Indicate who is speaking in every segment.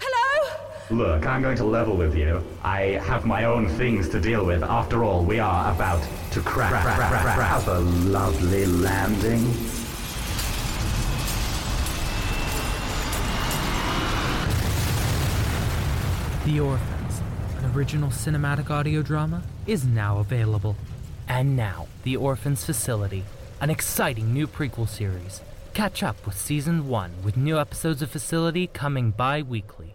Speaker 1: Hello?
Speaker 2: Look, I'm going to level with you. I have my own things to deal with. After all, we are about to crack, crack, crack, crack, crack- have a lovely landing.
Speaker 3: The Orphans, an original cinematic audio drama, is now available. And now, The Orphans Facility, an exciting new prequel series. Catch up with season 1 with new episodes of Facility coming bi weekly.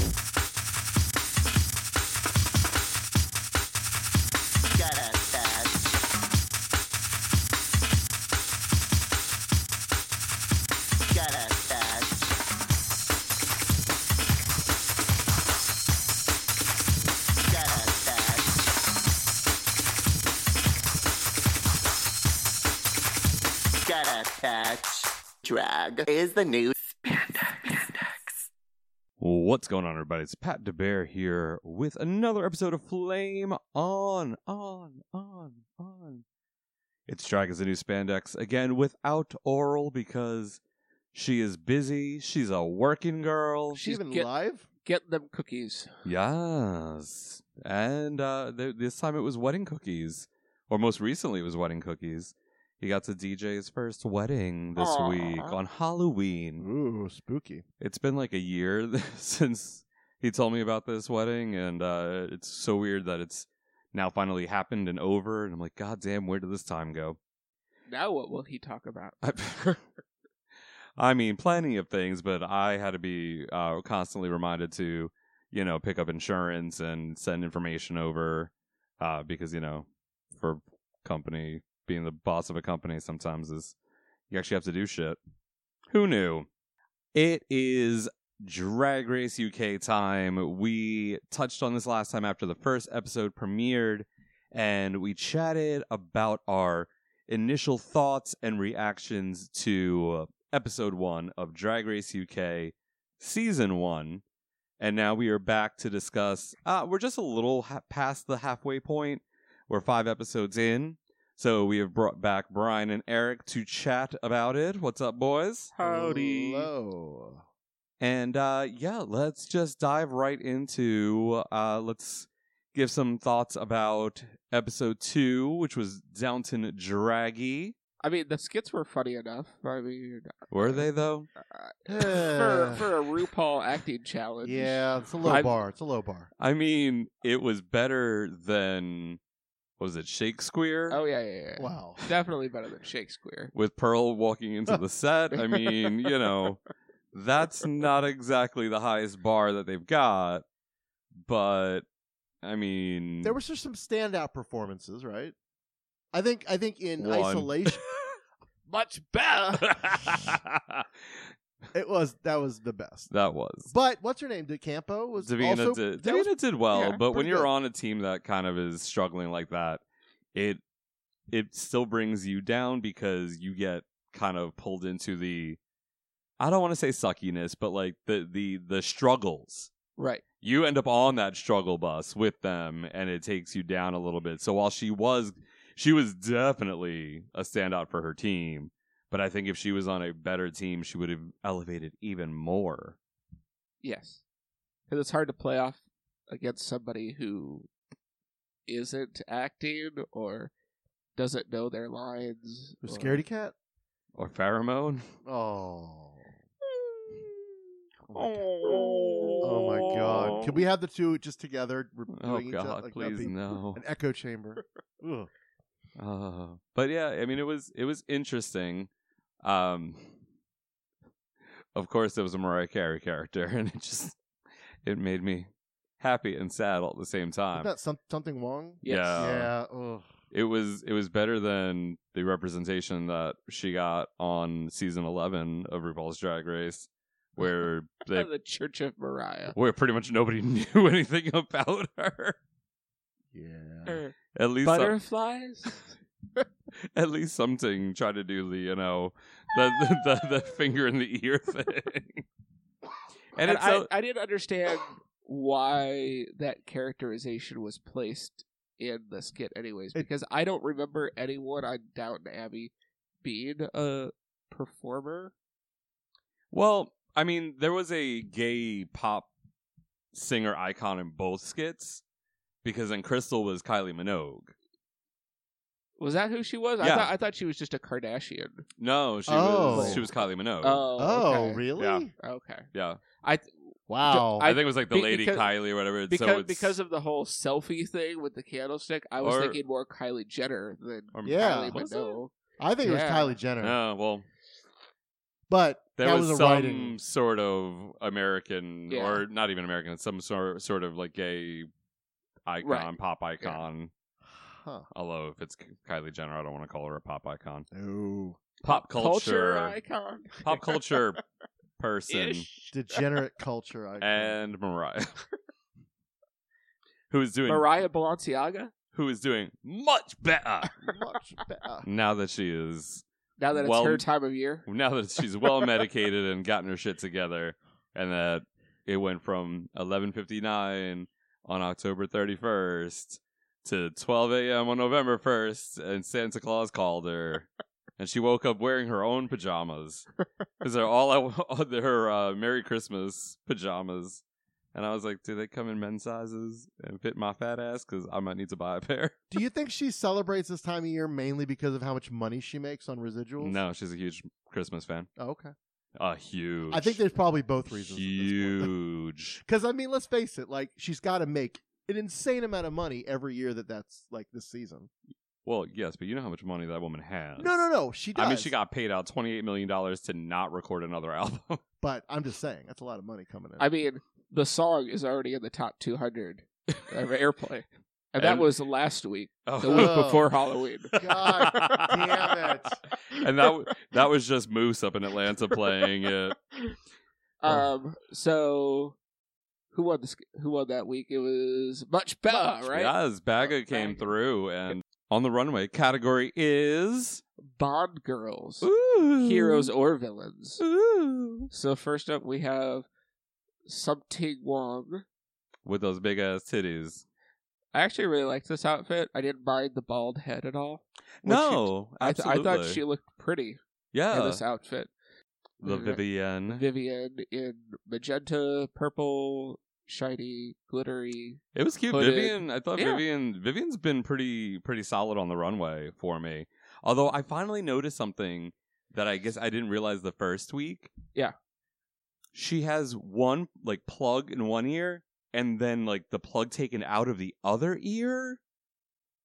Speaker 1: Drag is the new spandex.
Speaker 4: What's going on, everybody? It's Pat DeBear here with another episode of Flame On, On, On, On. It's Drag as a New Spandex, again without Oral because she is busy. She's a working girl.
Speaker 5: She's
Speaker 6: Even
Speaker 5: get-
Speaker 6: live?
Speaker 5: Get them cookies.
Speaker 4: Yes. And uh, th- this time it was wedding cookies, or most recently it was wedding cookies. He got to DJ his first wedding this
Speaker 5: Aw.
Speaker 4: week on Halloween.
Speaker 6: Ooh, spooky.
Speaker 4: It's been like a year since he told me about this wedding, and uh, it's so weird that it's now finally happened and over. And I'm like, God damn, where did this time go?
Speaker 5: Now what will he talk about?
Speaker 4: I, I mean, plenty of things, but I had to be uh, constantly reminded to, you know, pick up insurance and send information over uh, because, you know, for company, being the boss of a company sometimes is you actually have to do shit. Who knew? It is Drag Race UK time. We touched on this last time after the first episode premiered, and we chatted about our initial thoughts and reactions to uh, episode one of Drag Race UK season one. And now we are back to discuss. Uh, we're just a little ha- past the halfway point. We're five episodes in. So we have brought back Brian and Eric to chat about it. What's up, boys?
Speaker 6: Hello.
Speaker 4: And uh, yeah, let's just dive right into. Uh, let's give some thoughts about episode two, which was Downton Draggy.
Speaker 5: I mean, the skits were funny enough. I mean,
Speaker 4: Were they though?
Speaker 5: for, for a RuPaul acting challenge.
Speaker 6: yeah, it's a low
Speaker 4: I'm-
Speaker 6: bar. It's a low bar.
Speaker 4: I mean, it was better than what was it Shakespeare
Speaker 5: Oh, yeah, yeah, yeah.
Speaker 6: Wow.
Speaker 5: Definitely better than Shakespeare.
Speaker 4: with Pearl walking into the set. I mean, you know, that's not exactly the highest bar that they've got, but I mean,
Speaker 6: There was just some standout performances, right? I think I think in
Speaker 4: One.
Speaker 6: isolation
Speaker 5: Much better.
Speaker 6: it was that was the best.
Speaker 4: that was.
Speaker 6: But what's her name? DeCampo was
Speaker 4: Davina
Speaker 6: also
Speaker 4: did.
Speaker 6: that was-
Speaker 4: Davina did well,
Speaker 5: yeah,
Speaker 4: but when
Speaker 6: pretty
Speaker 4: you're
Speaker 6: good.
Speaker 4: on a team that kind of is struggling like that, it it still brings you down because you get kind of pulled into the I don't want to say suckiness, but like the the the struggles.
Speaker 5: right.
Speaker 4: you end up on that struggle bus with them and it takes you down a little bit. So while she was she was definitely a standout for her team, but I think if she was on a better team, she would have elevated even more.
Speaker 5: Yes, because it's hard to play off against somebody who isn't acting or doesn't know their lines.
Speaker 6: Or
Speaker 5: or-
Speaker 6: Scaredy Cat?
Speaker 4: Or pheromone.
Speaker 6: Oh. Oh my god. Can we have the two just together? re-
Speaker 4: Oh
Speaker 6: doing each other?
Speaker 4: god,
Speaker 6: Like, that'd
Speaker 4: please
Speaker 6: be
Speaker 4: no.
Speaker 6: An echo chamber. Ugh.
Speaker 4: Uh, but yeah, I mean, it was it was interesting. Um, of course, there was a Mariah Carey character, and it just it made me happy and sad all at the same
Speaker 6: Isn't
Speaker 4: time.
Speaker 6: that some, something wrong?
Speaker 4: Yes. Yeah.
Speaker 6: Yeah. Ugh.
Speaker 4: It was it was better than the representation that she got on season eleven of RuPaul's Drag Race, where they
Speaker 5: the Church of Mariah.
Speaker 4: where pretty much nobody knew anything about her.
Speaker 6: Yeah.
Speaker 4: At least some-
Speaker 5: Butterflies.
Speaker 4: at least something try to do the you know the the, the, the finger in the ear thing and,
Speaker 5: and
Speaker 4: it's
Speaker 5: I,
Speaker 4: so-
Speaker 5: I didn't understand why that characterization was placed in the skit anyways
Speaker 6: It-
Speaker 5: because i don't remember anyone on downton abbey being a performer
Speaker 4: well i mean there was a gay pop singer icon in both skits because then crystal was kylie minogue
Speaker 5: was that who she was i
Speaker 4: Yeah.
Speaker 5: thought i thought she was just a kardashian
Speaker 4: no she was
Speaker 6: Oh.
Speaker 4: she was kylie minogue
Speaker 5: oh
Speaker 6: Oh,
Speaker 5: okay.
Speaker 6: really?
Speaker 4: Yeah.
Speaker 5: okay
Speaker 4: yeah
Speaker 5: i th-
Speaker 6: Wow.
Speaker 4: I,
Speaker 5: I-
Speaker 4: think it was like the
Speaker 5: be-
Speaker 4: lady
Speaker 5: because-
Speaker 4: kylie or whatever
Speaker 5: because
Speaker 4: so it's,
Speaker 5: because of the whole selfie thing with the candlestick i was
Speaker 4: Or-
Speaker 5: thinking more kylie jenner than
Speaker 4: or-
Speaker 6: Yeah.
Speaker 5: kylie
Speaker 4: Was it?
Speaker 5: minogue
Speaker 6: I think
Speaker 5: Yeah.
Speaker 6: it was Kylie Jenner.
Speaker 4: Oh, well
Speaker 6: But
Speaker 4: There
Speaker 6: that
Speaker 4: was,
Speaker 6: was, a
Speaker 4: some
Speaker 6: writing.
Speaker 4: sort of American,
Speaker 5: Yeah.
Speaker 4: or not even American, some sort sort of like gay icon,
Speaker 5: Right.
Speaker 4: pop icon.
Speaker 6: Huh.
Speaker 4: Although if it's Kylie Jenner, I don't want to call her a pop icon.
Speaker 6: No.
Speaker 4: Pop culture,
Speaker 5: icon
Speaker 4: pop culture person,
Speaker 5: Ish.
Speaker 6: Degenerate culture. I
Speaker 4: and Mariah, who is doing
Speaker 5: mariah balenciaga
Speaker 4: who is doing much better
Speaker 6: Much better.
Speaker 4: now that she is
Speaker 5: now that it's
Speaker 4: Well-
Speaker 5: her time of year
Speaker 4: now that she's well medicated and gotten her shit together, and that it went from 11:59 on October 31st to 12 a.m. on November 1st, and Santa Claus called her, and she woke up wearing her own pajamas. These are all I, all her uh, Merry Christmas pajamas. And I was like, do they come in men's sizes and fit my fat ass? Because I might need to buy a pair.
Speaker 6: Do you think she celebrates this time of year mainly because of how much money she makes on residuals?
Speaker 4: No, she's a huge Christmas fan.
Speaker 6: Oh, okay.
Speaker 4: A huge.
Speaker 6: I think there's probably both reasons.
Speaker 4: huge.
Speaker 6: Because I mean, let's face it. Like she's got to make an insane amount of money every year that that's like this season.
Speaker 4: Well, yes, but you know how much money that woman has.
Speaker 6: No, no, no. She does.
Speaker 4: I mean, she got paid out twenty eight million dollars to not record another album.
Speaker 6: But I'm just saying, that's a lot of money coming in.
Speaker 5: I mean, the song is already in the top 200 of airplay. And that
Speaker 4: And-
Speaker 5: was last week,
Speaker 4: Oh.
Speaker 5: the week
Speaker 6: Oh.
Speaker 5: before Halloween.
Speaker 6: God damn it!
Speaker 4: And that w- that was just Moose up in Atlanta playing it. Oh.
Speaker 5: Um, so who won this? Who won that week? It was much better, right?
Speaker 4: Yes, Bagga
Speaker 5: Oh,
Speaker 4: came
Speaker 5: Bagga.
Speaker 4: through, and on the runway category is
Speaker 5: Bond girls,
Speaker 4: Ooh.
Speaker 5: heroes or villains.
Speaker 4: Ooh.
Speaker 5: So first up, we have Something Wong.
Speaker 4: with those big ass titties.
Speaker 5: I actually really liked this outfit. I didn't mind the bald head at all. Which
Speaker 4: No,
Speaker 5: she- I, th- I thought
Speaker 4: absolutely.
Speaker 5: she looked pretty in
Speaker 4: yeah,
Speaker 5: this outfit.
Speaker 4: the Vivienne.
Speaker 5: Vivian in magenta, purple, shiny, glittery.
Speaker 4: It was cute.
Speaker 5: hooded.
Speaker 4: Vivian, I thought
Speaker 5: Yeah.
Speaker 4: Vivian Vivian's been pretty pretty solid on the runway for me. Although I finally noticed something that I guess I didn't realize the first week.
Speaker 5: Yeah.
Speaker 4: She has one like plug in one ear and then like the plug taken out of the other ear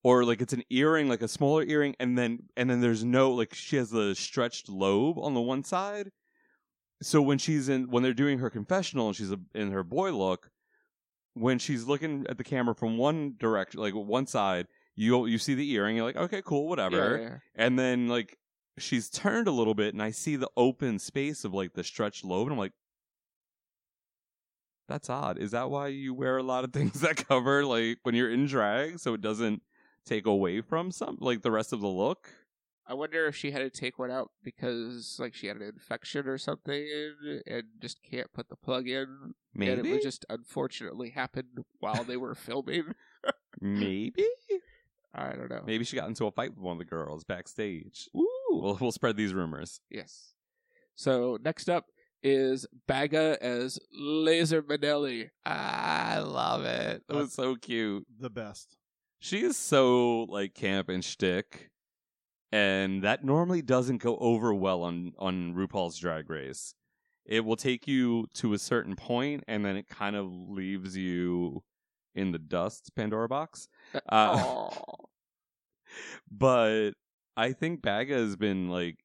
Speaker 4: or like it's an earring like a smaller earring and then and then there's no like she has the stretched lobe on the one side so when she's in when they're doing her confessional and she's a, in her boy look when she's looking at the camera from one direction like one side you you see the earring you're like okay cool whatever
Speaker 5: Yeah, yeah.
Speaker 4: and then like she's turned a little bit and i see the open space of like the stretched lobe and i'm like that's odd is that why you wear a lot of things that cover like when you're in drag so it doesn't take away from some like the rest of the look
Speaker 5: I wonder if she had to take one out because like she had an infection or something and just can't put the plug in. And it
Speaker 4: Maybe?
Speaker 5: was just unfortunately happened while they were filming.
Speaker 4: Maybe.
Speaker 5: I don't know.
Speaker 4: Maybe she got into a fight with one of the girls backstage. Ooh. We'll, we'll spread these rumors.
Speaker 5: Yes. So next up is Baga as Laser Manelli. I love it.
Speaker 4: That was so cute.
Speaker 6: The best.
Speaker 4: She is so like camp and shtick, and that normally doesn't go over well on on RuPaul's Drag Race. It will take you to a certain point, and then it kind of leaves you in the dust, Pandora box. Uh, but I think Baga has been like,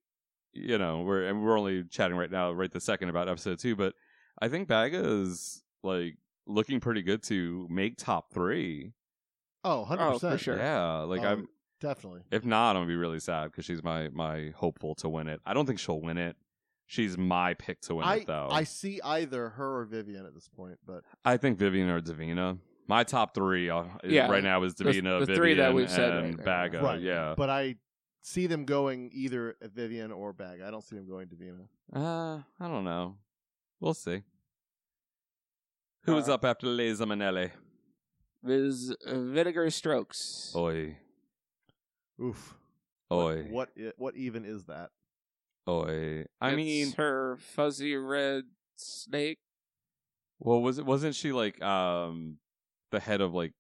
Speaker 4: you know, we're and we're only chatting right now, right the second about episode two, but I think Baga is like looking pretty good to make top three.
Speaker 6: Oh, 100%.
Speaker 4: Yeah, like
Speaker 6: Oh,
Speaker 4: I'm.
Speaker 6: Definitely.
Speaker 4: If not, I'm gonna be really sad because she's my my hopeful to win it. I don't think she'll win it. She's my pick to win
Speaker 6: I,
Speaker 4: it though.
Speaker 6: I see either her or Vivian at this point, but
Speaker 4: I think Vivian or Davina. My top three uh, is-
Speaker 6: Yeah,
Speaker 4: right now is
Speaker 6: the-
Speaker 4: Davina,
Speaker 6: the
Speaker 4: Vivian,
Speaker 6: three that we've said
Speaker 4: and
Speaker 6: right
Speaker 4: Baga.
Speaker 6: right.
Speaker 4: Yeah,
Speaker 6: But I see them going either at Vivian or Bag. I don't see them going Davina.
Speaker 4: uh, I don't know. We'll see. Who's up after Liza Minnelli?
Speaker 5: Ms. Vinegar Strokes.
Speaker 4: Oi,
Speaker 6: Oof.
Speaker 4: oi,
Speaker 6: What i- what even is that?
Speaker 4: oi. I mean,
Speaker 5: her fuzzy red snake.
Speaker 4: well, was it wasn't she like um the head of like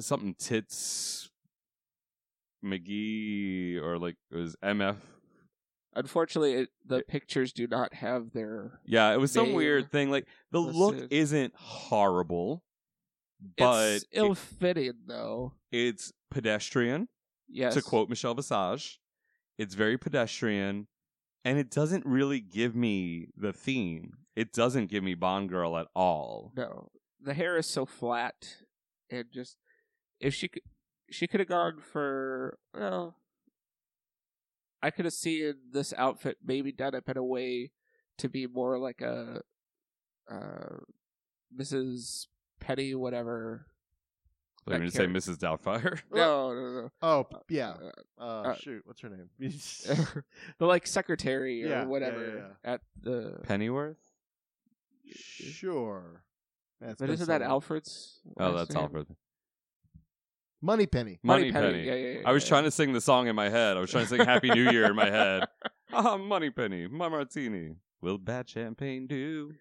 Speaker 4: something tits McGee or like it was MF
Speaker 5: Unfortunately, it, the pictures do not have their.
Speaker 4: Yeah, it was some
Speaker 5: name.
Speaker 4: weird thing. Like the look
Speaker 5: listed.
Speaker 4: isn't horrible, but
Speaker 5: it's ill fitting though.
Speaker 4: it's pedestrian.
Speaker 5: Yes.
Speaker 4: To quote Michelle Visage, it's very pedestrian, and it doesn't really give me the theme. It doesn't give me Bond Girl at all.
Speaker 5: No, the hair is so flat, and just if she could, she could have gone for well. I could have seen this outfit maybe done up in a way to be more like a uh, Mrs. Petty, whatever.
Speaker 4: Like when you
Speaker 5: That
Speaker 4: say
Speaker 5: character-
Speaker 4: Mrs. Doubtfire.
Speaker 5: No, no, no.
Speaker 6: Oh, p- yeah. Uh,
Speaker 5: uh,
Speaker 6: shoot, what's her name?
Speaker 5: the like secretary or
Speaker 6: Yeah, yeah,
Speaker 5: whatever
Speaker 6: yeah,
Speaker 5: at the.
Speaker 4: Pennyworth.
Speaker 6: sure. That's
Speaker 5: But
Speaker 6: been
Speaker 5: isn't
Speaker 6: so
Speaker 5: that
Speaker 6: long.
Speaker 5: Alfred's?
Speaker 4: Oh,
Speaker 5: last
Speaker 4: that's
Speaker 5: name?
Speaker 4: Alfred.
Speaker 6: Money Penny.
Speaker 4: Money,
Speaker 5: Money
Speaker 4: Penny.
Speaker 5: Penny. Yeah, yeah, yeah,
Speaker 4: I was
Speaker 5: yeah.
Speaker 4: trying to sing the song in my head. I was trying to sing Happy New Year in my head. Ah, Money Penny, my martini. Will bad champagne do?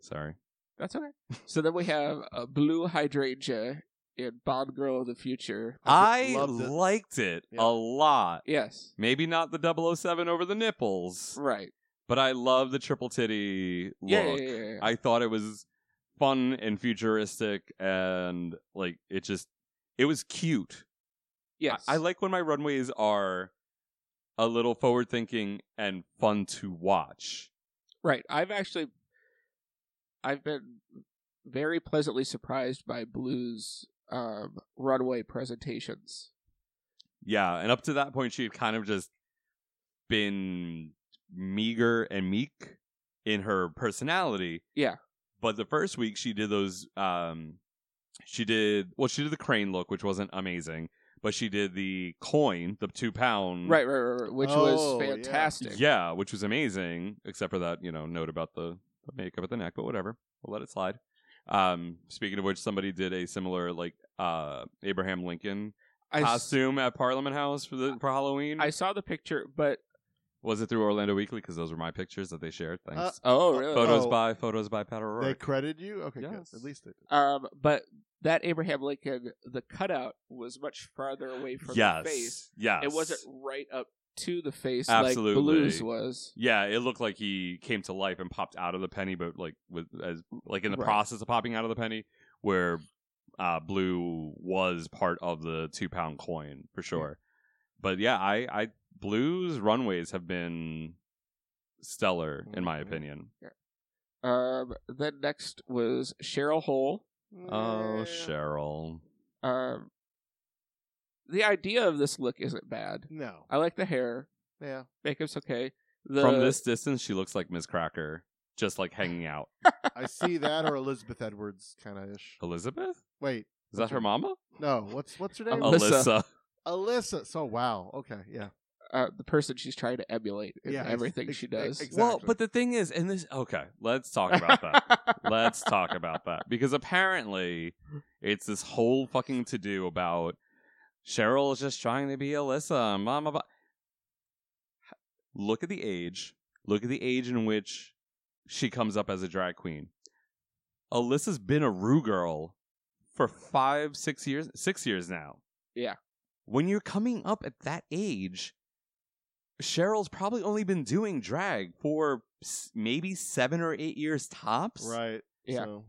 Speaker 4: Sorry.
Speaker 5: That's okay. So then we have a blue hydrangea in Bond Girl of the Future.
Speaker 4: I liked it a lot.
Speaker 5: Yes.
Speaker 4: Maybe not the 007 over the nipples.
Speaker 5: Right.
Speaker 4: But I love the triple titty look.
Speaker 5: Yeah, yeah, yeah, yeah.
Speaker 4: I thought it was fun and futuristic and like it just it was cute.
Speaker 5: Yes.
Speaker 4: I, I like when my runways are a little forward thinking and fun to watch.
Speaker 5: Right. I've actually I've been very pleasantly surprised by Blue's um, runway presentations.
Speaker 4: Yeah, and up to that point, she had kind of just been meager and meek in her personality.
Speaker 5: Yeah.
Speaker 4: But the first week, she did those. Um, she did well. She did the crane look, which wasn't amazing, but she did the coin, the two pound.
Speaker 5: Right, right, right, right, which was Oh, yeah. fantastic.
Speaker 4: Mm. Yeah, which was amazing, except for that you know note about the, the makeup at the neck, but whatever. We'll let it slide. Um, speaking of which, somebody did a similar like uh Abraham Lincoln
Speaker 5: I s-
Speaker 4: costume at Parliament House for the for Halloween.
Speaker 5: I saw the picture, but
Speaker 4: was it through Orlando Weekly? Because those were my pictures that they shared. Thanks.
Speaker 5: Uh, oh, really?
Speaker 4: Photos
Speaker 5: Oh.
Speaker 4: by photos by Pat O'Rourke.
Speaker 6: They credited you? Okay, good. At least they did.
Speaker 5: um but that Abraham Lincoln the cutout was much farther away from
Speaker 4: Yes,
Speaker 5: the face.
Speaker 4: yes.
Speaker 5: It wasn't right up to the face
Speaker 4: Absolutely.
Speaker 5: like Blue's was.
Speaker 4: Yeah, it looked like he came to life and popped out of the penny, but like with as like in the
Speaker 5: Right.
Speaker 4: process of popping out of the penny, where uh, Blue was part of the two pound coin for sure. But yeah, I I Blue's runways have been stellar in
Speaker 5: Mm-hmm.
Speaker 4: my opinion.
Speaker 5: Um, then next was Cheryl Hole.
Speaker 4: Oh, Cheryl.
Speaker 5: Um, the idea of this look isn't bad.
Speaker 6: No.
Speaker 5: I like the hair.
Speaker 6: Yeah.
Speaker 5: Makeup's okay. The,
Speaker 4: From this distance, she looks like Miss Cracker, just like hanging out.
Speaker 6: I see that or Elizabeth Edwards kind of ish.
Speaker 4: Elizabeth?
Speaker 6: Wait.
Speaker 4: Is that her mama?
Speaker 6: No. What's what's her name?
Speaker 4: Alyssa.
Speaker 6: Alyssa. So wow. Okay. Yeah.
Speaker 5: uh, the person she's trying to emulate in
Speaker 6: Yeah, ex-
Speaker 5: everything
Speaker 6: ex-
Speaker 5: she does.
Speaker 6: ex-
Speaker 4: Well, but the thing is, and this okay, let's talk about that. let's talk about that because apparently, it's this whole fucking to do about Cheryl is just trying to be Alyssa. and Blah blah blah. Look at the age. Look at the age in which she comes up as a drag queen. Alyssa's been a Rue girl for five, six years, six years now.
Speaker 5: Yeah.
Speaker 4: When you're coming up at that age, Cheryl's probably only been doing drag for s- maybe seven or eight years tops.
Speaker 6: Right.
Speaker 5: Yeah.
Speaker 6: So.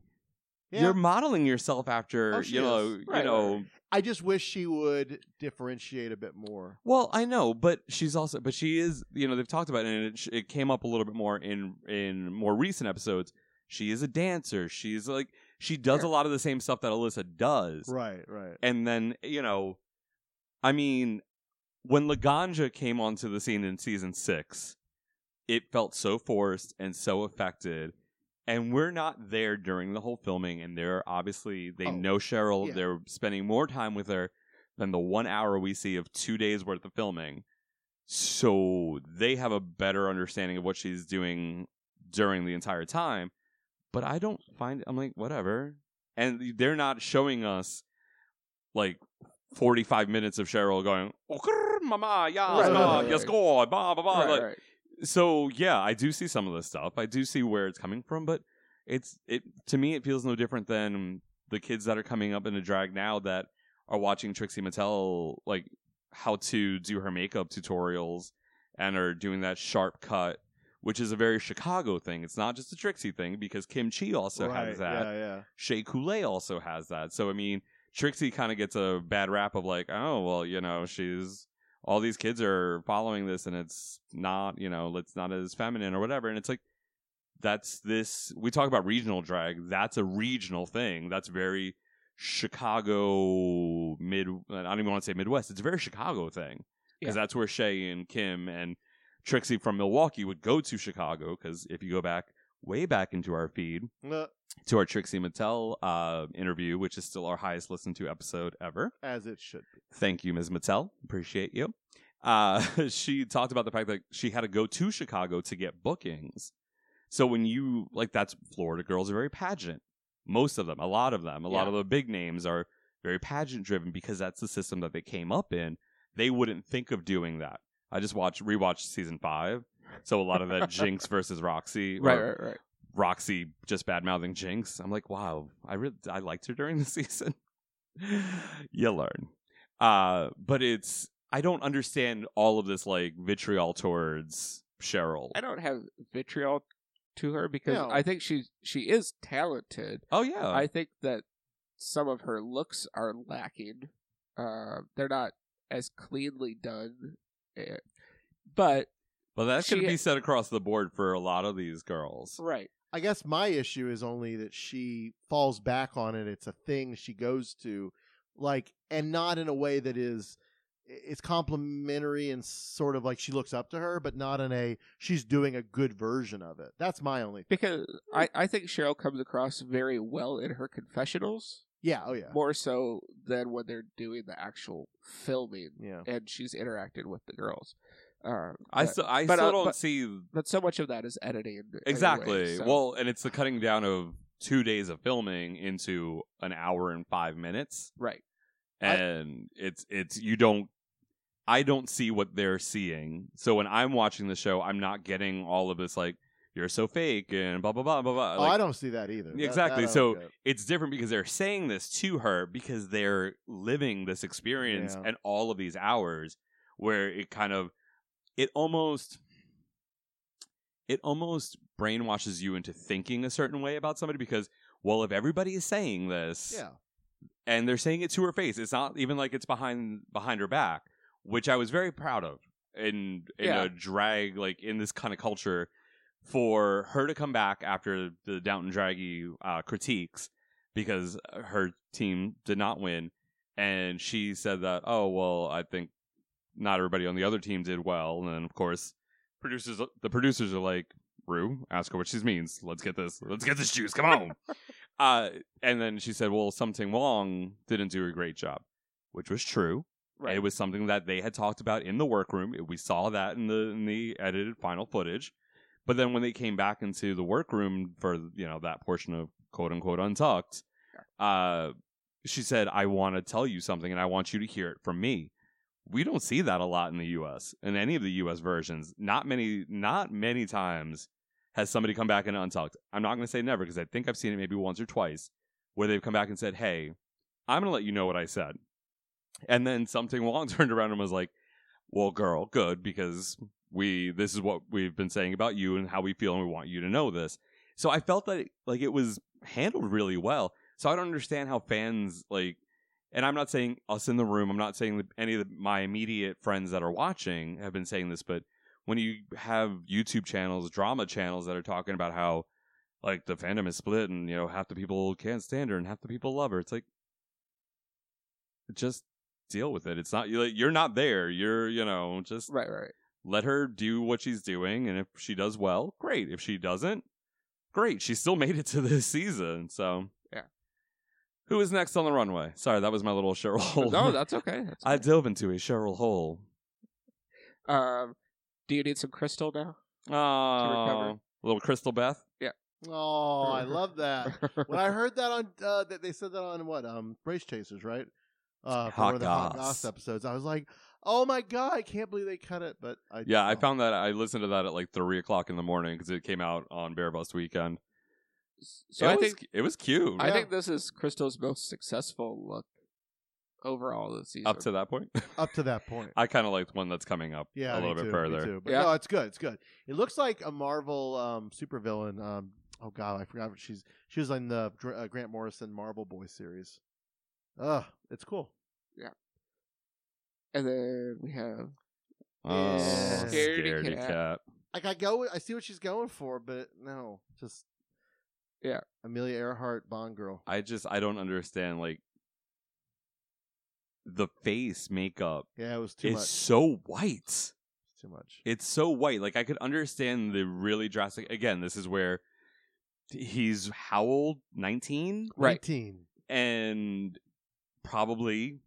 Speaker 4: You're modeling yourself after
Speaker 6: Oh, she
Speaker 4: you know,
Speaker 6: is.
Speaker 4: you
Speaker 6: Right,
Speaker 4: know.
Speaker 6: right. I just wish she would differentiate a bit more.
Speaker 4: Well, I know, but she's also, but she is, you know, they've talked about it, and it, sh- it came up a little bit more in in more recent episodes. She is a dancer. She's like she does a lot of the same stuff that Alyssa does.
Speaker 6: Right, right.
Speaker 4: And then, you know, I mean, when Laganja came onto the scene in season six, it felt so forced and so affected. And we're not there during the whole filming, and they're obviously they
Speaker 6: Oh,
Speaker 4: know Cheryl.
Speaker 6: yeah.
Speaker 4: They're spending more time with her than the one hour we see of two days worth of filming. So they have a better understanding of what she's doing during the entire time. But I don't find I'm like, whatever. And they're not showing us like 45 minutes of Cheryl going, oh, grrr, mama, yes,
Speaker 5: Right,
Speaker 4: ma,
Speaker 5: right,
Speaker 4: yes,
Speaker 5: right.
Speaker 4: go, blah, blah, blah.
Speaker 5: Right,
Speaker 4: like,
Speaker 5: right.
Speaker 4: So, yeah, I do see some of this stuff. I do see where it's coming from, but it's, it, to me, it feels no different than the kids that are coming up in a drag now that are watching Trixie Mattel, like, how to do her makeup tutorials and are doing that sharp cut, which is a very Chicago thing. It's not just a Trixie thing because Kim Chi also
Speaker 6: right.
Speaker 4: has that.
Speaker 6: Yeah, yeah.
Speaker 4: Shea Coulee also has that. So I mean, Trixie kind of gets a bad rap of like, oh well, you know, she's all these kids are following this, and it's not, you know, it's not as feminine or whatever. And it's like that's this. We talk about regional drag. That's a regional thing. That's very Chicago mid. I don't even want to say Midwest. It's a very Chicago thing because
Speaker 5: Yeah.
Speaker 4: that's where Shay and Kim and Trixie from Milwaukee would go to Chicago. Because if you go back way back into our feed,
Speaker 6: No,
Speaker 4: to our Trixie Mattel uh, interview, which is still our highest listened to episode ever.
Speaker 6: as it should be.
Speaker 4: Thank you, Ms. Mattel. Appreciate you. Uh, she talked about the fact that she had to go to Chicago to get bookings. So when you like, that's Florida girls are very pageant. Most of them, a lot of them, a lot
Speaker 5: Yeah.
Speaker 4: of the big names are very pageant driven because that's the system that they came up in. They wouldn't think of doing that. I just watched rewatched season five, so a lot of that Jinx versus Roxy,
Speaker 5: Right,
Speaker 4: or
Speaker 5: right, right.
Speaker 4: Roxy just bad mouthing Jinx. I'm like, wow, I really I liked her during the season. you learn. Uh, but it's I don't understand all of this like vitriol towards Cheryl.
Speaker 5: I don't have vitriol to her because
Speaker 6: No.
Speaker 5: I think she's she is talented.
Speaker 4: Oh yeah.
Speaker 5: I think that some of her looks are lacking. Uh, they're not as cleanly done, eh, but
Speaker 4: but that's
Speaker 5: she-
Speaker 4: gonna be set across the board for a lot of these girls.
Speaker 5: right,
Speaker 6: I guess my issue is only that she falls back on it. It's a thing she goes to, like, and not in a way that is it's complimentary and sort of like she looks up to her, but not in a she's doing a good version of it. That's my only.
Speaker 5: because I I think Cheryl comes across very well in her confessionals,
Speaker 6: Yeah. Oh yeah.
Speaker 5: more so than when they're doing the actual filming
Speaker 6: Yeah.
Speaker 5: and she's interacting with the girls. Uh,
Speaker 4: I
Speaker 5: but,
Speaker 4: still I
Speaker 5: but,
Speaker 4: still
Speaker 5: uh,
Speaker 4: don't
Speaker 5: but-
Speaker 4: see
Speaker 5: but so much of that is editing. anyway,
Speaker 4: exactly.
Speaker 5: so-
Speaker 4: Well, and it's the cutting down of two days of filming into an hour and five minutes.
Speaker 5: right.
Speaker 4: and it's it's you don't i don't see what they're seeing so when i'm watching the show i'm not getting all of this like you're so fake and blah blah blah blah blah
Speaker 6: oh,
Speaker 4: like,
Speaker 6: I don't see that either. That-
Speaker 4: exactly.
Speaker 6: that I
Speaker 4: So
Speaker 6: don't get.
Speaker 4: it's different because they're saying this to her because they're living this experience
Speaker 6: Yeah.
Speaker 4: and all of these hours where it kind of it almost it almost brainwashes you into thinking a certain way about somebody because well if everybody is saying this
Speaker 6: yeah.
Speaker 4: and they're saying it to her face. It's not even like it's behind behind her back, which I was very proud of in in
Speaker 5: Yeah.
Speaker 4: a drag like in this kind of culture for her to come back after the Downton Draggy uh, critiques because her team did not win, and she said that oh well I think not everybody on the other team did well, and then of course producers the producers are like Rue ask her what she means let's get this let's get this juice come on. Uh, and then she said, "Well, something wrong didn't do a great job," which was true. Right. It was something that they had talked about in the workroom. We saw that in the in the edited final footage. But then when they came back into the workroom for you know that portion of quote unquote untucked, uh, she said, "I want to tell you something, and I want you to hear it from me." We don't see that a lot in the U.S. in any of the U.S. versions. Not many, not many times has somebody come back and untucked. I'm not going to say never because I think I've seen it maybe once or twice where they've come back and said, "Hey, I'm going to let you know what I said," and then something Wong turned around and was like, "Well, girl, good because we this is what we've been saying about you and how we feel, and we want you to know this." So I felt that it, like it was handled really well. So I don't understand how fans like, and I'm not saying us in the room. I'm not saying that any of the, my immediate friends that are watching have been saying this, but when you have YouTube channels, drama channels that are talking about how like the fandom is split and you know half the people can't stand her and half the people love her, it's like just deal with it. It's not you're like, you're not there. You're you know just
Speaker 5: right right.
Speaker 4: Let her do what she's doing, and if she does well, great. If she doesn't, great. She still made it to this season, so
Speaker 5: Yeah.
Speaker 4: Who is next on the runway? Sorry, that was my little Cheryl hole.
Speaker 5: No, that's okay. That's
Speaker 4: Oh, I dove into a Cheryl hole.
Speaker 5: Um, do you need some crystal now?
Speaker 4: Oh, little Crystal Beth.
Speaker 5: Yeah.
Speaker 6: Oh, I love that. when I heard that on uh, that they said that on what um Race Chasers, right? Uh, for
Speaker 4: Hot
Speaker 6: one of the Hot
Speaker 4: Goss.
Speaker 6: Goss episodes, I was like, "Oh my god, I can't believe they cut it!" But I
Speaker 4: Yeah, I found that I listened to that at like three o'clock in the morning because it came out on Bear Bust weekend.
Speaker 5: So
Speaker 4: it
Speaker 5: I
Speaker 4: was,
Speaker 5: think
Speaker 4: it was cute.
Speaker 5: I think this is Crystal's most successful look overall this season.
Speaker 4: up to that point.
Speaker 6: up to that point.
Speaker 4: I kind of liked one that's coming up
Speaker 6: Yeah,
Speaker 4: a
Speaker 6: me
Speaker 4: little bit
Speaker 6: too, me
Speaker 4: further.
Speaker 6: too. But
Speaker 5: Yeah.
Speaker 6: no, it's good. It's good. It looks like a Marvel um, supervillain. Um, oh god, I forgot. What she's she was on the Dr- uh, Grant Morrison Marvel Boy series. Ugh, it's cool.
Speaker 5: And then we have
Speaker 4: Oh,
Speaker 6: Yeah.
Speaker 5: Scaredy
Speaker 4: scaredy
Speaker 5: cat.
Speaker 4: cat.
Speaker 6: Like I go, I see what she's going for, but no, just
Speaker 5: Yeah.
Speaker 6: Amelia Earhart Bond girl.
Speaker 4: I just I don't understand like the face makeup
Speaker 6: Yeah, it was too
Speaker 4: is
Speaker 6: much.
Speaker 4: so white.
Speaker 6: It's too much.
Speaker 4: It's so white. Like I could understand the really drastic. Again, this is where he's how old? Nineteen,
Speaker 5: Right.
Speaker 6: Nineteen.
Speaker 4: and probably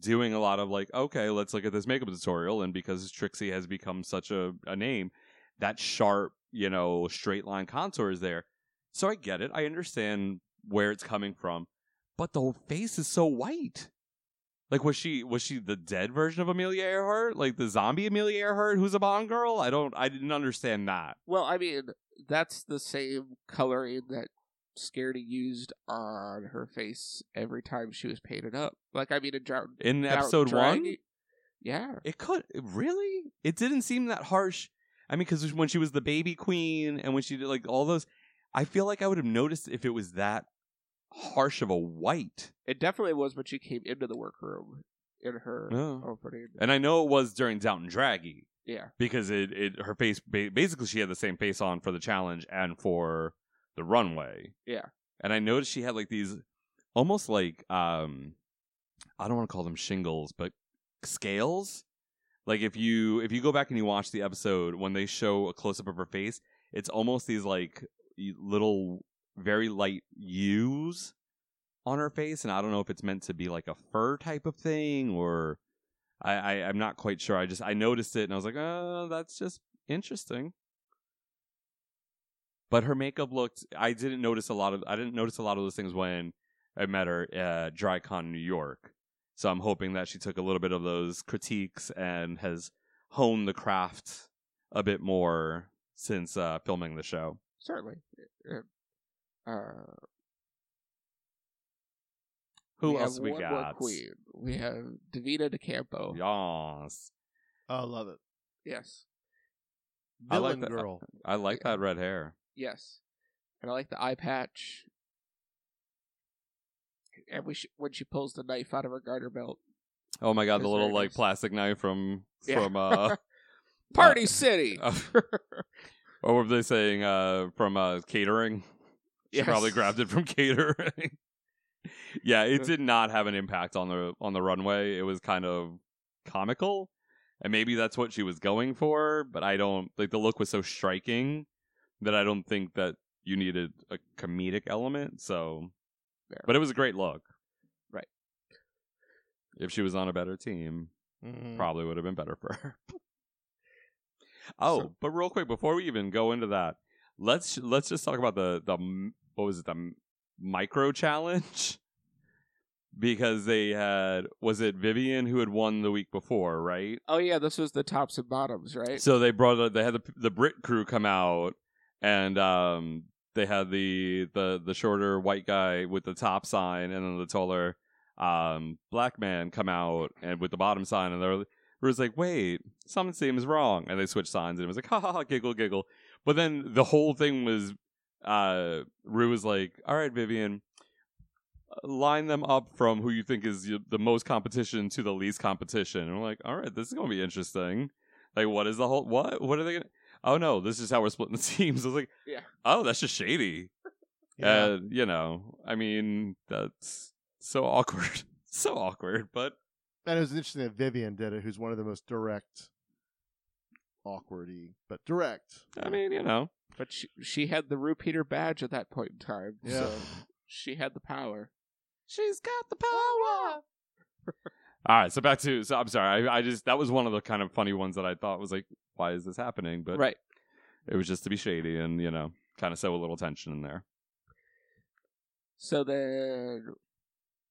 Speaker 4: doing a lot of like, okay, let's look at this makeup tutorial. And because Trixie has become such a, a name, that sharp, you know, straight line contour is there. So I get it. I understand where it's coming from, but the whole face is so white. Like was she was she the dead version of Amelia Earhart? Like the zombie Amelia Earhart who's a Bond girl? I don't I didn't understand that.
Speaker 5: Well, I mean, that's the same coloring that Scaredy used on her face every time she was painted up. Like, I mean, in, dra-
Speaker 4: In
Speaker 5: Dra-
Speaker 4: episode
Speaker 5: Drag-
Speaker 4: one?
Speaker 5: Yeah.
Speaker 4: It could it- really. It didn't seem that harsh. I mean, because when she was the baby queen and when she did like all those, I feel like I would have noticed if it was that harsh of a white.
Speaker 5: It definitely was when she came into the workroom in her
Speaker 4: Yeah.
Speaker 5: opening.
Speaker 4: Oh. And I know it was during Downton Draggy
Speaker 5: Yeah.
Speaker 4: because it it her face ba- basically she had the same face on for the challenge and for the runway.
Speaker 5: Yeah.
Speaker 4: And I noticed she had like these almost like um I don't want to call them shingles, but scales. Like if you if you go back and you watch the episode when they show a close up of her face, it's almost these like y- little very light U's on her face, and I don't know if it's meant to be like a fur type of thing or I, I I'm not quite sure. I just I noticed it and I was like, oh, that's just interesting. But her makeup looked. I didn't notice a lot of. I didn't notice a lot of those things when I met her at DryCon New York. So I'm hoping that she took a little bit of those critiques and has honed the craft a bit more since uh, filming the show.
Speaker 5: Certainly. Uh,
Speaker 4: Who
Speaker 5: have
Speaker 4: else we
Speaker 5: one more
Speaker 4: got?
Speaker 5: queen. We have Davina DeCampo.
Speaker 4: Yas.
Speaker 6: Oh, I love it.
Speaker 5: Yes.
Speaker 4: I like uh,
Speaker 6: Villain
Speaker 4: that-
Speaker 6: girl.
Speaker 4: I like that red hair.
Speaker 5: Yes. And I like the eye patch. And we sh- when she pulls the knife out of her garter belt.
Speaker 4: Oh my god,
Speaker 5: It's
Speaker 4: the little
Speaker 5: very
Speaker 4: like
Speaker 5: nice.
Speaker 4: plastic knife from
Speaker 5: Yeah.
Speaker 4: from uh
Speaker 5: Party City!
Speaker 4: uh, or were they saying uh from uh catering? She
Speaker 5: Yes.
Speaker 4: probably grabbed it from catering. yeah,
Speaker 5: Uh.
Speaker 4: it did not have an impact on the on the runway. It was kind of comical. And maybe that's what she was going for, but I don't like the look was so striking that I don't think that you needed a comedic element, so
Speaker 5: Fair.
Speaker 4: but it was a great look. If she was on a better team,
Speaker 6: Mhm.
Speaker 4: probably would have been better for her. oh, but real quick before we even go into that, let's let's just talk about the the m- what was it the m- micro challenge because they had was it Vivian who had won the week before, right?
Speaker 5: Oh yeah, this was the tops and bottoms, right?
Speaker 4: So they brought out- they had the the Brit crew come out and um they had the the the shorter white guy with the top sign and then the taller um black man come out and with the bottom sign and they were, they was like wait something seems wrong and they switched signs and it was like ha ha ha giggle giggle but then the whole thing was uh Rue was like all right Vivian line them up from who you think is y- the most competition to the least competition and we're like all right this is gonna be interesting like what is the whole what what are they gonna oh no this is how we're splitting the teams I was like
Speaker 5: Yeah.
Speaker 4: oh that's just shady
Speaker 6: Yeah.
Speaker 4: uh, you know, I mean, that's so awkward. so awkward, but
Speaker 6: And it was interesting that Vivian did it, who's one of the most direct, awkwardy, but direct.
Speaker 4: I mean, you know.
Speaker 5: But she, she had the Rupeter badge at that point in time.
Speaker 6: Yeah.
Speaker 5: So she had the power.
Speaker 4: She's got the power. All right, so back to so I'm sorry. I, I just that was one of the kind of funny ones that I thought was like, why is this happening? But
Speaker 5: Right.
Speaker 4: it was just to be shady and you know, kind of sow a little tension in there.
Speaker 5: So then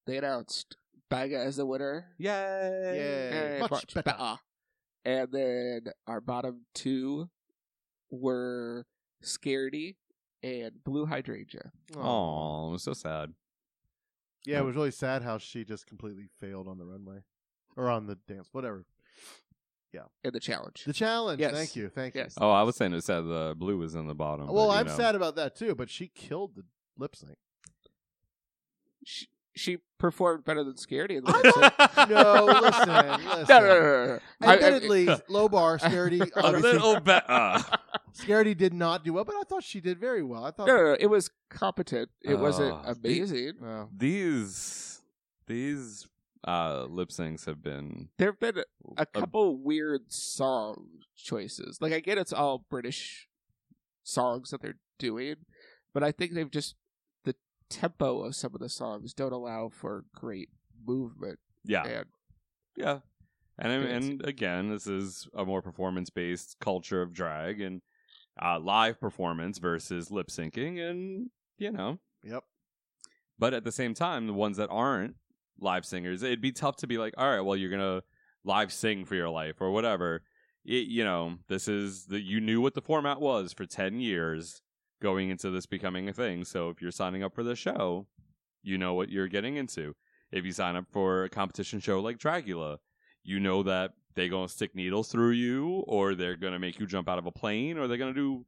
Speaker 5: they announced Baga as the winner.
Speaker 4: Yay!
Speaker 6: Yay.
Speaker 5: Yay,
Speaker 6: Eh, Much
Speaker 5: much
Speaker 6: better.
Speaker 5: better. And then our bottom two were Scaredy and Blue Hydrangea.
Speaker 4: Oh, it was so sad.
Speaker 6: Yeah, it was really sad how she just completely failed on the runway or on the dance, whatever.
Speaker 5: And the challenge.
Speaker 6: The challenge.
Speaker 5: Yes.
Speaker 6: Thank you. Thank
Speaker 5: Yes.
Speaker 4: Oh, I was saying it's sad the blue was in the bottom.
Speaker 6: you.
Speaker 4: but,
Speaker 6: Well,
Speaker 4: you
Speaker 6: I'm
Speaker 4: know.
Speaker 6: sad about that too, but she killed the lip sync.
Speaker 5: She, she performed better than Scaredy. In the
Speaker 6: No, listen,
Speaker 5: no, no,
Speaker 6: listen.
Speaker 5: no, no, no. I- I-
Speaker 6: Admittedly, Lobar, Scaredy,
Speaker 4: a little better.
Speaker 6: Scaredy did not do well, but I thought she did very well. I thought.
Speaker 5: no, no, no, it was competent. It wasn't
Speaker 4: Oh.
Speaker 5: amazing.
Speaker 6: No.
Speaker 4: these these uh lip syncs have been
Speaker 5: There have been a couple weird song choices. Like I get it's all British songs that they're doing, but I think they've just the tempo of some of the songs don't allow for great movement.
Speaker 4: yeah
Speaker 5: And
Speaker 4: Yeah. And I-
Speaker 5: Dance.
Speaker 4: and again, this is a more performance based culture of drag and uh, live performance versus lip syncing, and you know.
Speaker 6: Yep.
Speaker 4: But at the same time, the ones that aren't live singers, it'd be tough to be like, all right, well, you're gonna live sing for your life or whatever. It, you know, this is the you knew what the format was for ten years going into this becoming a thing. So if you're signing up for the show, you know what you're getting into. If you sign up for a competition show like Dragula, you know that they're going to stick needles through you, or they're going to make you jump out of a plane, or they're going to do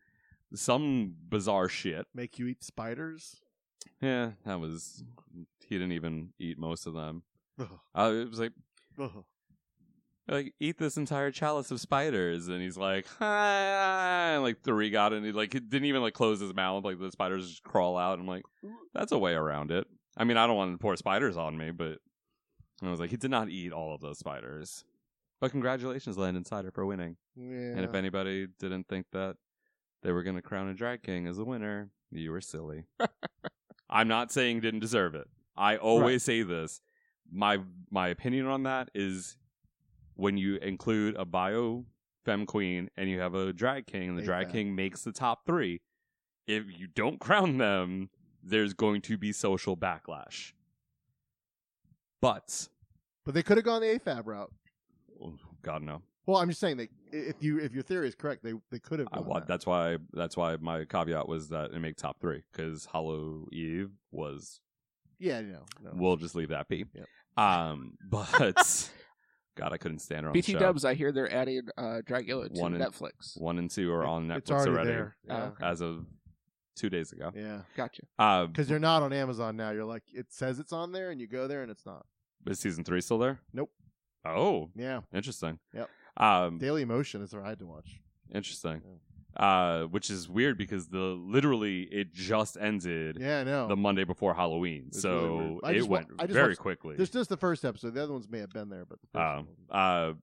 Speaker 4: some bizarre shit.
Speaker 6: Make you eat spiders?
Speaker 4: Yeah, that was. He didn't even eat most of them.
Speaker 6: Ugh.
Speaker 4: I was like,
Speaker 6: Ugh.
Speaker 4: like eat this entire chalice of spiders, and he's like, ah, and like three got it, and he like he didn't even like close his mouth, like the spiders just crawl out. I'm like, that's a way around it. I mean, I don't want to pour spiders on me, but I was like, he did not eat all of those spiders. But congratulations, Land Insider, for winning.
Speaker 6: Yeah.
Speaker 4: And if anybody didn't think that they were going to crown a drag king as the winner, you were silly. I'm not saying didn't deserve it. I always say this. My my opinion on that is when you include a bio femme queen and you have a drag king, and the
Speaker 6: Hey,
Speaker 4: drag
Speaker 6: fam.
Speaker 4: king makes the top three. If you don't crown them, there's going to be social backlash. But
Speaker 6: But they could have gone the AFAB route.
Speaker 4: oh, God no.
Speaker 6: Well, I'm just saying they if you if your theory is correct, they they could have.
Speaker 4: I
Speaker 6: gone
Speaker 4: wa-
Speaker 6: that.
Speaker 4: that's why that's why my caveat was that it make top three because Hollow Eve was.
Speaker 6: Yeah, no, no.
Speaker 4: We'll just leave that be.
Speaker 6: Yep.
Speaker 4: Um, but God, I couldn't stand her on
Speaker 5: BT
Speaker 4: the show.
Speaker 5: Dubs, I hear they're adding uh, Dragula to
Speaker 4: One in-
Speaker 5: Netflix.
Speaker 4: One and two are on Netflix
Speaker 6: it's already,
Speaker 4: already
Speaker 6: there.
Speaker 5: Oh,
Speaker 6: Yeah.
Speaker 5: okay.
Speaker 4: as of two days ago.
Speaker 6: Yeah,
Speaker 5: Gotcha.
Speaker 4: Uh,
Speaker 6: because they're not on Amazon now. You're like it says it's on there, and you go there, and it's not.
Speaker 4: is season three still there?
Speaker 6: Nope.
Speaker 4: Oh,
Speaker 6: Yeah,
Speaker 4: interesting.
Speaker 6: Yep.
Speaker 4: Um,
Speaker 6: Daily Motion is what I had to watch.
Speaker 4: interesting. Uh, which is weird because the literally it just ended
Speaker 6: Yeah, I know.
Speaker 4: the Monday before Halloween,
Speaker 6: It's really
Speaker 4: so
Speaker 6: weird. I
Speaker 4: it
Speaker 6: just wa-
Speaker 4: went
Speaker 6: I just
Speaker 4: very
Speaker 6: watched-
Speaker 4: quickly.
Speaker 6: There's just the first episode. The other ones may have been there, but the first
Speaker 4: Um,
Speaker 6: one-
Speaker 4: uh,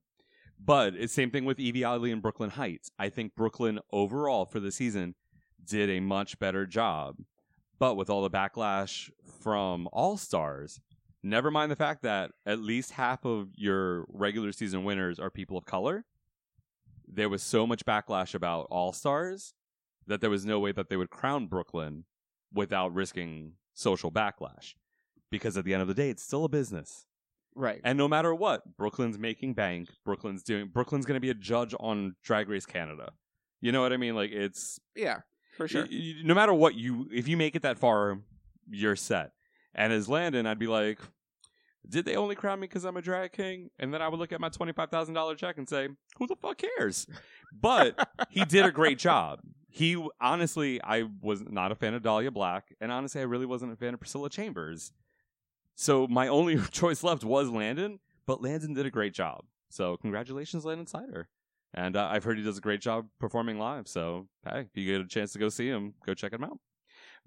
Speaker 4: but it's same thing with Evie Oddly and Brooklyn Heights. I think Brooklyn overall for the season did a much better job, but with all the backlash from All Stars, Never mind the fact that at least half of your regular season winners are people of color. There was so much backlash about All Stars that there was no way that they would crown Brooklyn without risking social backlash. Because at the end of the day, it's still a business.
Speaker 5: Right.
Speaker 4: And no matter what, Brooklyn's making bank. Brooklyn's doing. Brooklyn's going to be a judge on Drag Race Canada. You know what I mean? Like it's
Speaker 5: Yeah, for sure.
Speaker 4: y- y- no matter what you, if you make it that far, you're set. And as Landon, I'd be like, did they only crown me because I'm a drag king? And then I would look at my twenty five thousand dollar check and say, who the fuck cares? But he did a great job. He w- honestly, I was not a fan of Dahlia Black, and honestly, I really wasn't a fan of Priscilla Chambers. So my only choice left was Landon, but Landon did a great job. So congratulations, Landon Sider. And uh, I've heard he does a great job performing live. So hey, if you get a chance to go see him, go check him out.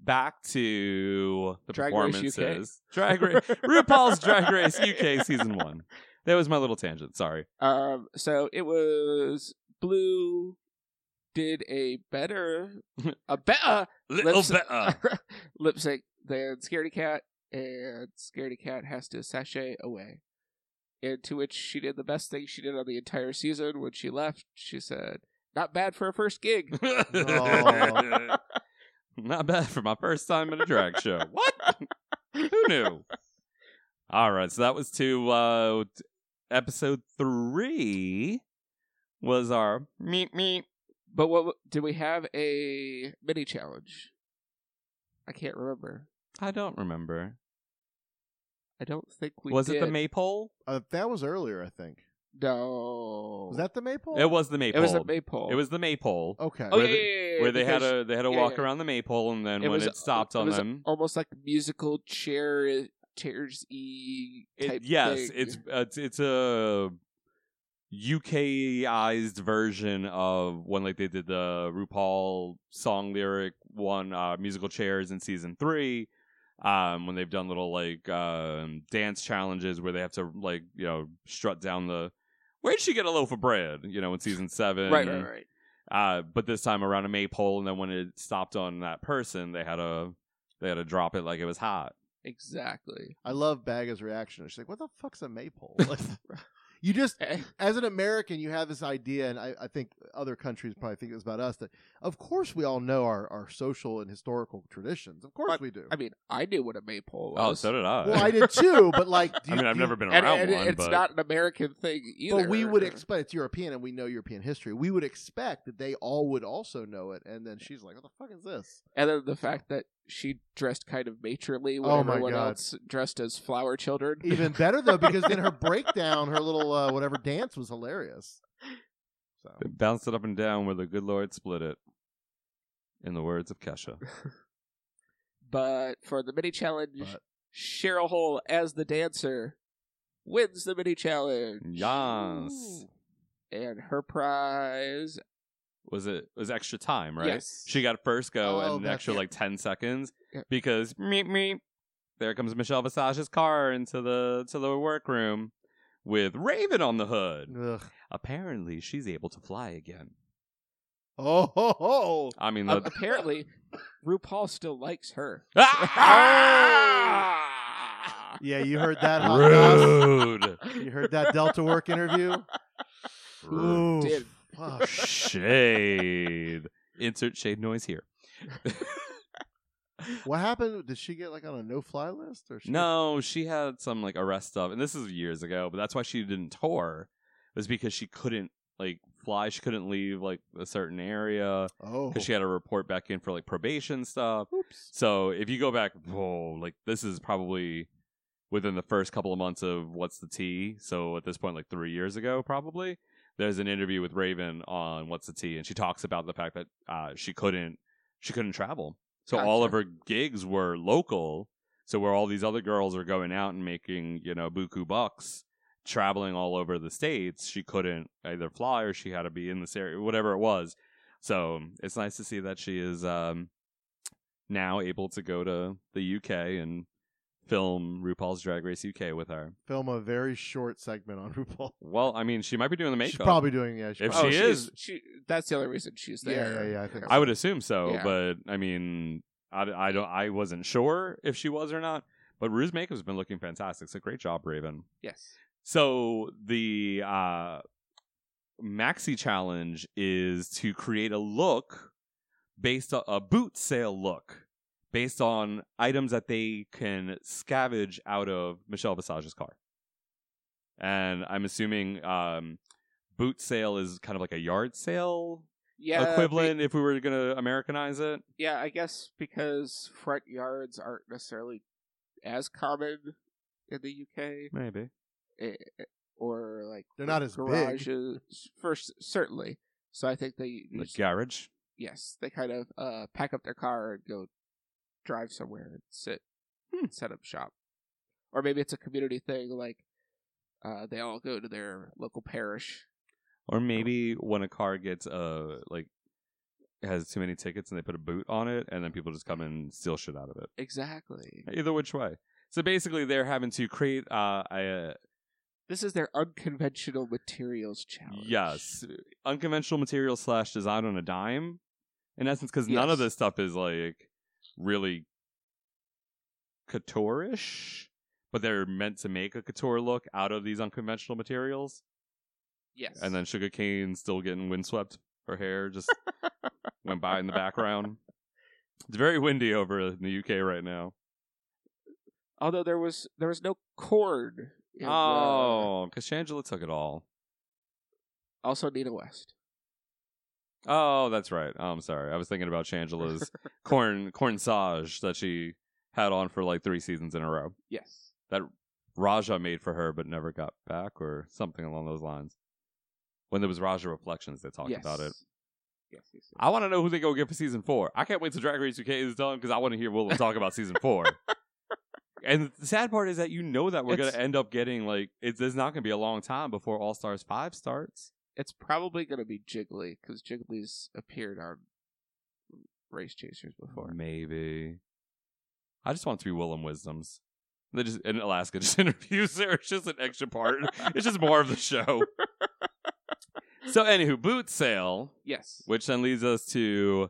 Speaker 4: Back to the
Speaker 5: Drag Race UK.
Speaker 4: performances. Drag Race, RuPaul's Drag Race UK season one. That was my little tangent. Sorry.
Speaker 5: Um, so it was Blue did a better, a better
Speaker 4: Little
Speaker 5: lip-
Speaker 4: better.
Speaker 5: lip sync than Scaredy Cat, and Scaredy Cat has to sashay away. And to which she did the best thing she did on the entire season. When she left, she said, "Not bad for a first gig."
Speaker 4: Oh. Not bad for my first time at a drag show. What? Who knew? All right, so that was to uh, t- episode three. Was our meet meet?
Speaker 5: But what did we have a mini challenge? I can't remember.
Speaker 4: I don't remember.
Speaker 5: I don't think we
Speaker 4: was it the
Speaker 5: did.
Speaker 4: maypole?
Speaker 6: Uh, that was earlier, I think.
Speaker 5: No.
Speaker 6: Was that the maypole?
Speaker 4: It was the maypole.
Speaker 5: It was the maypole.
Speaker 4: It was the maypole.
Speaker 6: Okay.
Speaker 5: Oh,
Speaker 4: where
Speaker 5: yeah,
Speaker 4: they,
Speaker 5: yeah, yeah, yeah,
Speaker 4: where they had
Speaker 5: because-
Speaker 4: a they had a
Speaker 5: yeah,
Speaker 4: walk
Speaker 5: yeah.
Speaker 4: around the maypole, and then
Speaker 5: It
Speaker 4: when
Speaker 5: was-
Speaker 4: it stopped
Speaker 5: it
Speaker 4: on
Speaker 5: was
Speaker 4: them,
Speaker 5: Almost like musical chair chairs e
Speaker 4: It-
Speaker 5: type. thing.
Speaker 4: yes, it's uh, it's it's a UKized version of when like they did the RuPaul song lyric one uh, musical chairs in season three. Um, when they've done little like um, dance challenges where they have to like you know strut down the where'd she get a loaf of bread you know in season seven
Speaker 5: right, right, right.
Speaker 4: uh, but this time around a maypole and then when it stopped on that person they had a they had to drop it like it was hot
Speaker 5: Exactly.
Speaker 6: I love Baga's reaction. She's like, "What the fuck's a maypole?" Like, you just,
Speaker 5: Eh,
Speaker 6: as an American, you have this idea, and I, I think other countries probably think it's about us. That of course we all know our, our social and historical traditions. Of course
Speaker 5: But,
Speaker 6: we do.
Speaker 5: I mean, I knew what a maypole was.
Speaker 4: oh so did I
Speaker 6: well, I did too, but like, do
Speaker 4: I
Speaker 6: you-
Speaker 4: mean I've
Speaker 6: do you-
Speaker 4: never been
Speaker 5: And,
Speaker 4: around
Speaker 5: and
Speaker 4: one
Speaker 5: it's
Speaker 4: but
Speaker 5: not an American thing either.
Speaker 6: But we would expect it's European, and we know European history. We would expect that they all would also know it. And then she's like, "What the fuck is this?"
Speaker 5: And then the fact that she dressed kind of matronly when
Speaker 6: Oh my
Speaker 5: everyone
Speaker 6: God.
Speaker 5: else dressed as flower children.
Speaker 6: Even better though, because then her breakdown, her little uh, whatever dance was hilarious. So
Speaker 4: They bounced it up and down where the good Lord split it. In the words of Kesha.
Speaker 5: But for the mini challenge,
Speaker 6: But-
Speaker 5: Cheryl Hole as the dancer wins the mini challenge.
Speaker 4: Yes.
Speaker 5: And her prize,
Speaker 4: Was it was extra time, right?
Speaker 5: Yes.
Speaker 4: She got a first go
Speaker 6: Oh,
Speaker 4: and an
Speaker 6: that's-
Speaker 4: extra
Speaker 6: yeah.
Speaker 4: like ten seconds
Speaker 5: Yeah.
Speaker 4: because meep meep. There comes Michelle Visage's car into the to the workroom with Raven on the hood.
Speaker 6: Ugh.
Speaker 4: Apparently she's able to fly again.
Speaker 6: Oh, ho, ho.
Speaker 4: I mean
Speaker 5: uh,
Speaker 4: the
Speaker 5: apparently, RuPaul still likes her.
Speaker 4: Ah!
Speaker 6: yeah, you heard that hot goss.
Speaker 4: Rude.
Speaker 6: You heard that Delta Work interview? Ooh,
Speaker 4: Rude.
Speaker 5: Did.
Speaker 6: fuck.
Speaker 4: Shade. Insert shade noise here.
Speaker 6: What happened? Did she get like on a no-fly list or she
Speaker 4: No, she had some like arrest stuff, and this is years ago. But that's why she didn't tour, was because she couldn't like fly. She couldn't leave like a certain area
Speaker 6: Oh,
Speaker 4: because she had to report back in for like probation stuff.
Speaker 6: Oops.
Speaker 4: So if you go back, whoa, like this is probably within the first couple of months of what's the tea. So at this point, like three years ago, probably there's an interview with Raven on what's the tea, and she talks about the fact that uh, she couldn't she couldn't travel. So all of her gigs were local. So where all these other girls are going out and making you know buku bucks, traveling all over the states, she couldn't either fly or she had to be in this area, whatever it was. So it's nice to see that she is um, now able to go to the UK and film RuPaul's Drag Race UK with her.
Speaker 6: film a very short segment on RuPaul.
Speaker 4: Well, I mean, she might be doing the makeup.
Speaker 6: She's probably doing yeah.
Speaker 4: If
Speaker 6: probably- Oh,
Speaker 4: she
Speaker 5: she's-
Speaker 4: is-
Speaker 5: Oh, She, that's the only reason she's
Speaker 6: Yeah,
Speaker 5: there.
Speaker 6: yeah, yeah, I think
Speaker 4: I would assume so,
Speaker 5: Yeah.
Speaker 4: but I mean, I, I don't. I wasn't sure if she was or not. But Rue's makeup's been looking fantastic. So great job, Raven.
Speaker 5: Yes.
Speaker 4: So the uh, maxi challenge is to create a look based on a boot sale look based on items that they can scavenge out of Michelle Visage's car. And I'm assuming um, boot sale is kind of like a yard sale
Speaker 5: Yeah.
Speaker 4: equivalent if we were going to Americanize it.
Speaker 5: be- yeah, I guess because front yards aren't necessarily as common in the UK.
Speaker 4: Maybe.
Speaker 5: eh, or like
Speaker 6: They're not as big.
Speaker 5: garages first certainly. So I think they
Speaker 4: The garage.
Speaker 5: yes they kind of uh, pack up their car and go drive somewhere and sit
Speaker 4: Hmm.
Speaker 5: set up shop, or maybe it's a community thing like uh, they all go to their local parish.
Speaker 4: Or maybe when a car gets uh like has too many tickets and they put a boot on it and then people just come and steal shit out of it.
Speaker 5: Exactly.
Speaker 4: Either which way. So basically they're having to create uh a
Speaker 5: This is their unconventional materials challenge.
Speaker 4: yes, unconventional material slash design on a dime. In essence cuz none of
Speaker 5: Yes.
Speaker 4: this stuff is like really couture-ish, but they're meant to make a couture look out of these unconventional materials.
Speaker 5: Yes.
Speaker 4: And then Sugar Cane still getting windswept. Her hair just went by in the background. It's very windy over in the UK right now.
Speaker 5: although there was there was no cord. in, uh,
Speaker 4: Oh, because Shangela took it all.
Speaker 5: also Nina West.
Speaker 4: Oh, that's right. Oh, I'm sorry. I was thinking about Shangela's corn cornsage that she had on for like three seasons in a row.
Speaker 5: Yes.
Speaker 4: That Raja made for her but never got back or something along those lines. When there was Raja Reflections, they talked
Speaker 5: yes.
Speaker 4: about it.
Speaker 5: Yes, yes, yes.
Speaker 4: I want to know who they go get for season four. I can't wait till Drag Race UK is done because I want to hear Willem talk about season four. and the sad part is that you know that we're going to
Speaker 5: It's-
Speaker 4: end up getting like it's, it's not going to be a long time before All Stars five starts.
Speaker 5: It's probably going to be Jiggly because Jiggly's appeared on Race Chasers before.
Speaker 4: Maybe. I just want it to be Willem Wisdoms. They just in Alaska just interviews her. It's just an extra part. it's just more of the show. so anywho, boot sale.
Speaker 5: Yes.
Speaker 4: Which then leads us to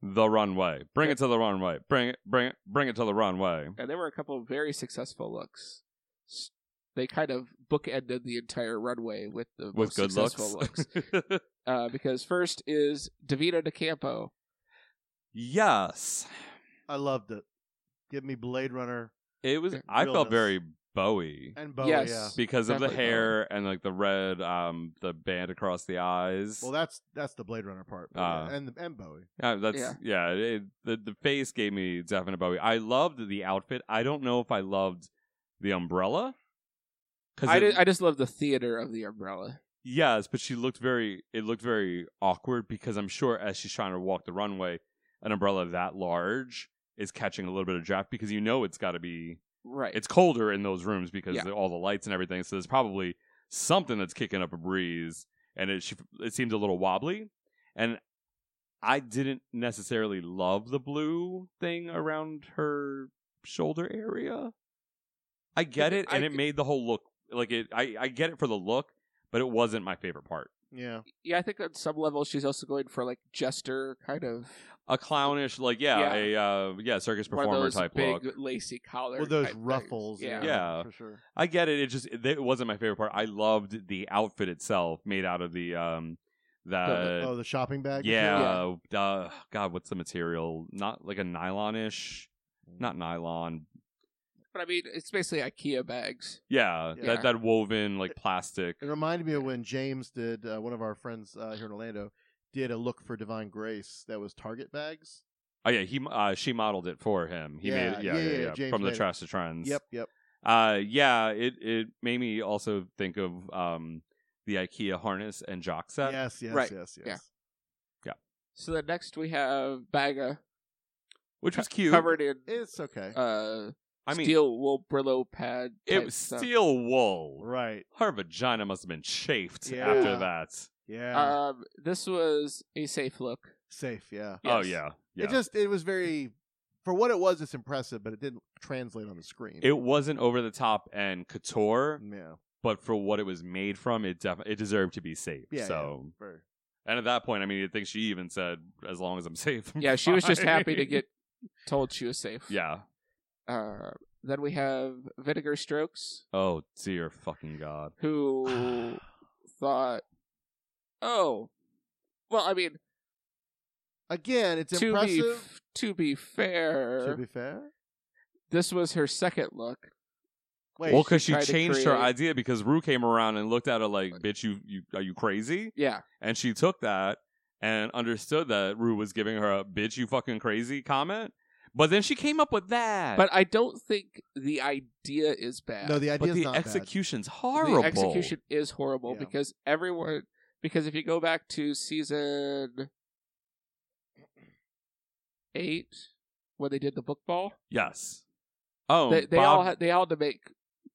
Speaker 4: the runway. Bring it to the runway. Bring it. Bring it. Bring it to the runway.
Speaker 5: And there were a couple of very successful looks. S- They kind of bookended the entire runway with the most
Speaker 4: With good
Speaker 5: successful
Speaker 4: looks.
Speaker 5: uh, because first is Davina DeCampo.
Speaker 4: yes,
Speaker 6: I loved it. Give me Blade Runner
Speaker 4: it was. I
Speaker 6: Realness.
Speaker 4: felt very Bowie
Speaker 6: and Bowie.
Speaker 5: Yes.
Speaker 6: Yeah.
Speaker 4: because of the
Speaker 5: Definitely
Speaker 4: hair and like the red, um, the band across the eyes.
Speaker 6: Well, that's that's the Blade Runner part,
Speaker 4: Ah.
Speaker 6: and and Bowie.
Speaker 4: Uh, that's yeah. it, the the face gave me definite Bowie. I loved the outfit. I don't know if I loved the umbrella. Cause
Speaker 5: I,
Speaker 4: it-
Speaker 5: did, I just love the theater of the umbrella.
Speaker 4: yes, but she looked very. It looked very awkward because I'm sure as she's trying to walk the runway, an umbrella that large is catching a little bit of draft because you know it's got to be.
Speaker 5: Right.
Speaker 4: It's colder in those rooms because
Speaker 5: Yeah.
Speaker 4: of all the lights and everything. So there's probably something that's kicking up a breeze, and it she, it seemed a little wobbly, and I didn't necessarily love the blue thing around her shoulder area. I get it, and
Speaker 5: I-
Speaker 4: it made the whole look like it. I, I get it for the look, but it wasn't my favorite part.
Speaker 6: Yeah.
Speaker 5: yeah, I think on some level she's also going for like jester kind of
Speaker 4: A clownish, like yeah, a uh, yeah, circus
Speaker 5: one of
Speaker 4: performer
Speaker 5: those
Speaker 4: type
Speaker 5: big
Speaker 4: look.
Speaker 5: lacy collar.
Speaker 6: Well, those
Speaker 5: type things.
Speaker 6: ruffles.
Speaker 5: Yeah.
Speaker 4: Yeah.
Speaker 6: for sure.
Speaker 4: I get it. It just it, it wasn't my favorite part. I loved the outfit itself, made out of the um
Speaker 6: The-
Speaker 4: the
Speaker 6: oh, the shopping bag.
Speaker 4: yeah, Uh, God, what's the material? Not like a nylonish, not nylon,
Speaker 5: But I mean, it's basically IKEA bags.
Speaker 4: Yeah,
Speaker 5: Yeah.
Speaker 4: That, that woven like plastic.
Speaker 6: It reminded me of when James did uh, one of our friends uh, here in Orlando did a look for Divine Grace that was Target bags.
Speaker 4: Oh yeah, he uh, she modeled it for him. He
Speaker 6: Yeah,
Speaker 4: made it, yeah,
Speaker 6: yeah,
Speaker 4: yeah,
Speaker 6: yeah,
Speaker 4: yeah,
Speaker 6: James
Speaker 4: from the
Speaker 6: made it.
Speaker 4: trash to trends.
Speaker 6: Yep, yep.
Speaker 4: Uh, yeah, it it made me also think of um the IKEA harness and jock set.
Speaker 6: yes, yes,
Speaker 5: right.
Speaker 6: yes, yes.
Speaker 5: Yeah. So then next we have Baga
Speaker 4: which was cute.
Speaker 5: covered in
Speaker 6: It's okay.
Speaker 5: uh,
Speaker 4: I mean,
Speaker 5: steel wool Brillo pad.
Speaker 4: it
Speaker 5: type
Speaker 4: was
Speaker 5: stuff.
Speaker 4: steel wool.
Speaker 6: right.
Speaker 4: Her vagina must have been chafed
Speaker 6: Yeah.
Speaker 4: after that.
Speaker 6: Yeah.
Speaker 5: Um, this was a safe look.
Speaker 6: Safe. Yeah.
Speaker 4: Oh
Speaker 5: Yes.
Speaker 4: yeah, yeah.
Speaker 6: It just it was very for what it was. It's impressive, but it didn't translate on the screen.
Speaker 4: It wasn't over the top and couture,
Speaker 6: yeah.
Speaker 4: but for what it was made from, it def- it deserved to be safe.
Speaker 6: Yeah.
Speaker 4: so
Speaker 6: yeah, very-
Speaker 4: And at that point, I mean, I think she even said, "As long as I'm safe." I'm
Speaker 5: Yeah, she was just happy to
Speaker 4: fine."
Speaker 5: get told she was safe.
Speaker 4: Yeah,
Speaker 5: Uh, Then we have Vinegar Strokes,
Speaker 4: Oh dear fucking god.
Speaker 5: who thought, "Oh, well, I mean,
Speaker 6: Again, it's
Speaker 5: to be
Speaker 6: impressive.
Speaker 5: f- to be fair,
Speaker 6: To be fair,
Speaker 5: this was her second look."
Speaker 6: Wait,
Speaker 4: well, because she,
Speaker 5: tried to
Speaker 4: changed her
Speaker 5: create-
Speaker 4: idea because Rue came around and looked at her like, "Bitch, you, you are you crazy?"
Speaker 5: Yeah,
Speaker 4: And she took that and understood that Rue was giving her a "bitch, you fucking crazy" comment. But then she came up with that.
Speaker 5: but I don't think the idea is bad.
Speaker 6: no, the
Speaker 4: but
Speaker 6: idea's
Speaker 4: the
Speaker 6: not bad.
Speaker 4: execution's horrible.
Speaker 5: The execution is horrible
Speaker 6: Yeah.
Speaker 5: because everyone because if you go back to season eight when they did the book ball,
Speaker 4: Yes. Oh,
Speaker 5: they, they
Speaker 4: Bob-
Speaker 5: all had they all had to make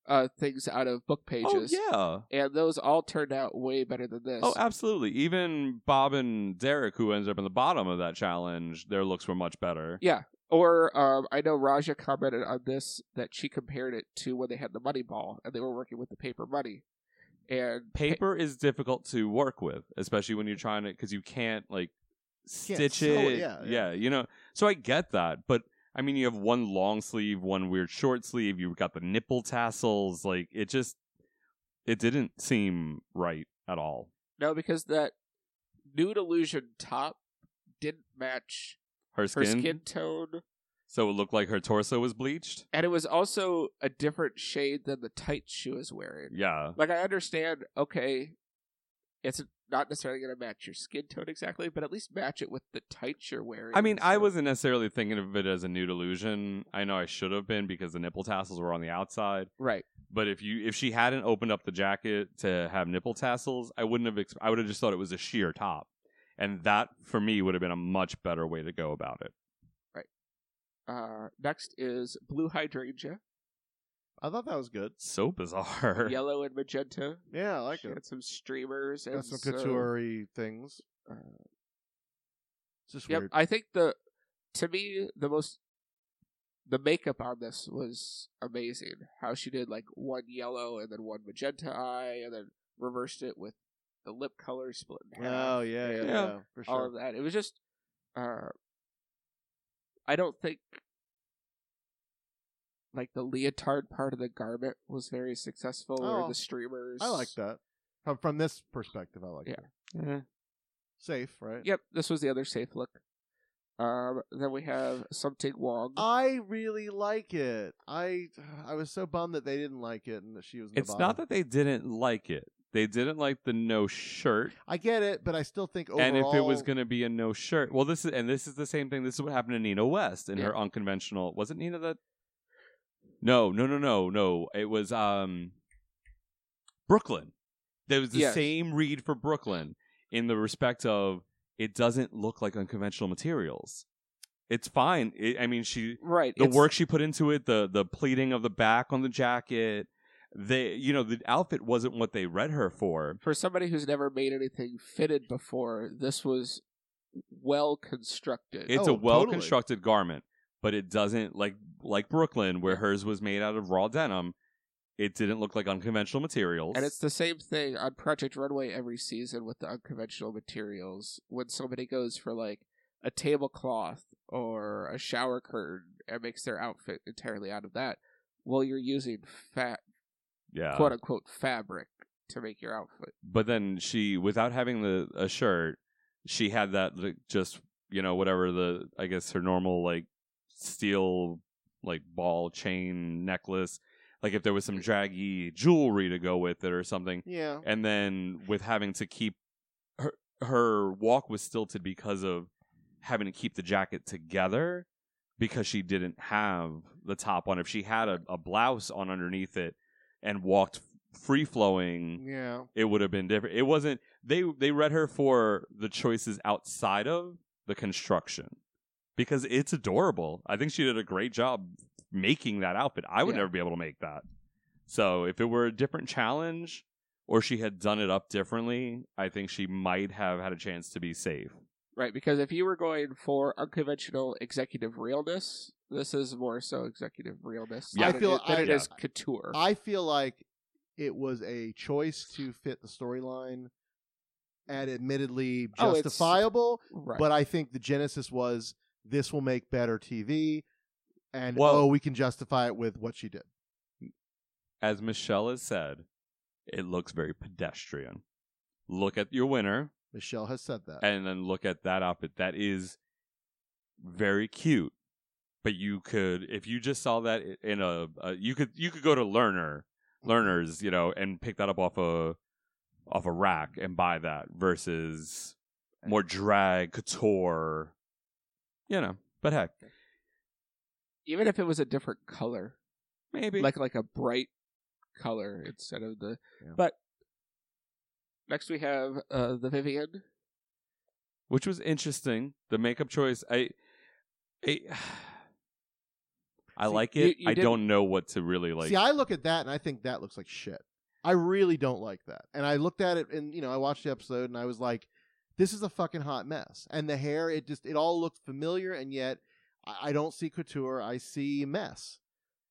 Speaker 5: uh, things out of book pages.
Speaker 4: Oh
Speaker 5: yeah, and those all turned out way better than this.
Speaker 4: yeah. Oh, absolutely. Even Bob and Derek, who ends up in the bottom of that challenge, their looks were much better.
Speaker 5: yeah. Or um, I know Raja commented on this that she compared it to when they had the money ball and they were working with the paper money, and
Speaker 4: Paper is difficult to work with, especially when you're trying to because you can't like stitch
Speaker 6: sew
Speaker 4: it.
Speaker 6: it, yeah, yeah.
Speaker 4: you know. So I get that, but I mean, you have one long sleeve, one weird short sleeve. You've got the nipple tassels. Like it just, it didn't seem right at all.
Speaker 5: no, because that nude illusion top didn't match
Speaker 4: Her
Speaker 5: her
Speaker 4: skin,
Speaker 5: skin tone,
Speaker 4: so it looked like her torso was bleached.
Speaker 5: and it was also a different shade than the tights she was wearing.
Speaker 4: Yeah,
Speaker 5: Like I understand, okay, it's not necessarily going to match your skin tone exactly, but at least match it with the tights you're wearing.
Speaker 4: I mean, I
Speaker 5: So-
Speaker 4: wasn't necessarily thinking of it as a nude illusion. I know I should have been because the nipple tassels were on the outside.
Speaker 5: right.
Speaker 4: But if you if she hadn't opened up the jacket to have nipple tassels, I wouldn't have. Exp- I would have just thought it was a sheer top, and that for me would have been a much better way to go about it.
Speaker 5: Uh, next is blue hydrangea,
Speaker 6: I thought that was good.
Speaker 4: So bizarre.
Speaker 5: yellow and magenta.
Speaker 6: Yeah, I like
Speaker 5: She
Speaker 6: it.
Speaker 5: had some streamers and
Speaker 6: Got some couture things.
Speaker 5: uh,
Speaker 6: It's just
Speaker 5: yep,
Speaker 6: weird.
Speaker 5: I think the to me the most the makeup on this was amazing. How she did like one yellow and then one magenta eye, and then reversed it with the lip color split. In half.
Speaker 6: oh yeah, yeah,
Speaker 5: and
Speaker 6: yeah, for
Speaker 5: all
Speaker 6: sure.
Speaker 5: of that. It was just, uh, I don't think like the leotard part of the garment was very successful, or
Speaker 6: Oh,
Speaker 5: the streamers.
Speaker 6: I like that. From, from this perspective, I like
Speaker 5: Yeah.
Speaker 6: that. Safe, right?
Speaker 5: Yep, this was the other safe look. Um, then we have something Wong.
Speaker 6: I really like it. I I was so bummed that they didn't like it and that she was. In the
Speaker 4: It's not
Speaker 6: bottom.
Speaker 4: that they didn't like it. They didn't like the no shirt,
Speaker 6: I get it, but I still think overall.
Speaker 4: and if it was going to be a no shirt, well, this is and this is the same thing. This is what happened to Nina West in her unconventional. Was it Nina that? No, no, no, no, no. It was um, Brooklyn. There was the
Speaker 5: Yes.
Speaker 4: same read for Brooklyn in the respect of it doesn't look like unconventional materials. It's fine. It, I mean, she
Speaker 5: right,
Speaker 4: the
Speaker 5: it's-
Speaker 4: work she put into it, the the pleating of the back on the jacket, they you know the outfit wasn't what they read her for.
Speaker 5: for somebody who's never made anything fitted before. This was well constructed.
Speaker 4: It's
Speaker 6: Oh,
Speaker 4: a well constructed garment, but it doesn't like like Brooklyn, where hers was made out of raw denim. It didn't look like unconventional materials.
Speaker 5: And it's the same thing on Project Runway every season with the unconventional materials. When somebody goes for like a tablecloth or a shower curtain and makes their outfit entirely out of that, well, you're using fat,
Speaker 4: yeah.
Speaker 5: quote unquote, fabric to make your outfit.
Speaker 4: But then she, without having the a shirt, she had that like, just you know whatever the I guess her normal like steel like ball chain necklace. Like if there
Speaker 5: Mm.
Speaker 4: was some draggy jewelry to go with it or something,
Speaker 6: yeah,
Speaker 4: and then with having to keep her her walk was stilted because of having to keep the jacket together because she didn't have the top on if she had a, a blouse on underneath it and walked free flowing
Speaker 6: yeah,
Speaker 4: it would have been different it wasn't they they read her for the choices outside of the construction because it's adorable i think she did a great job making that outfit i would
Speaker 5: Yeah.
Speaker 4: never be able to make that so if it were a different challenge or she had done it up differently, I think she might have had a chance to be safe.
Speaker 5: Right, because if you were going for unconventional executive realness, this is more so executive realness.
Speaker 4: Yeah. I
Speaker 5: than
Speaker 6: feel-
Speaker 5: it, than
Speaker 6: I-
Speaker 5: it
Speaker 4: yeah.
Speaker 5: is couture.
Speaker 6: I feel like it was a choice to fit the storyline, and admittedly
Speaker 5: Oh, it's-
Speaker 6: justifiable.
Speaker 5: right.
Speaker 6: But I think the genesis was this will make better TV. and
Speaker 4: Well-
Speaker 6: oh, we can justify it with what she did.
Speaker 4: as Michelle has said, it looks very pedestrian. Look at your winner,
Speaker 6: Michelle has said that.
Speaker 4: and then look at that outfit. That is very cute, but you could, if you just saw that i- in a, a you could you could go to Learner,
Speaker 6: Mm-hmm.
Speaker 4: Learners, you know, and pick that up off a off a rack and buy that versus
Speaker 6: Eh.
Speaker 4: more drag couture, you know. But heck,
Speaker 5: Even if it was a different color,
Speaker 4: maybe
Speaker 5: like like a bright color instead of the. But next we have uh, the Vivian.
Speaker 4: which was interesting. The makeup choice, I, I, I
Speaker 6: See,
Speaker 4: like
Speaker 6: you-
Speaker 4: it.
Speaker 6: you
Speaker 4: I
Speaker 6: didn't-
Speaker 4: don't know what to really like.
Speaker 6: See, I look at that and I think that looks like shit. I really don't like that. And I looked at it and you know, I watched the episode and I was like, this is a fucking hot mess. And the hair, it just it all looked familiar and yet I, I don't see couture. I see mess.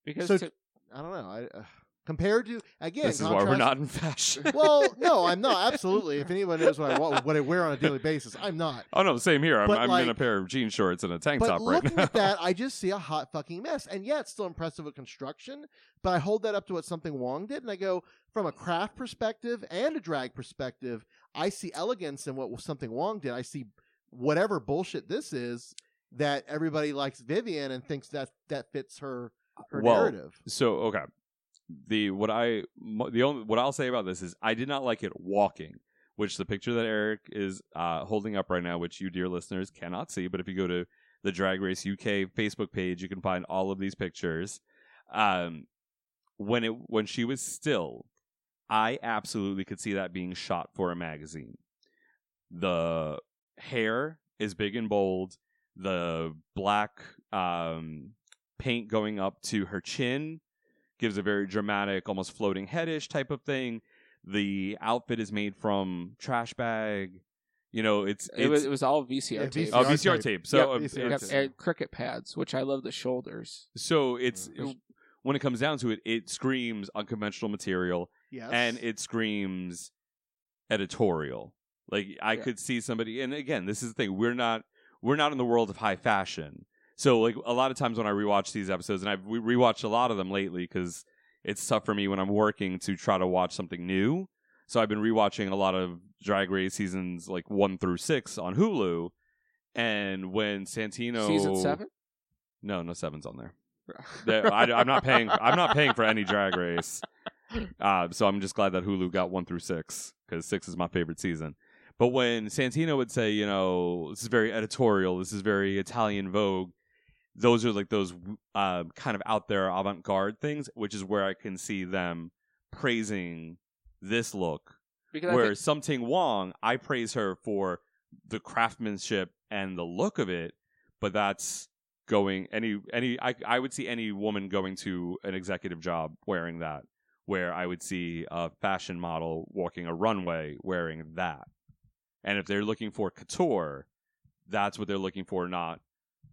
Speaker 5: Because
Speaker 6: so,
Speaker 5: to-
Speaker 6: I don't know. I uh, compared to again,
Speaker 4: This is why we're
Speaker 6: contrast-
Speaker 4: not in fashion.
Speaker 6: well, no, I'm not. Absolutely. If anyone knows what I wa- what I wear on a daily basis, I'm not.
Speaker 4: oh no, same here. I'm,
Speaker 6: But,
Speaker 4: I'm in a
Speaker 6: like-
Speaker 4: pair of jean shorts and a tank
Speaker 6: but
Speaker 4: top right
Speaker 6: looking
Speaker 4: now.
Speaker 6: at that, I just see a hot fucking mess. And yeah, it's still impressive with construction, but I hold that up to what something Wong did, and I go from a craft perspective and a drag perspective, I see elegance in what something Wong did. I see whatever bullshit this is that everybody likes Vivian and thinks that that fits her her
Speaker 4: Well,
Speaker 6: narrative.
Speaker 4: So okay, the what I mo- the only what I'll say about this is I did not like it walking, which the picture that Eric is uh, holding up right now, which you dear listeners cannot see, but if you go to the Drag Race UK Facebook page, you can find all of these pictures. Um, when it when she was still, I absolutely could see that being shot for a magazine. The hair is big and bold. The black um, paint going up to her chin gives a very dramatic almost floating headish type of thing the outfit is made from trash bag you know it's,
Speaker 5: It was
Speaker 4: it's-
Speaker 5: it was all VCR
Speaker 4: Yeah,
Speaker 5: tape.
Speaker 4: VCR Oh, VCR tape. tape. So, Yep, uh, VCR
Speaker 5: Yep,
Speaker 4: tape.
Speaker 5: and cricket pads, which I love the shoulders.
Speaker 4: so it's uh, when it comes down to it it screams unconventional material
Speaker 5: Yes.
Speaker 4: and it screams editorial like i
Speaker 5: Yeah.
Speaker 4: could see somebody and again this is the thing we're not we're not in the world of high fashion so like a lot of times when i rewatch these episodes and i've we rewatched a lot of them lately because it's tough for me when i'm working to try to watch something new so i've been rewatching a lot of drag race seasons like one through six on hulu and when santino
Speaker 5: Season seven?
Speaker 4: no no seven's on there There- I, i'm not paying i'm not paying for any drag race uh, so I'm just glad that Hulu got one through six because six is my favorite season. But when Santino would say, you know, this is very editorial, this is very Italian Vogue, those are like those uh, kind of out there avant garde things, which is where I can see them praising this look.
Speaker 5: Because I
Speaker 4: where
Speaker 5: think-
Speaker 4: something Wong, I praise her for the craftsmanship and the look of it, but that's going any any I I would see any woman going to an executive job wearing that where I would see a fashion model walking a runway wearing that. And if they're looking for couture, that's what they're looking for, not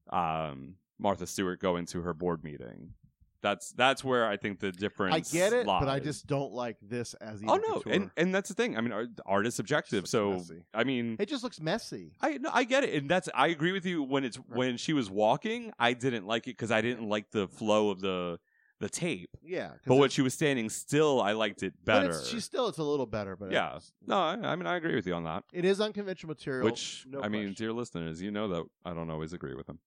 Speaker 4: um, Martha Stewart going to her board meeting. That's that's where I think the difference.
Speaker 6: I get it, but I
Speaker 4: lies.
Speaker 6: just don't like this as
Speaker 4: oh
Speaker 6: either
Speaker 4: no,
Speaker 6: couture.
Speaker 4: and and that's the thing. I mean, art, art is subjective. So I mean,
Speaker 6: it just looks messy.
Speaker 4: I no, I get it, and that's I agree with you. When it's when she was walking, I didn't like it because I didn't like the flow of the the tape.
Speaker 6: Yeah, 'cause
Speaker 4: but when
Speaker 6: it's-
Speaker 4: she was standing still, I liked it
Speaker 6: But
Speaker 4: better.
Speaker 6: it's, she's still it's a little better, but
Speaker 4: yeah,
Speaker 6: it's-
Speaker 4: no, I, I mean I agree with you on that.
Speaker 6: it is unconventional material.
Speaker 4: Which
Speaker 6: no
Speaker 4: I mean, dear listeners, you know that I don't always agree with them.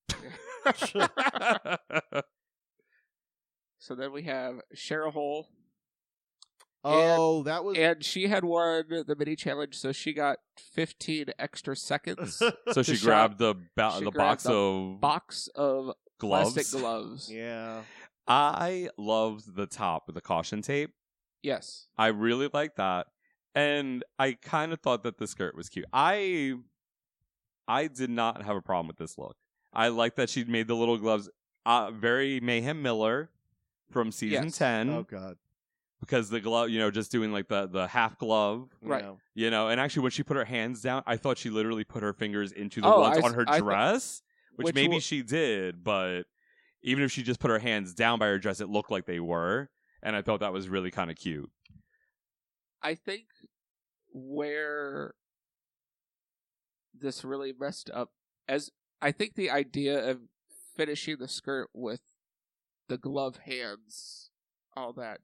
Speaker 5: So then we have Cheryl Hole.
Speaker 6: Oh, that was.
Speaker 5: And she had won the mini challenge, so she got 15 extra seconds.
Speaker 4: So
Speaker 5: to
Speaker 4: she
Speaker 5: shop.
Speaker 4: grabbed the ba-
Speaker 5: She
Speaker 4: the
Speaker 5: grabbed
Speaker 4: box
Speaker 5: the
Speaker 4: of
Speaker 5: box of
Speaker 4: gloves.
Speaker 5: plastic gloves.
Speaker 6: Yeah.
Speaker 4: I loved the top with the caution tape.
Speaker 5: Yes.
Speaker 4: I really liked that, and I kind of thought that the skirt was cute. I I did not have a problem with this look. I like that she made the little gloves. Uh, very Mayhem Miller from season
Speaker 6: Yes.
Speaker 4: ten.
Speaker 6: Oh, God.
Speaker 4: Because the glove, you know, just doing like the the half glove,
Speaker 5: Right.
Speaker 4: You know, and actually when she put her hands down, I thought she literally put her fingers into the
Speaker 5: Oh,
Speaker 4: ones
Speaker 5: I s-
Speaker 4: on her
Speaker 5: I thought-
Speaker 4: dress, which,
Speaker 5: which
Speaker 4: maybe
Speaker 5: wa-
Speaker 4: she did, but even if she just put her hands down by her dress, it looked like they were, and I thought that was really kind of cute.
Speaker 5: I think where this really messed up as I think the idea of finishing the skirt with the glove hands, all that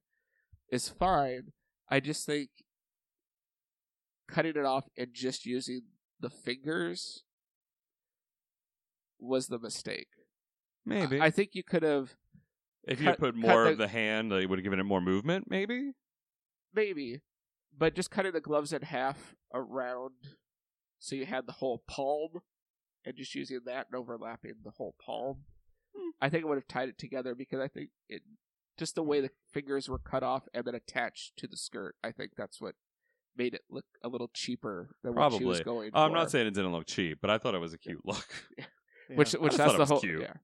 Speaker 5: is fine. I just think cutting it off and just using the fingers was the mistake.
Speaker 4: Maybe.
Speaker 5: I, I think you could have
Speaker 4: If you
Speaker 5: cut-
Speaker 4: had put
Speaker 5: cut
Speaker 4: more of
Speaker 5: the-
Speaker 4: the hand, they would have given it more movement, maybe?
Speaker 5: maybe, but just cutting the gloves in half around so you had the whole palm and just using that and overlapping the whole palm. I think it would have tied it together because I think it just the way the fingers were cut off and then attached to the skirt. I think that's what made it look a little cheaper than what she was
Speaker 4: Probably.
Speaker 5: going.
Speaker 4: Oh, I'm
Speaker 5: for.
Speaker 4: not saying it didn't look cheap, but I thought it was a cute look.
Speaker 5: which
Speaker 4: I
Speaker 5: which that's
Speaker 4: just thought it
Speaker 5: the
Speaker 4: was
Speaker 5: whole
Speaker 4: cute.
Speaker 5: yeah.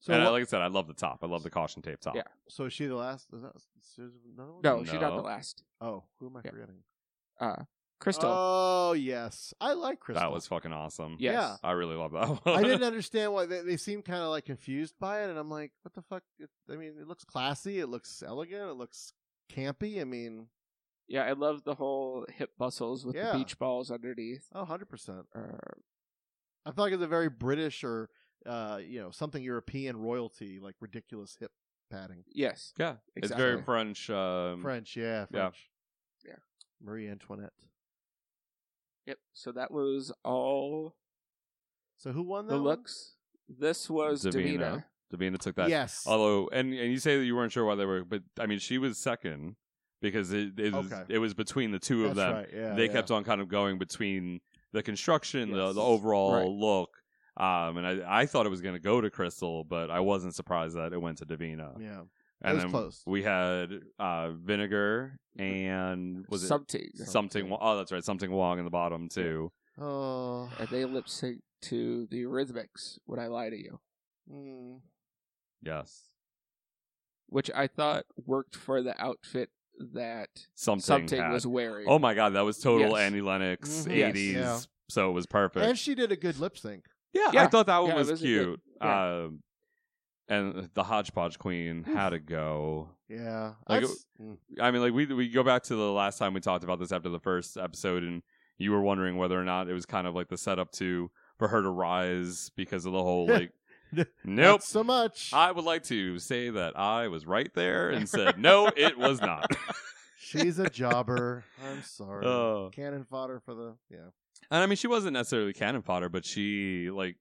Speaker 6: So
Speaker 4: and I-
Speaker 6: what-
Speaker 4: like I said, I love the top. I love the caution tape top.
Speaker 5: Yeah.
Speaker 6: So is she the last? Is that, is there another one?
Speaker 5: No, she's not the
Speaker 4: No.
Speaker 5: last.
Speaker 6: Oh, who am I
Speaker 5: Yeah.
Speaker 6: forgetting?
Speaker 5: Uh, Crystal.
Speaker 6: Oh yes, I like Crystal.
Speaker 4: That was fucking awesome.
Speaker 5: Yes.
Speaker 6: Yeah.
Speaker 4: I really love that one.
Speaker 6: I didn't understand why they, they seemed kind of like confused by it, and I'm like, what the fuck? It, I mean, it looks classy, it looks elegant, it looks campy. I mean,
Speaker 5: yeah, I love the whole hip bustles with
Speaker 6: Yeah.
Speaker 5: the beach balls underneath.
Speaker 6: oh, 100 percent.
Speaker 5: Uh,
Speaker 6: I feel like it's a very British or uh, you know something European royalty, like ridiculous hip padding.
Speaker 5: yes,
Speaker 4: yeah. It's very
Speaker 5: Exactly.
Speaker 4: French. Um,
Speaker 6: French, yeah, French.
Speaker 5: Yeah.
Speaker 6: Marie Antoinette.
Speaker 5: Yep. So that was all
Speaker 6: So who won that
Speaker 5: the
Speaker 6: one?
Speaker 5: looks. This was Davina.
Speaker 4: Davina. Davina took that.
Speaker 6: Yes.
Speaker 4: Although, and, and you say that you weren't sure why they were, but I mean, she was second because it, it, was,
Speaker 6: Okay.
Speaker 4: it was between the two of
Speaker 6: That's
Speaker 4: them.
Speaker 6: right, yeah,
Speaker 4: they
Speaker 6: yeah.
Speaker 4: kept on kind of going between the construction, the,
Speaker 6: Yes.
Speaker 4: the overall
Speaker 5: Right.
Speaker 4: look. Um, and I, I thought it was going to go to Crystal, but I wasn't surprised that it went to Davina.
Speaker 6: Yeah.
Speaker 4: and
Speaker 6: was
Speaker 4: then
Speaker 6: close.
Speaker 4: we had uh, Vinegar and was it
Speaker 5: Something.
Speaker 4: something? Wong- Oh, that's right, something Wong in the bottom too.
Speaker 6: Oh.
Speaker 5: And they lip sync to the Eurythmics. Would I lie to you?
Speaker 6: Mm.
Speaker 4: Yes,
Speaker 5: Which I thought worked for the outfit that
Speaker 4: something.
Speaker 5: something
Speaker 4: had-
Speaker 5: was wearing.
Speaker 4: Oh my god, that was total
Speaker 5: Yes.
Speaker 4: Annie Lennox
Speaker 6: Mhm.
Speaker 5: Yes.
Speaker 4: '80s.
Speaker 6: Yeah.
Speaker 4: So it was perfect.
Speaker 6: And she did a good lip sync.
Speaker 4: yeah, I
Speaker 5: Yeah.
Speaker 4: thought that one
Speaker 5: Yeah, it
Speaker 4: was,
Speaker 5: was a good-
Speaker 4: cute.
Speaker 5: yeah.
Speaker 4: Um, and the hodgepodge queen had to go.
Speaker 6: Yeah.
Speaker 4: Like,
Speaker 6: That's- Mm.
Speaker 4: I mean, like we we go back to the last time we talked about this after the first episode, and you were wondering whether or not it was kind of like the setup to for her to rise because of the whole like. Nope.
Speaker 6: Not so much.
Speaker 4: I would like to say that I was right there and said, no, it was not.
Speaker 6: She's a jobber. I'm sorry.
Speaker 4: Oh.
Speaker 6: Cannon fodder for the yeah.
Speaker 4: And I mean, she wasn't necessarily cannon fodder, but she like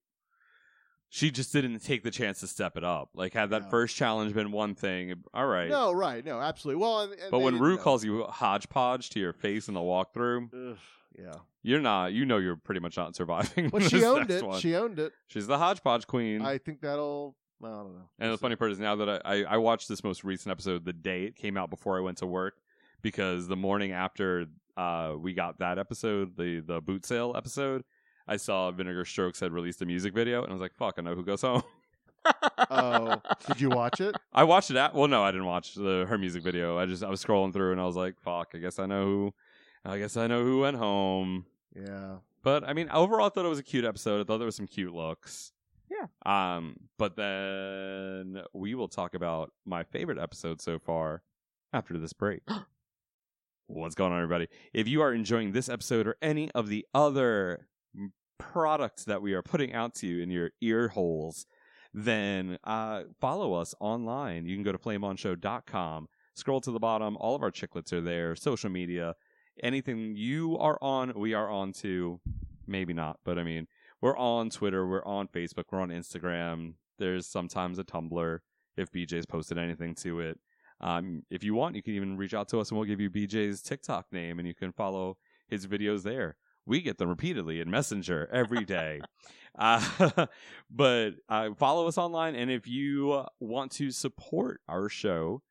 Speaker 4: she just didn't take the chance to step it up. Like had that
Speaker 6: No.
Speaker 4: first challenge been one thing, all right.
Speaker 6: No, right. No, absolutely. Well, and, and
Speaker 4: but
Speaker 6: they
Speaker 4: when
Speaker 6: didn't
Speaker 4: Rue
Speaker 6: know.
Speaker 4: calls you hodgepodge to your face in the walkthrough,
Speaker 6: Ugh, yeah.
Speaker 4: you're not. You know, you're pretty much not surviving.
Speaker 6: Well,
Speaker 4: this
Speaker 6: she owned
Speaker 4: next
Speaker 6: it.
Speaker 4: one.
Speaker 6: She owned it.
Speaker 4: She's the hodgepodge queen.
Speaker 6: I think that'll. Well, I don't know.
Speaker 4: And the funny part is now that I, I, I watched this most recent episode the day it came out before I went to work because the morning after uh, we got that episode, the, the boot sale episode, I saw Vinegar Strokes had released a music video and I was like, fuck, I know who goes home.
Speaker 6: Oh, did you watch it?
Speaker 4: I watched it at, well, no, I didn't watch the, her music video. I just, I was scrolling through and I was like, fuck, I guess I know who, I guess I know who went home.
Speaker 6: Yeah.
Speaker 4: But I mean, overall, I thought it was a cute episode. I thought there was some cute looks.
Speaker 5: Yeah.
Speaker 4: Um. But then we will talk about my favorite episode so far after this break. What's going on, everybody? If you are enjoying this episode or any of the other m- products that we are putting out to you in your ear holes, then uh, follow us online. You can go to flameonshow.com, scroll to the bottom. All of our chicklets are there, social media, anything you are on, we are on too. Maybe not, but I mean, we're on Twitter, we're on Facebook, we're on Instagram. There's sometimes a Tumblr if BJ's posted anything to it. Um, if you want, you can even reach out to us and we'll give you BJ's TikTok name and you can follow his videos there. We get them repeatedly in Messenger every day. uh, but uh, follow us online. And if you want to support our show,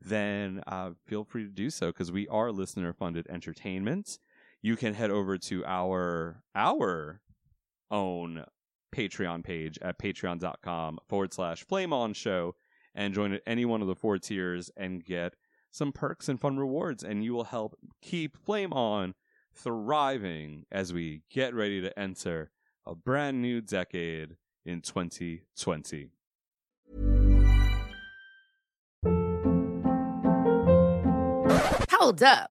Speaker 4: then uh, feel free to do so because we are listener funded entertainment. You can head over to our our own Patreon page at patreon.com forward slash flame on show and join at any one of the four tiers and get some perks and fun rewards. And you will help keep Flame On thriving as we get ready to enter a brand new decade in 2020.
Speaker 7: Hold up.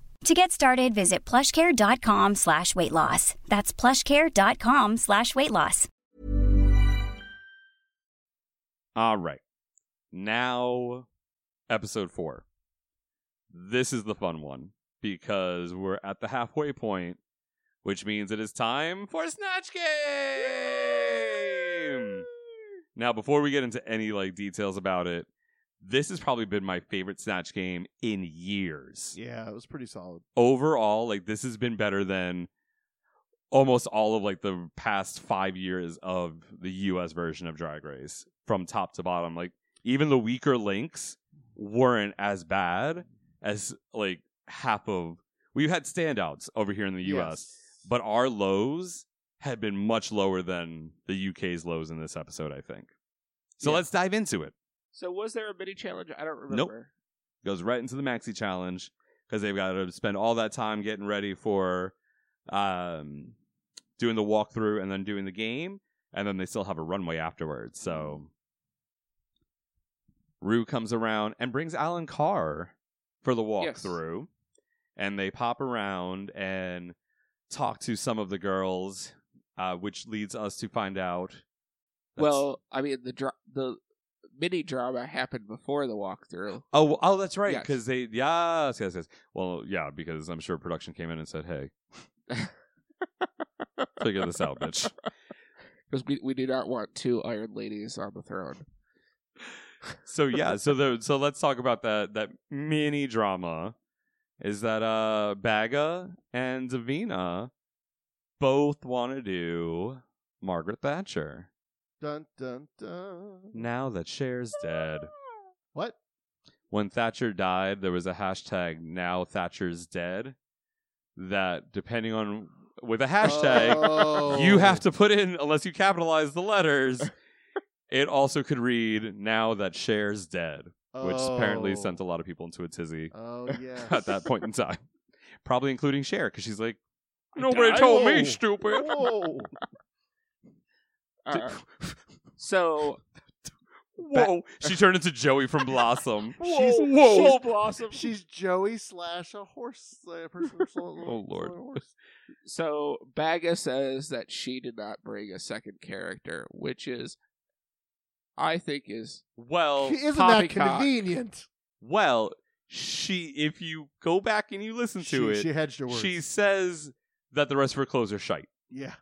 Speaker 8: To get started, visit plushcare.com slash weight loss. That's plushcare.com slash weight loss.
Speaker 4: All right. Now, episode four. This is the fun one because we're at the halfway point, which means it is time for Snatch Game. Now, before we get into any like details about it, this has probably been my favorite Snatch Game in years.
Speaker 6: Yeah, it was pretty solid.
Speaker 4: Overall, like this has been better than almost all of like the past five years of the US version of Drag Race from top to bottom. Like even the weaker links weren't as bad as like half of we've had standouts over here in the US, but our lows had been much lower than the UK's lows in this episode, I think. So let's dive into it.
Speaker 5: So was there a mini challenge? I don't remember.
Speaker 4: Goes right into the maxi challenge because they've got to spend all that time getting ready for um, doing the walkthrough and then doing the game, and then they still have a runway afterwards. So Rue comes around and brings Alan Carr for the walkthrough, and they pop around and talk to some of the girls, uh, which leads us to find out.
Speaker 5: Well, I mean the dra- the mini drama happened before the walkthrough.
Speaker 4: Oh, w- oh, that's right.
Speaker 5: Yes.
Speaker 4: Because they, yes, yes, yes. Well, yeah, because I'm sure production came in and said, "Hey, figure this out, bitch."
Speaker 5: Because we, we do not want two Iron Ladies on the throne.
Speaker 4: So yeah, so the so let's talk about that that mini drama. Is that uh Baga and Davina both want to do Margaret Thatcher?
Speaker 6: Dun dun dun.
Speaker 4: Now that Cher's dead.
Speaker 6: What?
Speaker 4: When Thatcher died, there was a hashtag now Thatcher's dead that depending on with a hashtag
Speaker 6: Oh.
Speaker 4: you have to put in unless you capitalize the letters. it also could read now that Cher's dead, which apparently
Speaker 6: Oh.
Speaker 4: sent a lot of people into a tizzy
Speaker 6: Oh yeah.
Speaker 4: at that point in time. Probably including Cher, because she's like,
Speaker 5: I
Speaker 4: Nobody
Speaker 5: died.
Speaker 4: told
Speaker 5: Whoa.
Speaker 4: me, stupid.
Speaker 6: Whoa.
Speaker 5: Uh, so
Speaker 4: Whoa. She turned into Joey from Blossom.
Speaker 6: She's,
Speaker 5: Whoa.
Speaker 6: she's-
Speaker 5: Whoa, Blossom.
Speaker 6: She's Joey slash a horse. Uh, person who sold-
Speaker 4: Oh, Lord.
Speaker 6: sold a horse.
Speaker 5: So Baga says that she did not bring a second character, which is, I think, is
Speaker 4: well,
Speaker 6: Isn't that
Speaker 5: poppycock.
Speaker 6: convenient?
Speaker 4: Well, she if you go back and you listen to
Speaker 6: She-
Speaker 4: it,
Speaker 6: she hedged her words.
Speaker 4: She says that the rest of her clothes are shite.
Speaker 6: Yeah.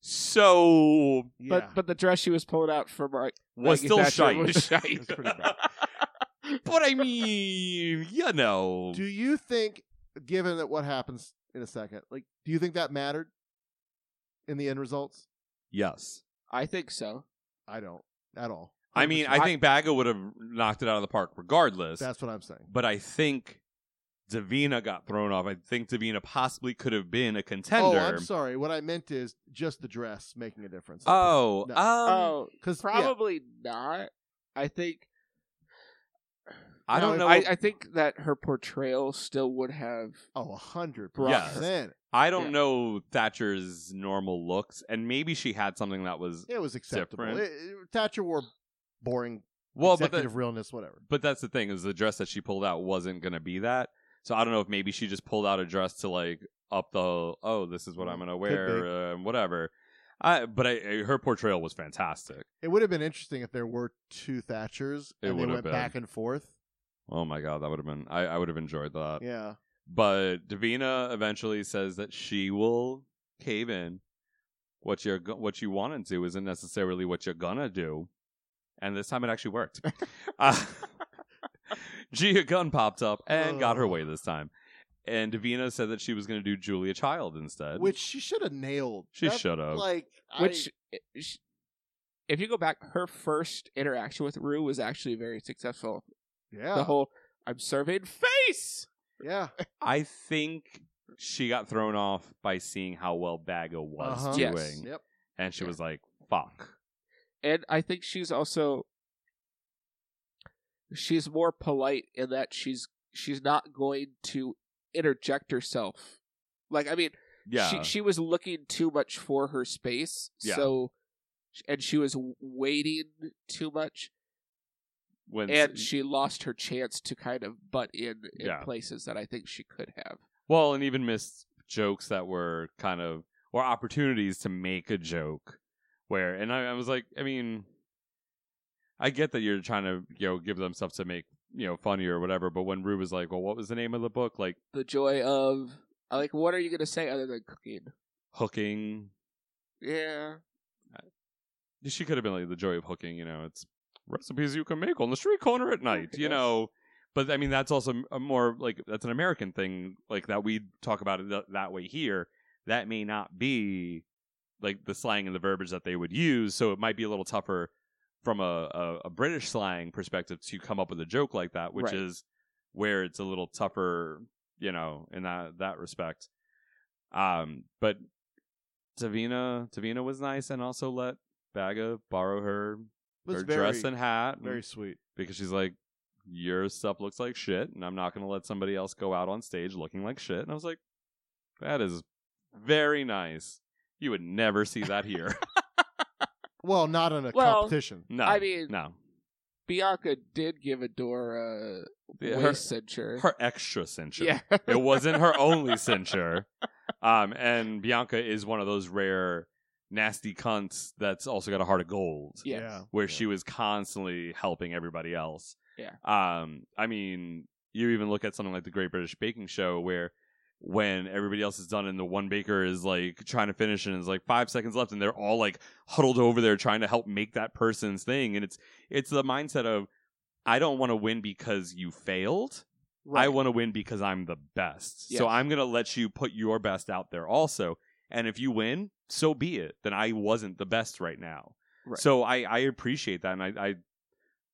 Speaker 4: So
Speaker 5: But but the dress she was pulling out from like
Speaker 4: Was
Speaker 5: Maggie
Speaker 4: still
Speaker 5: Thatcher
Speaker 4: shite.
Speaker 5: was shite.
Speaker 4: It's pretty bad. but I mean, you know,
Speaker 6: Do you think, given that what happens in a second, like, do you think that mattered in the end results?
Speaker 4: yes.
Speaker 5: I think so.
Speaker 6: I don't at all.
Speaker 4: I mean, I think Baga would have knocked it out of the park regardless.
Speaker 6: that's what I'm saying.
Speaker 4: but I think Davina got thrown off. I think Davina possibly could have been a contender.
Speaker 6: Oh, I'm sorry. What I meant is just the dress making a difference.
Speaker 4: Oh,
Speaker 6: No.
Speaker 5: oh,
Speaker 6: 'cause- yeah.
Speaker 5: probably not. I think
Speaker 4: I
Speaker 5: No,
Speaker 4: don't know.
Speaker 5: I, I think that her portrayal still would have.
Speaker 6: Oh, a hundred
Speaker 5: brought
Speaker 4: Yes.
Speaker 5: her.
Speaker 6: percent.
Speaker 4: I don't
Speaker 5: Yeah.
Speaker 4: know Thatcher's normal looks, and maybe she had something that was
Speaker 6: It was acceptable.
Speaker 4: Different.
Speaker 6: It, it- Thatcher wore boring,
Speaker 4: well, but
Speaker 6: executive
Speaker 4: the,
Speaker 6: realness, whatever.
Speaker 4: but that's the thing is the dress that she pulled out wasn't gonna be that. So I don't know if maybe she just pulled out a dress to like up the oh this is what I'm gonna
Speaker 6: be.
Speaker 4: wear uh, whatever. I, but I, I- her portrayal was fantastic.
Speaker 6: It would have been interesting if there were two Thatchers
Speaker 4: It
Speaker 6: and they
Speaker 4: would have
Speaker 6: went
Speaker 4: been.
Speaker 6: back and forth.
Speaker 4: Oh my god, that would have been I, I would have enjoyed that.
Speaker 6: Yeah.
Speaker 4: But Davina eventually says that she will cave in. What you're go- what you want to do isn't necessarily what you're gonna do, and this time it actually worked. uh, Gia Gunn popped up and got her way this time. And Davina said that she was going to do Julia Child instead.
Speaker 6: which she should have nailed.
Speaker 4: She
Speaker 6: That-
Speaker 4: should've.
Speaker 6: Like,
Speaker 5: Which,
Speaker 6: I,
Speaker 5: i- sh- if you go back, her first interaction with Rue was actually very successful.
Speaker 6: yeah,
Speaker 5: The whole "I'm surveyed face."
Speaker 6: yeah,
Speaker 4: I think she got thrown off by seeing how well Bagga was
Speaker 5: Uh-huh.
Speaker 4: doing.
Speaker 5: Yes.
Speaker 6: Yep.
Speaker 4: And she was like, fuck.
Speaker 5: and I think she's also she's more polite in that she's she's not going to interject herself. Like I mean,
Speaker 4: Yeah.
Speaker 5: she she was looking too much for her space,
Speaker 4: Yeah.
Speaker 5: so and she was waiting too much,
Speaker 4: when
Speaker 5: and she lost her chance to kind of butt in in
Speaker 4: Yeah.
Speaker 5: places that I think she could have.
Speaker 4: Well, and even missed jokes that were kind of or opportunities to make a joke where and I, I was like, I mean I get that you're trying to, you know, give them stuff to make, you know, funny or whatever, but when Rue was like, Well, what was the name of the book? Like
Speaker 5: The joy of like, what are you gonna say other than cooking?
Speaker 4: hooking
Speaker 5: Yeah,
Speaker 4: she could have been like the joy of hooking, you know, it's recipes you can make on the street corner at night, you know. But I mean, that's also a more like that's an American thing, like that we talk about it th- that way here. That may not be like the slang and the verbiage that they would use, so it might be a little tougher from a, a, a British slang perspective to come up with a joke like that, which
Speaker 5: Right.
Speaker 4: is where it's a little tougher, you know, in that that respect. Um, but Tavina Tavina was nice and also let Baga borrow her
Speaker 6: Was
Speaker 4: her dress
Speaker 6: very-
Speaker 4: and hat. and-
Speaker 6: very sweet.
Speaker 4: because she's like, Your stuff looks like shit, and I'm not gonna let somebody else go out on stage looking like shit. And I was like, That is very nice. You would never see that here.
Speaker 6: Well, not in a
Speaker 5: Well,
Speaker 6: competition.
Speaker 4: no.
Speaker 5: I mean-
Speaker 4: no.
Speaker 5: Bianca did give Adora
Speaker 4: Yeah, her-
Speaker 5: waist censure.
Speaker 4: Her extra censure.
Speaker 5: Yeah.
Speaker 4: it wasn't her only censure. Um, and Bianca is one of those rare nasty cunts that's also got a heart of gold.
Speaker 5: Yes.
Speaker 6: Yeah.
Speaker 4: where she was constantly helping everybody else.
Speaker 5: Yeah.
Speaker 4: Um, I mean, you even look at something like the Great British Baking Show, where when everybody else is done and the one baker is like trying to finish and it's like five seconds left and they're all like huddled over there trying to help make that person's thing. And it's it's the mindset of I don't want to win because you failed. I want to win because I'm the best.
Speaker 5: Yes.
Speaker 4: So I'm going to let you put your best out there also. And if you win, so be it. Then I wasn't the best right now.
Speaker 5: Right.
Speaker 4: So I, I appreciate that. And I, I,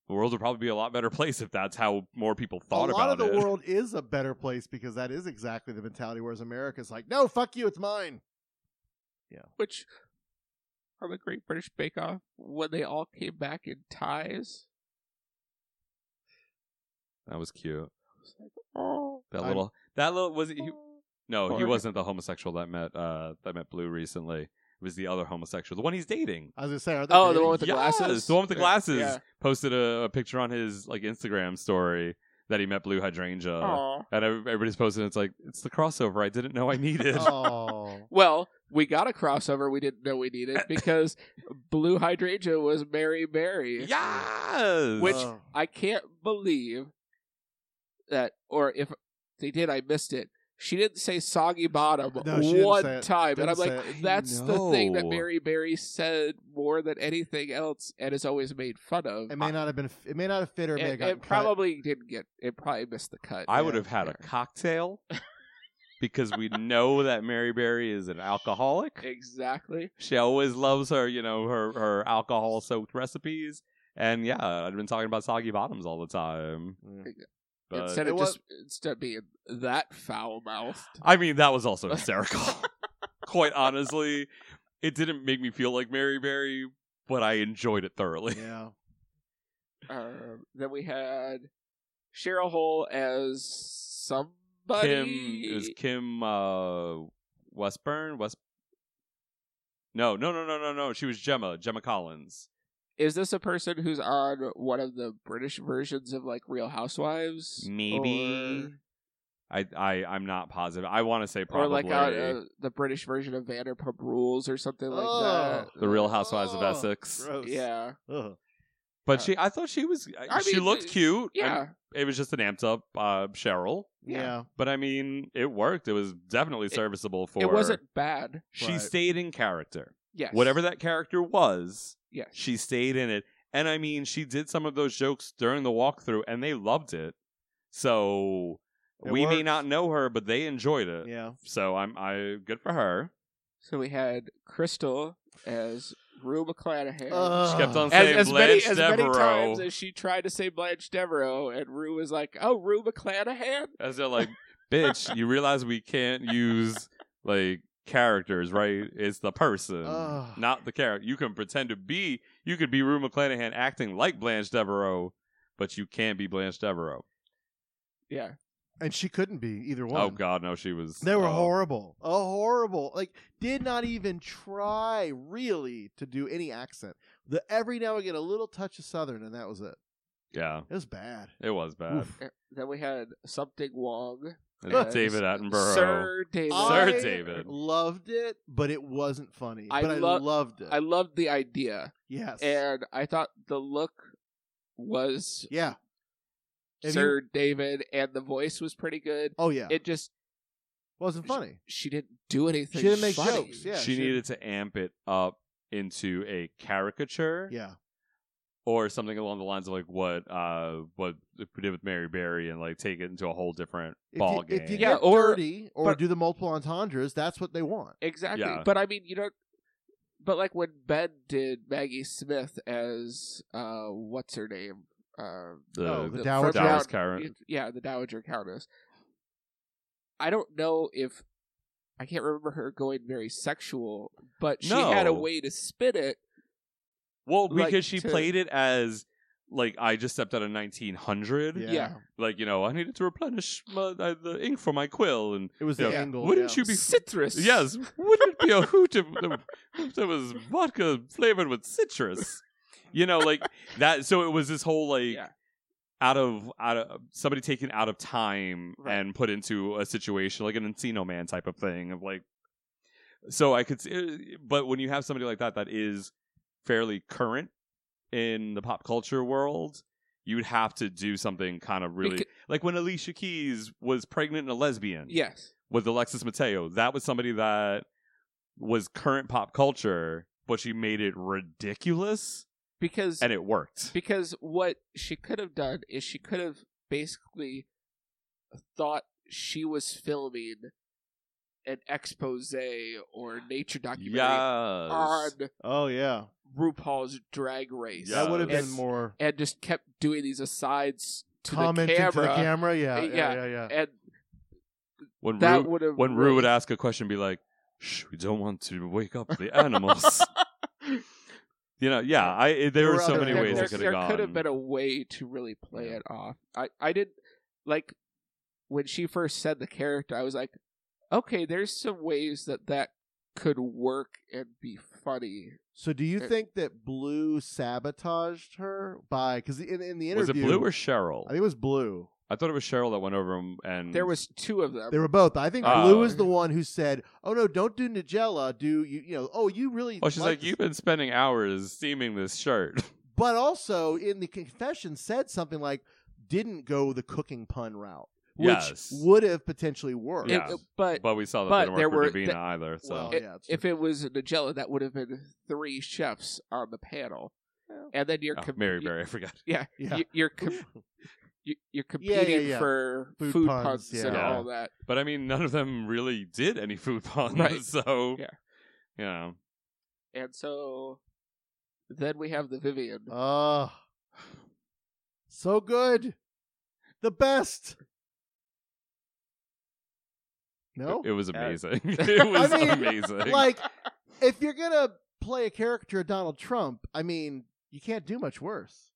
Speaker 4: the world would probably be a lot better place if that's how more people thought
Speaker 6: a lot
Speaker 4: about
Speaker 6: of the
Speaker 4: it.
Speaker 6: world is a better place because that is exactly the mentality. Whereas America's like, no, fuck you, it's mine.
Speaker 5: which on the Great British Bake Off, when they all came back in ties,
Speaker 4: That was cute.
Speaker 5: oh,
Speaker 4: That
Speaker 6: I'm-
Speaker 4: little, that little, was it, he, no, he
Speaker 5: Or-
Speaker 4: wasn't the homosexual that met, uh, that met Blue recently. It was the other homosexual, the one he's dating.
Speaker 6: I was gonna say, are they
Speaker 5: oh, the
Speaker 6: dating?
Speaker 5: one with the
Speaker 4: Yes,
Speaker 5: glasses,
Speaker 4: The one with the
Speaker 5: Yeah,
Speaker 4: glasses
Speaker 5: yeah.
Speaker 4: posted a, a picture on his like Instagram story that he met Blue
Speaker 6: Uh.
Speaker 4: Hydrangea,
Speaker 5: Aw.
Speaker 4: and ev- everybody's posting. It's like it's the crossover I didn't know I needed.
Speaker 6: oh,
Speaker 5: Well, we got a crossover we didn't know we needed because Blue Hydrangea was Mary Mary,
Speaker 4: yes,
Speaker 5: which
Speaker 6: Oh.
Speaker 5: I can't believe that, or if they did, I missed it. She didn't say soggy bottom
Speaker 6: No, she didn't say
Speaker 5: one
Speaker 6: it.
Speaker 5: time.
Speaker 6: Didn't
Speaker 5: and I'm like,
Speaker 6: say it.
Speaker 5: that's the thing that
Speaker 4: No.
Speaker 5: Mary Berry said more than anything else and is always made fun of.
Speaker 6: it may not have been. It may not have fit or it may have
Speaker 5: it,
Speaker 6: gotten
Speaker 5: it
Speaker 6: cut.
Speaker 5: probably didn't get it probably missed the cut
Speaker 4: I would have had a cocktail because we know that Mary Berry is an
Speaker 6: Eh.
Speaker 4: alcoholic.
Speaker 5: exactly
Speaker 4: She always loves her, you know, her her alcohol soaked recipes. And yeah, I've been talking about soggy bottoms all the time.
Speaker 6: Mm.
Speaker 4: But-
Speaker 5: instead of
Speaker 6: It
Speaker 5: just instead of being that foul mouthed
Speaker 4: I mean, that was also hysterical. Quite honestly, it didn't make me feel like Mary Berry, but I enjoyed it thoroughly.
Speaker 6: Yeah.
Speaker 5: um, then we had cheryl hole as somebody
Speaker 4: Kim it was Kim uh, Westburn West. No, no, no, no, no, no. She was Gemma Gemma Collins.
Speaker 5: is this a person who's on one of the british versions of like real housewives
Speaker 4: Maybe. I I I'm not positive. I want to say
Speaker 5: or, or
Speaker 4: probably
Speaker 5: like on, uh, the british version of vanderpump rules or something like
Speaker 6: Oh.
Speaker 4: the Real Housewives of
Speaker 6: Oh,
Speaker 4: Essex.
Speaker 5: that
Speaker 6: Gross.
Speaker 5: yeah
Speaker 6: Ugh.
Speaker 4: But she, I thought she was. uh,
Speaker 5: I
Speaker 4: she
Speaker 5: mean,
Speaker 4: looked cute.
Speaker 5: yeah
Speaker 4: and it was just an amped up uh, Cheryl.
Speaker 5: Yeah.
Speaker 6: Yeah.
Speaker 4: But I mean, it worked. It was definitely serviceable for.
Speaker 5: it wasn't bad
Speaker 4: She
Speaker 6: Right.
Speaker 4: stayed in character.
Speaker 5: yes
Speaker 4: Whatever that character was,
Speaker 5: yes
Speaker 4: she stayed in it, And I mean, she did some of those jokes during the walkthrough and they loved it. So
Speaker 5: It
Speaker 4: we may
Speaker 5: works.
Speaker 4: not know her, but they enjoyed it.
Speaker 6: Yeah.
Speaker 4: So I'm I good for her.
Speaker 5: So we had Crystal as Rue McClanahan.
Speaker 6: Uh,
Speaker 4: Ugh. She kept
Speaker 5: as,
Speaker 4: on saying
Speaker 5: as many,
Speaker 4: Blanche
Speaker 5: as many
Speaker 4: Devereaux.
Speaker 5: times as she tried to say Blanche Devereaux, and Rue was like, "Oh, Rue McClanahan."
Speaker 4: As they're like, bitch, you realize we can't use like characters, right? It's the person,
Speaker 6: Ugh.
Speaker 4: not the character. You can pretend to be, you could be Rue McClanahan acting like Blanche Devereaux, but you can't be Blanche Devereaux.
Speaker 5: Yeah.
Speaker 6: And she couldn't be either one.
Speaker 4: Oh God, no, she was.
Speaker 6: They were
Speaker 4: oh.
Speaker 6: horrible. Oh, horrible. Like, did not even try really to do any accent. The every now and again, a little touch of Southern, and that was it.
Speaker 4: Yeah,
Speaker 6: It was bad.
Speaker 4: it was bad.
Speaker 5: Uh, Then we had something Wong.
Speaker 4: And
Speaker 5: as
Speaker 4: David Attenborough.
Speaker 5: Sir David.
Speaker 4: Sir
Speaker 6: I
Speaker 4: David.
Speaker 6: Loved it, but it wasn't funny. but
Speaker 5: lo-
Speaker 6: I loved it.
Speaker 5: I loved the idea.
Speaker 6: Yes.
Speaker 5: And I thought the look was
Speaker 6: yeah. If
Speaker 5: Sir David, and the voice was pretty good.
Speaker 6: Oh, yeah.
Speaker 5: it just
Speaker 6: wasn't funny.
Speaker 5: She, didn't do anything.
Speaker 6: She didn't make
Speaker 5: funny.
Speaker 6: jokes. Yeah.
Speaker 4: she
Speaker 6: she-
Speaker 4: needed to amp it up into a caricature.
Speaker 6: Yeah.
Speaker 4: Or something along the lines of like what uh what we did with Mary Berry and like take it into a whole different
Speaker 6: If
Speaker 4: ball
Speaker 6: you,
Speaker 4: game.
Speaker 6: If you
Speaker 5: Yeah,
Speaker 6: get Oh,
Speaker 5: or-
Speaker 6: dirty or
Speaker 5: but-
Speaker 6: do the multiple entendres, that's what they want.
Speaker 5: Exactly.
Speaker 4: Yeah.
Speaker 5: But I mean, you don't. But like when Ben did Maggie Smith as uh, what's her name? Uh,
Speaker 4: The- Oh, the
Speaker 5: from
Speaker 4: Dowager. Dowager
Speaker 5: Dow-
Speaker 4: Count-
Speaker 5: Yeah, the Dowager Countess. I don't know if I can't remember her going very sexual, but she had a
Speaker 4: No.
Speaker 5: way to spin it.
Speaker 4: Well,
Speaker 5: like,
Speaker 4: because she
Speaker 5: to-
Speaker 4: played it as like I just stepped out of 1900.
Speaker 5: Yeah. Yeah.
Speaker 4: Like you know, I needed to replenish my, uh, the ink for my quill, and
Speaker 6: It was
Speaker 4: you
Speaker 6: the
Speaker 4: know,
Speaker 6: angle,
Speaker 4: Wouldn't
Speaker 6: yeah.
Speaker 4: you be
Speaker 5: Citrus.
Speaker 4: Yes. Wouldn't it be a hoot if if there was vodka flavored with citrus? You know, like that. So it was this whole like. Out of out of somebody taken out of time and put into a situation like an Encino Man type of thing of like so I could, see, but when you have somebody like that that is fairly current in the pop culture world, you'd have to do something kind of really
Speaker 5: Becau-
Speaker 4: like when Alicia Keys was pregnant and a lesbian.
Speaker 5: Yes.
Speaker 4: with Alexis Mateo, that was somebody that was current pop culture, but she made it ridiculous
Speaker 5: because
Speaker 4: and it worked.
Speaker 5: Because what she could have done is she could have basically thought she was filming an expose or nature documentary on
Speaker 6: Oh yeah.
Speaker 5: RuPaul's Drag Race.
Speaker 6: That would have
Speaker 5: And-
Speaker 6: been more
Speaker 5: and just kept doing these asides to
Speaker 6: Comment
Speaker 5: the
Speaker 6: into
Speaker 5: camera.
Speaker 6: the camera, yeah,
Speaker 5: Uh,
Speaker 6: yeah, yeah,
Speaker 5: And
Speaker 4: When
Speaker 5: That
Speaker 4: Rue,
Speaker 5: would've
Speaker 4: when Rue
Speaker 5: really-
Speaker 4: would ask a question, be like, "Shh, we don't want to wake up the animals." you know, yeah, I it- there were so many ways
Speaker 5: there,
Speaker 4: it could have gone.
Speaker 5: could have been a way to really play it off. I I did like when she first said the character. I was like, okay, there's some ways that that could work and be funny.
Speaker 6: So do you
Speaker 5: It-
Speaker 6: think that Blue sabotaged her by because in, in the
Speaker 4: was it
Speaker 6: interview
Speaker 4: Blue or Cheryl?
Speaker 6: I think it was Blue.
Speaker 4: I thought it was Cheryl that went over and, and
Speaker 5: There was two of them.
Speaker 6: They were both. I think
Speaker 4: Oh.
Speaker 6: Blue is the one who said, "Oh no, don't do Nigella. Do you you know? Oh, you really."
Speaker 4: Oh, she's like,
Speaker 6: this-
Speaker 4: "You've been spending hours steaming this shirt."
Speaker 6: But also in the confession said something like, "Didn't go the cooking pun route," which
Speaker 4: Yes.
Speaker 6: would have potentially worked.
Speaker 4: yeah,
Speaker 5: but
Speaker 4: but we saw that
Speaker 5: but
Speaker 4: didn't work
Speaker 5: there
Speaker 4: for
Speaker 5: were-
Speaker 4: Davina
Speaker 5: th-
Speaker 4: either. So
Speaker 6: well,
Speaker 5: It-
Speaker 6: yeah, that's
Speaker 5: if it was Nigella, that would have been three chefs on the panel, and then you're
Speaker 4: Oh,
Speaker 5: com-
Speaker 4: Mary
Speaker 5: you-
Speaker 4: Berry, I forgot.
Speaker 5: Yeah,
Speaker 6: Yeah.
Speaker 5: you- you're com- you- you're
Speaker 6: Yeah, yeah,
Speaker 5: competing
Speaker 6: yeah.
Speaker 5: for
Speaker 6: Food
Speaker 5: food,
Speaker 6: puns,
Speaker 5: puns,
Speaker 6: yeah.
Speaker 5: and
Speaker 4: Yeah.
Speaker 5: all that.
Speaker 4: But I mean, none of them really did any food puns,
Speaker 5: Right.
Speaker 4: so
Speaker 5: Yeah.
Speaker 4: you know,
Speaker 5: And so then we have the Vivian.
Speaker 6: Ah, so good, the best. No,
Speaker 4: it, it was amazing.
Speaker 6: Oh, I
Speaker 4: it was
Speaker 6: mean,
Speaker 4: amazing.
Speaker 6: Like, if you're gonna play a character of Donald Trump, I mean, you can't do much worse.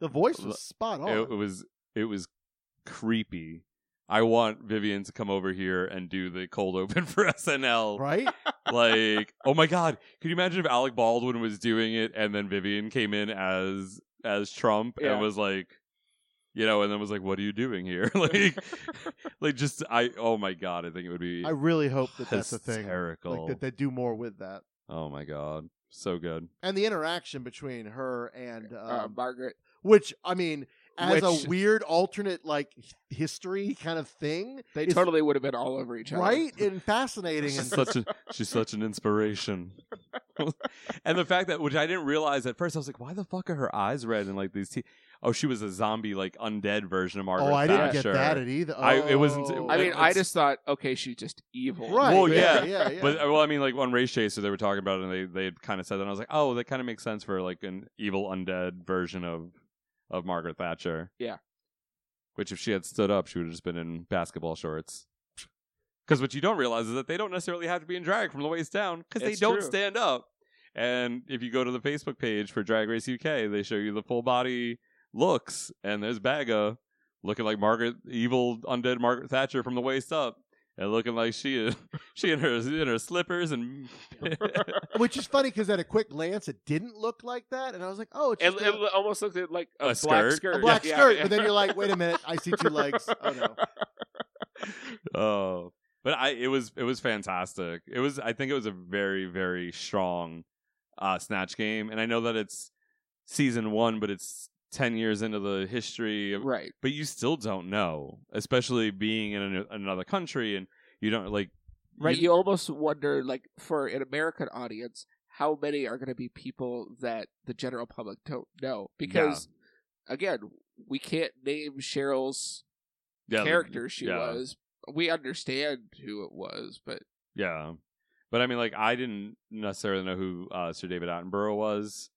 Speaker 6: The voice was spot on.
Speaker 4: It, it was it was creepy. I want Vivian to come over here and do the cold open for SNL.
Speaker 6: Right?
Speaker 4: Like, oh my god, could you imagine if Alec Baldwin was doing it and then Vivian came in as as Trump
Speaker 5: Yeah.
Speaker 4: and was like, you know, and then was like, "What are you doing here?" like, like just I. Oh my god, I think it would be.
Speaker 6: I really hope that that's a thing.
Speaker 4: Hysterical.
Speaker 6: Like that they do more with that.
Speaker 4: oh my god, so good.
Speaker 6: And the interaction between her and um,
Speaker 5: Uh, Margaret.
Speaker 6: which I mean as
Speaker 5: Which-
Speaker 6: a weird alternate like h- history kind of thing.
Speaker 5: They
Speaker 6: is
Speaker 5: totally would have been all over each other.
Speaker 6: right and fascinating. And
Speaker 4: She's such, a, she's such an inspiration. and the fact that, which I didn't realize at first, I was like, why the fuck are her eyes red and like these teeth? Oh, she was a zombie, like undead version of Margaret
Speaker 6: oh, I didn't get
Speaker 4: Thatcher.
Speaker 6: that at either.
Speaker 4: I, it wasn't.
Speaker 6: Oh.
Speaker 5: I mean, I
Speaker 4: it's-
Speaker 5: just thought, okay, she's just evil.
Speaker 6: Right,
Speaker 4: Well,
Speaker 6: yeah,
Speaker 4: yeah,
Speaker 6: yeah, yeah.
Speaker 4: But uh, well, I mean, like on Race Chaser, they were talking about it, and they they kind of said that. And I was like, oh, that kind of makes sense for like an evil undead version of of Margaret Thatcher.
Speaker 5: Yeah.
Speaker 4: Which, if she had stood up, she would have just been in basketball shorts. Because what you don't realize is that they don't necessarily have to be in drag from the waist down because they
Speaker 5: It's
Speaker 4: don't
Speaker 5: true.
Speaker 4: stand up. And if you go to the Facebook page for Drag Race UK, they show you the full body looks, and there's Baga looking like Margaret, evil undead Margaret Thatcher from the waist up, and looking like she is she in her in her slippers and
Speaker 6: Which is funny because at a quick glance, it didn't look like that, and I was like, "Oh, it's
Speaker 5: It,
Speaker 6: just
Speaker 5: it almost looked like a,
Speaker 4: A
Speaker 5: black
Speaker 4: skirt?
Speaker 5: skirt.
Speaker 4: A
Speaker 6: a black
Speaker 5: Yeah.
Speaker 6: skirt." But then you're like, "Wait a minute, I see two legs." Oh no,
Speaker 4: oh, but I it was it was fantastic. It was I think it was a very very strong uh, snatch game, and I know that it's season one, but it's ten years into the history, of,
Speaker 5: Right.
Speaker 4: But you still don't know, especially being in an, another country, and you don't like
Speaker 5: Right.
Speaker 4: you-
Speaker 5: You almost wonder, like, for an American audience, how many are going to be people that the general public don't know? Because, again, we can't name Cheryl's
Speaker 4: Yeah, the-
Speaker 5: character she
Speaker 4: yeah.
Speaker 5: was. We understand who it was, but
Speaker 4: Yeah. But I mean, like, I didn't necessarily know who uh, Sir David Attenborough was,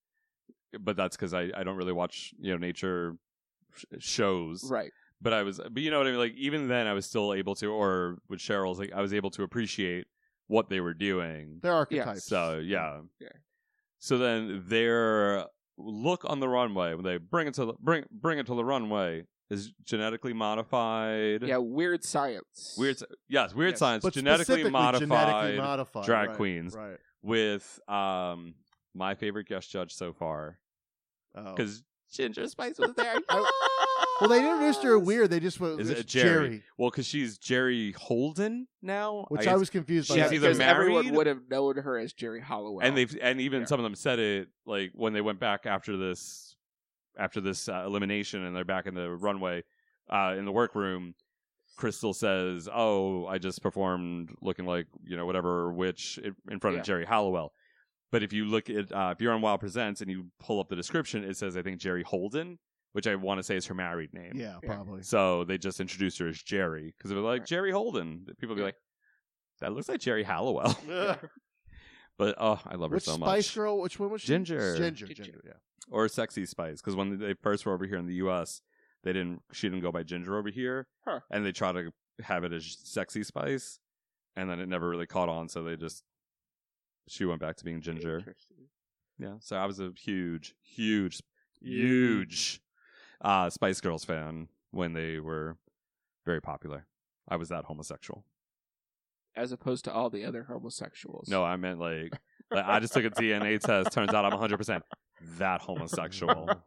Speaker 4: but that's because I, I don't really watch, you know, nature sh- shows.
Speaker 5: right.
Speaker 4: But I was, but you know what I mean? Like, even then, I was still able to, or with Cheryl's, like, I was able to appreciate what they were doing.
Speaker 6: they're archetypes.
Speaker 4: So, yeah.
Speaker 5: Yeah.
Speaker 4: So then their look on the runway, when they bring it to the, bring, bring it to the runway, is genetically modified.
Speaker 5: Yeah, weird science.
Speaker 4: Weird, s- yes, weird
Speaker 5: Yes.
Speaker 4: science,
Speaker 6: But
Speaker 4: genetically
Speaker 6: specifically
Speaker 4: modified,
Speaker 6: genetically modified,
Speaker 4: drag
Speaker 6: right,
Speaker 4: queens
Speaker 6: Right.
Speaker 4: with um my favorite guest judge so far
Speaker 6: Oh.
Speaker 4: because Ginger Spice
Speaker 5: was there.
Speaker 6: Well, they introduced her weird. They just went
Speaker 4: is
Speaker 6: it's
Speaker 4: it Jerry? Well, because she's Jerry Holden now,
Speaker 6: Which I, was confused by.
Speaker 4: she's
Speaker 5: Yeah,
Speaker 6: that.
Speaker 4: either
Speaker 5: because everyone
Speaker 4: married-
Speaker 5: would have known her as Jerry Hollowell.
Speaker 4: and they've and even
Speaker 5: Yeah.
Speaker 4: some of them said it like when they went back after this after this uh, elimination and they're back in the runway uh in the workroom crystal says oh i just performed looking like you know whatever witch in- in front
Speaker 5: Yeah.
Speaker 4: of jerry hallowell but if you look at uh, if you're on wild presents and you pull up the description it says i think jerry holden which i want to say is her married name
Speaker 6: Yeah,
Speaker 5: Yeah.
Speaker 6: probably.
Speaker 4: so they just introduced her as jerry because they're like
Speaker 5: Right.
Speaker 4: jerry holden people be like that looks like jerry hallowell
Speaker 6: Yeah.
Speaker 4: but oh i love her
Speaker 6: Which
Speaker 4: so much
Speaker 6: Spice Girl? Which one was she?
Speaker 4: Ginger.
Speaker 6: Ginger. Ginger.
Speaker 5: Ginger.
Speaker 6: Yeah.
Speaker 4: or sexy spice because when they first were over here in the U.S., they didn't she didn't go by ginger over here,
Speaker 5: Huh.
Speaker 4: and they tried to have it as sexy spice, and then it never really caught on, so they just she went back to being ginger.
Speaker 5: Interesting.
Speaker 4: Yeah, so I was a huge, huge, huge uh, Spice Girls fan when they were very popular. I was that homosexual.
Speaker 5: as opposed to all the other homosexuals.
Speaker 4: No, I meant like, like I just took a DNA test. Turns out I'm 100 percent that homosexual.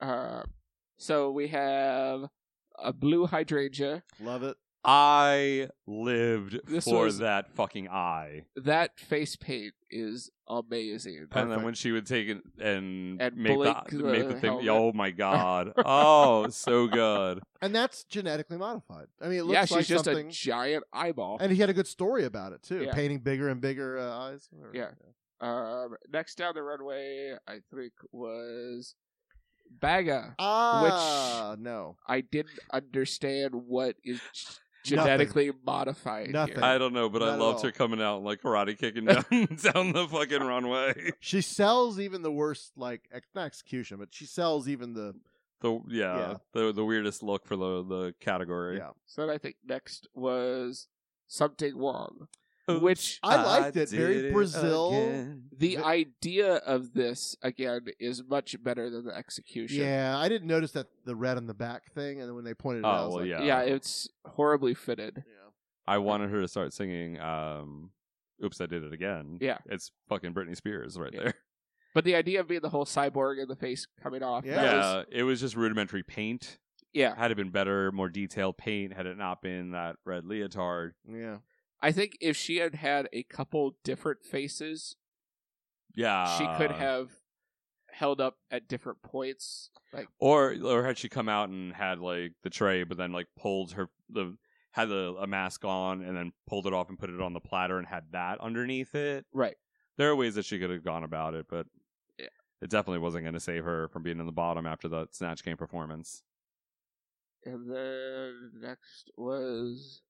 Speaker 5: Uh, so we have a blue hydrangea.
Speaker 6: Love it.
Speaker 4: I lived
Speaker 5: This
Speaker 4: for
Speaker 5: was-
Speaker 4: that fucking eye.
Speaker 5: That face paint is amazing.
Speaker 4: And then when she would take it and,
Speaker 5: And
Speaker 4: make the,
Speaker 5: blink
Speaker 6: uh,
Speaker 5: the
Speaker 4: make the thing,
Speaker 5: helmet.
Speaker 4: oh my god, oh so good.
Speaker 6: And that's genetically modified. I mean, it looks
Speaker 5: yeah,
Speaker 6: like
Speaker 5: she's just
Speaker 6: something.
Speaker 5: a giant eyeball.
Speaker 6: and he had a good story about it too,
Speaker 5: Yeah.
Speaker 6: painting bigger and bigger uh, eyes. Whatever.
Speaker 5: Yeah. um, next down the runway, I think was Baga.
Speaker 6: Ah, no.
Speaker 5: I didn't understand what is genetically modified.
Speaker 6: Nothing.
Speaker 5: here.
Speaker 4: I don't know, but
Speaker 6: Not
Speaker 4: I
Speaker 6: at
Speaker 4: loved
Speaker 6: all.
Speaker 4: her coming out and like karate kicking down down the fucking runway.
Speaker 6: She sells even the worst, like ex- not execution, but she sells even the
Speaker 4: The yeah,
Speaker 6: Yeah.
Speaker 4: the the weirdest look for the the category.
Speaker 6: yeah.
Speaker 5: So then I think next was something wrong, which
Speaker 6: I liked it. Very
Speaker 4: did
Speaker 6: Brazil.
Speaker 4: again.
Speaker 5: the
Speaker 6: Th-
Speaker 5: idea of this again is much better than the execution.
Speaker 6: Yeah, I didn't notice that the red on the back thing, and then when they pointed it out, I
Speaker 4: Oh,
Speaker 6: was
Speaker 4: well,
Speaker 6: like,
Speaker 4: yeah.
Speaker 5: yeah, it's horribly fitted.
Speaker 4: I wanted her to start singing. um Oops, I did it again.
Speaker 5: Yeah.
Speaker 4: it's fucking Britney Spears right
Speaker 5: Yeah.
Speaker 4: there.
Speaker 5: But the idea of being the whole cyborg and the face coming off,
Speaker 6: Yeah.
Speaker 5: that
Speaker 4: yeah,
Speaker 5: was-
Speaker 4: it was just rudimentary paint.
Speaker 5: yeah.
Speaker 4: had it been better, more detailed paint, had it not been that red leotard.
Speaker 6: yeah,
Speaker 5: I think if she had had a couple different faces,
Speaker 4: Yeah,
Speaker 5: she could have held up at different points. Like
Speaker 4: or or had she come out and had like the tray, but then like pulled her the had the, a mask on and then pulled it off and put it on the platter and had that underneath it.
Speaker 5: Right.
Speaker 4: There are ways that she could have gone about it, but
Speaker 5: Yeah.
Speaker 4: it definitely wasn't going to save her from being in the bottom after that snatch game performance.
Speaker 5: and then next was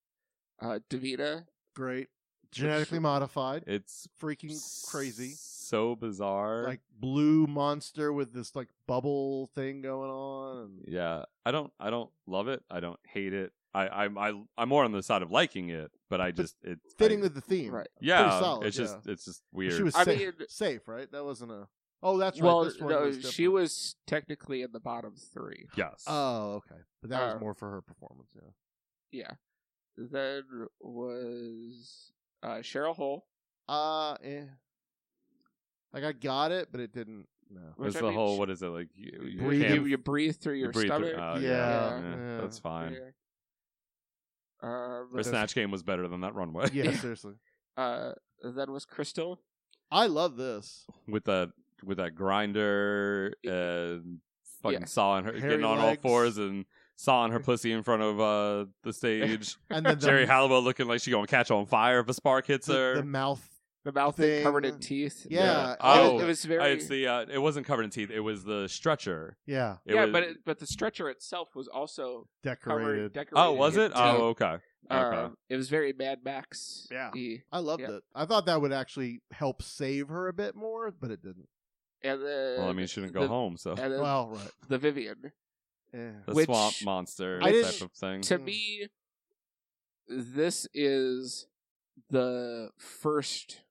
Speaker 5: uh Davina.
Speaker 6: Great. Genetically modified.
Speaker 4: It's
Speaker 6: freaking crazy.
Speaker 4: So bizarre.
Speaker 6: Like blue monster with this like bubble thing going on. and-
Speaker 4: yeah, I don't I don't love it. I don't hate it. I I'm I, I'm more on the side of liking it, but I just it
Speaker 6: fitting
Speaker 4: I-
Speaker 6: with the theme.
Speaker 5: Right.
Speaker 4: Yeah,
Speaker 6: Pretty solid,
Speaker 4: it's just
Speaker 6: yeah.
Speaker 4: it's just weird.
Speaker 6: She was
Speaker 5: I
Speaker 6: safe,
Speaker 5: mean-
Speaker 6: safe, right? That wasn't a. Oh, that's
Speaker 5: well,
Speaker 6: right. This one
Speaker 5: no,
Speaker 6: was
Speaker 5: she
Speaker 6: different.
Speaker 5: was technically in the bottom three.
Speaker 4: yes.
Speaker 6: Oh, okay. But that
Speaker 5: Uh,
Speaker 6: was more for her performance. Yeah.
Speaker 5: Yeah. Then was uh, Cheryl Hole.
Speaker 6: Uh, eh. Like I got it, but it didn't. No.
Speaker 5: which
Speaker 4: It's
Speaker 5: I
Speaker 4: the
Speaker 5: mean,
Speaker 4: whole
Speaker 5: she-
Speaker 4: what is it like? You, you
Speaker 5: Breathe-
Speaker 4: can't-
Speaker 5: you, you breathe through
Speaker 4: you
Speaker 5: your
Speaker 4: breathe
Speaker 5: stomach.
Speaker 4: oh,
Speaker 6: Yeah,
Speaker 4: yeah, yeah,
Speaker 6: yeah.
Speaker 4: that's fine.
Speaker 5: Yeah. Um,
Speaker 4: Her snatch game was better than that runway.
Speaker 6: Yeah, seriously.
Speaker 5: Uh, then was Crystal.
Speaker 6: I love this.
Speaker 4: with that with that grinder and fucking
Speaker 5: Yeah.
Speaker 4: sawing her,
Speaker 6: Hairy
Speaker 4: getting on
Speaker 6: legs.
Speaker 4: all fours and sawing her pussy in front of uh, the stage.
Speaker 6: And then the,
Speaker 4: Jerry Halliwell looking like she gonna catch on fire if a spark hits
Speaker 6: the,
Speaker 4: her.
Speaker 6: the mouth.
Speaker 5: The mouth thing covered in
Speaker 6: Thing.
Speaker 5: teeth.
Speaker 6: Yeah.
Speaker 4: Yeah.
Speaker 6: it
Speaker 4: Oh,
Speaker 6: was-
Speaker 5: it was
Speaker 4: Uh,
Speaker 5: very.
Speaker 4: it's the uh, it wasn't covered in teeth. It was the stretcher.
Speaker 6: yeah.
Speaker 4: It
Speaker 5: yeah,
Speaker 4: was-
Speaker 5: but it, but the stretcher itself was also covered
Speaker 6: Decorated.
Speaker 5: decorated.
Speaker 4: oh, was it?
Speaker 5: too.
Speaker 4: Oh, okay. Okay.
Speaker 5: Um, it was very Mad Max.
Speaker 6: Yeah.
Speaker 5: E.
Speaker 6: I loved
Speaker 5: Yeah.
Speaker 6: it. I thought that would actually help save her a bit more, but it didn't.
Speaker 5: And then,
Speaker 4: well, I mean, she didn't go
Speaker 5: the-
Speaker 4: home, so
Speaker 5: And then
Speaker 6: Well, right. Eh,
Speaker 5: the Vivian.
Speaker 6: Yeah.
Speaker 4: the
Speaker 5: which-
Speaker 4: swamp monster
Speaker 6: I
Speaker 4: type
Speaker 6: didn't-
Speaker 4: of thing.
Speaker 5: To me, this is the first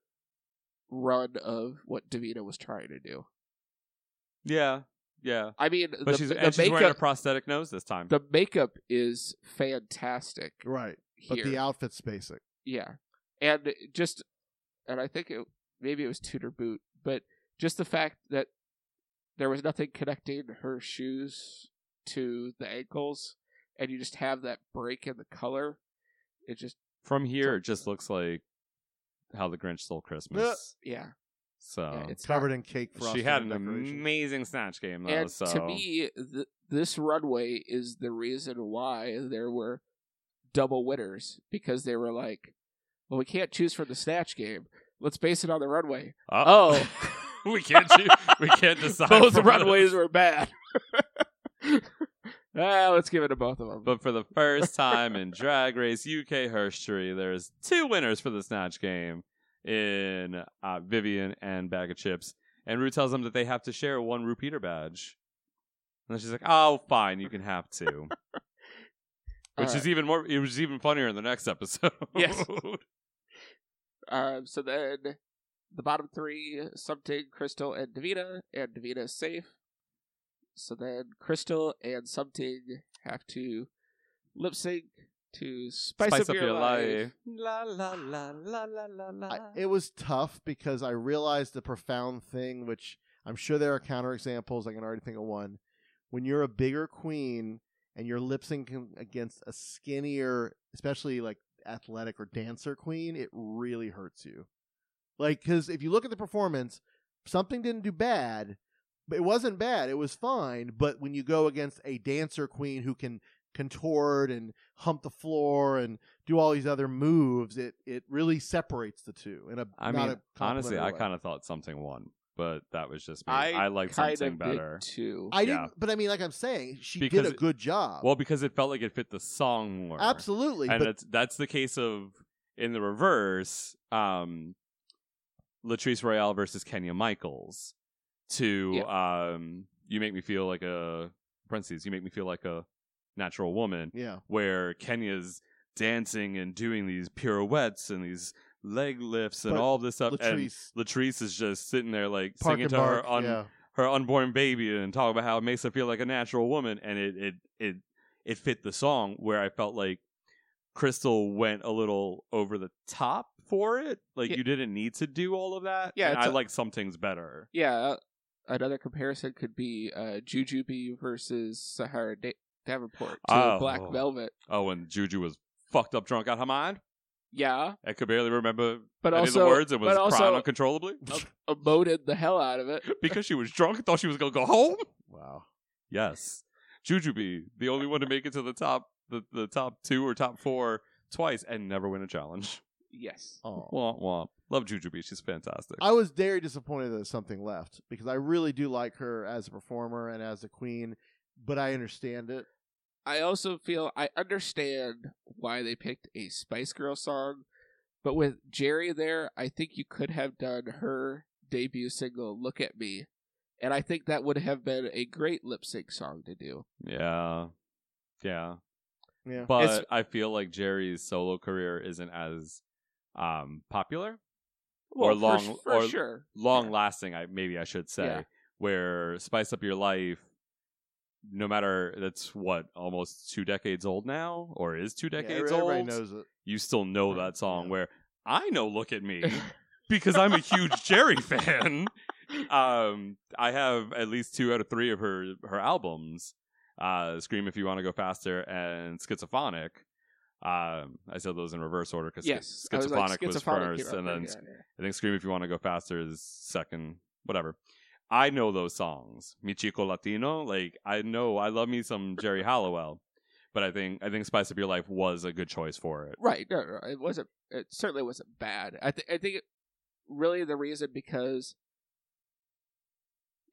Speaker 5: run of what Davina was trying to do.
Speaker 4: yeah, yeah.
Speaker 5: I mean,
Speaker 4: But
Speaker 5: the,
Speaker 4: she's
Speaker 5: the
Speaker 4: and she's wearing a
Speaker 5: makeup,
Speaker 4: prosthetic nose this time.
Speaker 5: the makeup is fantastic.
Speaker 6: Right. But
Speaker 5: Here.
Speaker 6: the outfit's basic.
Speaker 5: Yeah. And just and I think it maybe it was Tudor boot, but just the fact that there was nothing connecting her shoes to the ankles and you just have that break in the color. It just
Speaker 4: From here, it just looks like how the Grinch stole Christmas.
Speaker 5: yeah.
Speaker 4: So
Speaker 5: yeah, it's not-
Speaker 6: Covered in cake frosting.
Speaker 4: she had an
Speaker 6: and decoration.
Speaker 4: amazing snatch game though.
Speaker 5: and
Speaker 4: so
Speaker 5: to me th- this runway is the reason why there were double winners because they were like, well we can't choose from the snatch game. Let's base it on the runway.
Speaker 4: Uh-oh. we can't choo- we can't decide.
Speaker 5: Both
Speaker 4: from
Speaker 5: Oh. runways
Speaker 4: this.
Speaker 5: were bad. ah, let's give it to both of them.
Speaker 4: But for the first time in Drag Race UK history, there's two winners for the snatch game in uh, Vivian and Bag of Chips. And Rue tells them that they have to share one repeater badge. And then she's like, "Oh, fine, you can have two. Which
Speaker 5: All
Speaker 4: is even more. It was even funnier in the next episode.
Speaker 5: Yes. um, so then the bottom three: something, Crystal, and Davina, and Davina is safe. So then Crystal and something have to lip sync to spice,
Speaker 4: Spice up your life.
Speaker 5: La la la la la la la.
Speaker 6: I, it was tough because I realized the profound thing, which I'm sure there are counterexamples. I can already think of one. When you're a bigger queen and you're lip syncing against a skinnier, especially like athletic or dancer queen, it really hurts you. Like, because if you look at the performance, something didn't do bad. But it wasn't bad. It was fine. But when you go against a dancer queen who can contort and hump the floor and do all these other moves, it it really separates the two. In a
Speaker 4: I
Speaker 6: not
Speaker 4: mean,
Speaker 6: a
Speaker 4: honestly, I kind
Speaker 6: of
Speaker 4: of thought something won, but that was just me.
Speaker 5: I
Speaker 4: I, like
Speaker 5: kind
Speaker 4: something
Speaker 5: of
Speaker 4: better.
Speaker 5: did too.
Speaker 6: I
Speaker 4: yeah.
Speaker 6: didn't. But I mean, like I'm saying, she
Speaker 4: Because
Speaker 6: did a
Speaker 4: it-
Speaker 6: good job.
Speaker 4: Well, because it felt like it fit the song more.
Speaker 6: absolutely.
Speaker 4: and
Speaker 6: But
Speaker 4: that's that's the case of in the reverse, um, Latrice Royale versus Kenya Michaels. To um, you make me feel like a parentheses. You make me feel like a natural woman,
Speaker 6: yeah,
Speaker 4: where Kenya's dancing and doing these pirouettes and these leg lifts and
Speaker 6: But
Speaker 4: all this stuff. And
Speaker 6: Latrice
Speaker 4: Latrice is just sitting there like
Speaker 6: Park
Speaker 4: singing
Speaker 6: and
Speaker 4: to
Speaker 6: Bark.
Speaker 4: her on
Speaker 6: yeah.
Speaker 4: her unborn baby and talk about how it makes her feel like a natural woman and it it it, it fit the song where I felt like Crystal went a little over the top for it. Like
Speaker 5: Yeah.
Speaker 4: you didn't need to do all of that.
Speaker 5: Yeah,
Speaker 4: And
Speaker 5: it's
Speaker 4: I
Speaker 5: a-
Speaker 4: like some things better.
Speaker 5: Yeah, uh, another comparison could be uh, Jujubee versus Sahara da- Davenport to
Speaker 4: Oh.
Speaker 5: Black Velvet.
Speaker 4: Oh, and Juju was fucked up drunk out her mind.
Speaker 5: Yeah.
Speaker 4: I could barely remember
Speaker 5: But
Speaker 4: any
Speaker 5: also,
Speaker 4: of the words and was
Speaker 5: but also,
Speaker 4: crying uncontrollably
Speaker 5: em- emoted the hell out of it.
Speaker 4: because she was drunk and thought she was going to go home.
Speaker 6: Wow.
Speaker 4: Yes. Jujubee, the only one to make it to the top, the, the top two or top four twice and never win a challenge.
Speaker 5: Yes.
Speaker 6: Oh.
Speaker 4: Womp womp. Love Jujubee. She's fantastic.
Speaker 6: I was very disappointed that something left because I really do like her as a performer and as a queen, but I understand it.
Speaker 5: I also feel I understand why they picked a Spice Girl song, but with Jerry there, I think you could have done her debut single, Look at Me. And I think that would have been a great lip sync song to do.
Speaker 4: Yeah. Yeah.
Speaker 6: Yeah.
Speaker 4: But
Speaker 5: It's-
Speaker 4: I feel like Jerry's solo career isn't as um popular
Speaker 5: Well,
Speaker 4: or
Speaker 5: for
Speaker 4: long
Speaker 5: s- for
Speaker 4: or
Speaker 5: sure.
Speaker 4: long lasting, I maybe I should say,
Speaker 5: Yeah.
Speaker 4: where Spice Up Your Life no matter that's what almost two decades old now or is two
Speaker 6: Yeah,
Speaker 4: decades
Speaker 6: everybody
Speaker 4: old
Speaker 6: knows it.
Speaker 4: you still know that song where I know Look at Me because I'm a huge Jerry fan. Um, I have at least two out of three of her her albums. Uh, Scream if you want to go faster and Schizophrenic. Um, I said those in reverse order because
Speaker 5: Yes, I was
Speaker 4: Schizophrenic,
Speaker 5: like,
Speaker 4: was
Speaker 5: Schizophrenic
Speaker 4: first,
Speaker 5: came
Speaker 4: and
Speaker 5: up
Speaker 4: then
Speaker 5: right, yeah, yeah.
Speaker 4: I think Scream if you want to go faster is second. Whatever. I know those songs. Mi Chico Latino, like I know I love me some Jerry Halliwell, but I think I think Spice Up Your Life was a good choice for it.
Speaker 5: Right. No, no, it wasn't. It certainly wasn't bad. I th- I think it, really the reason because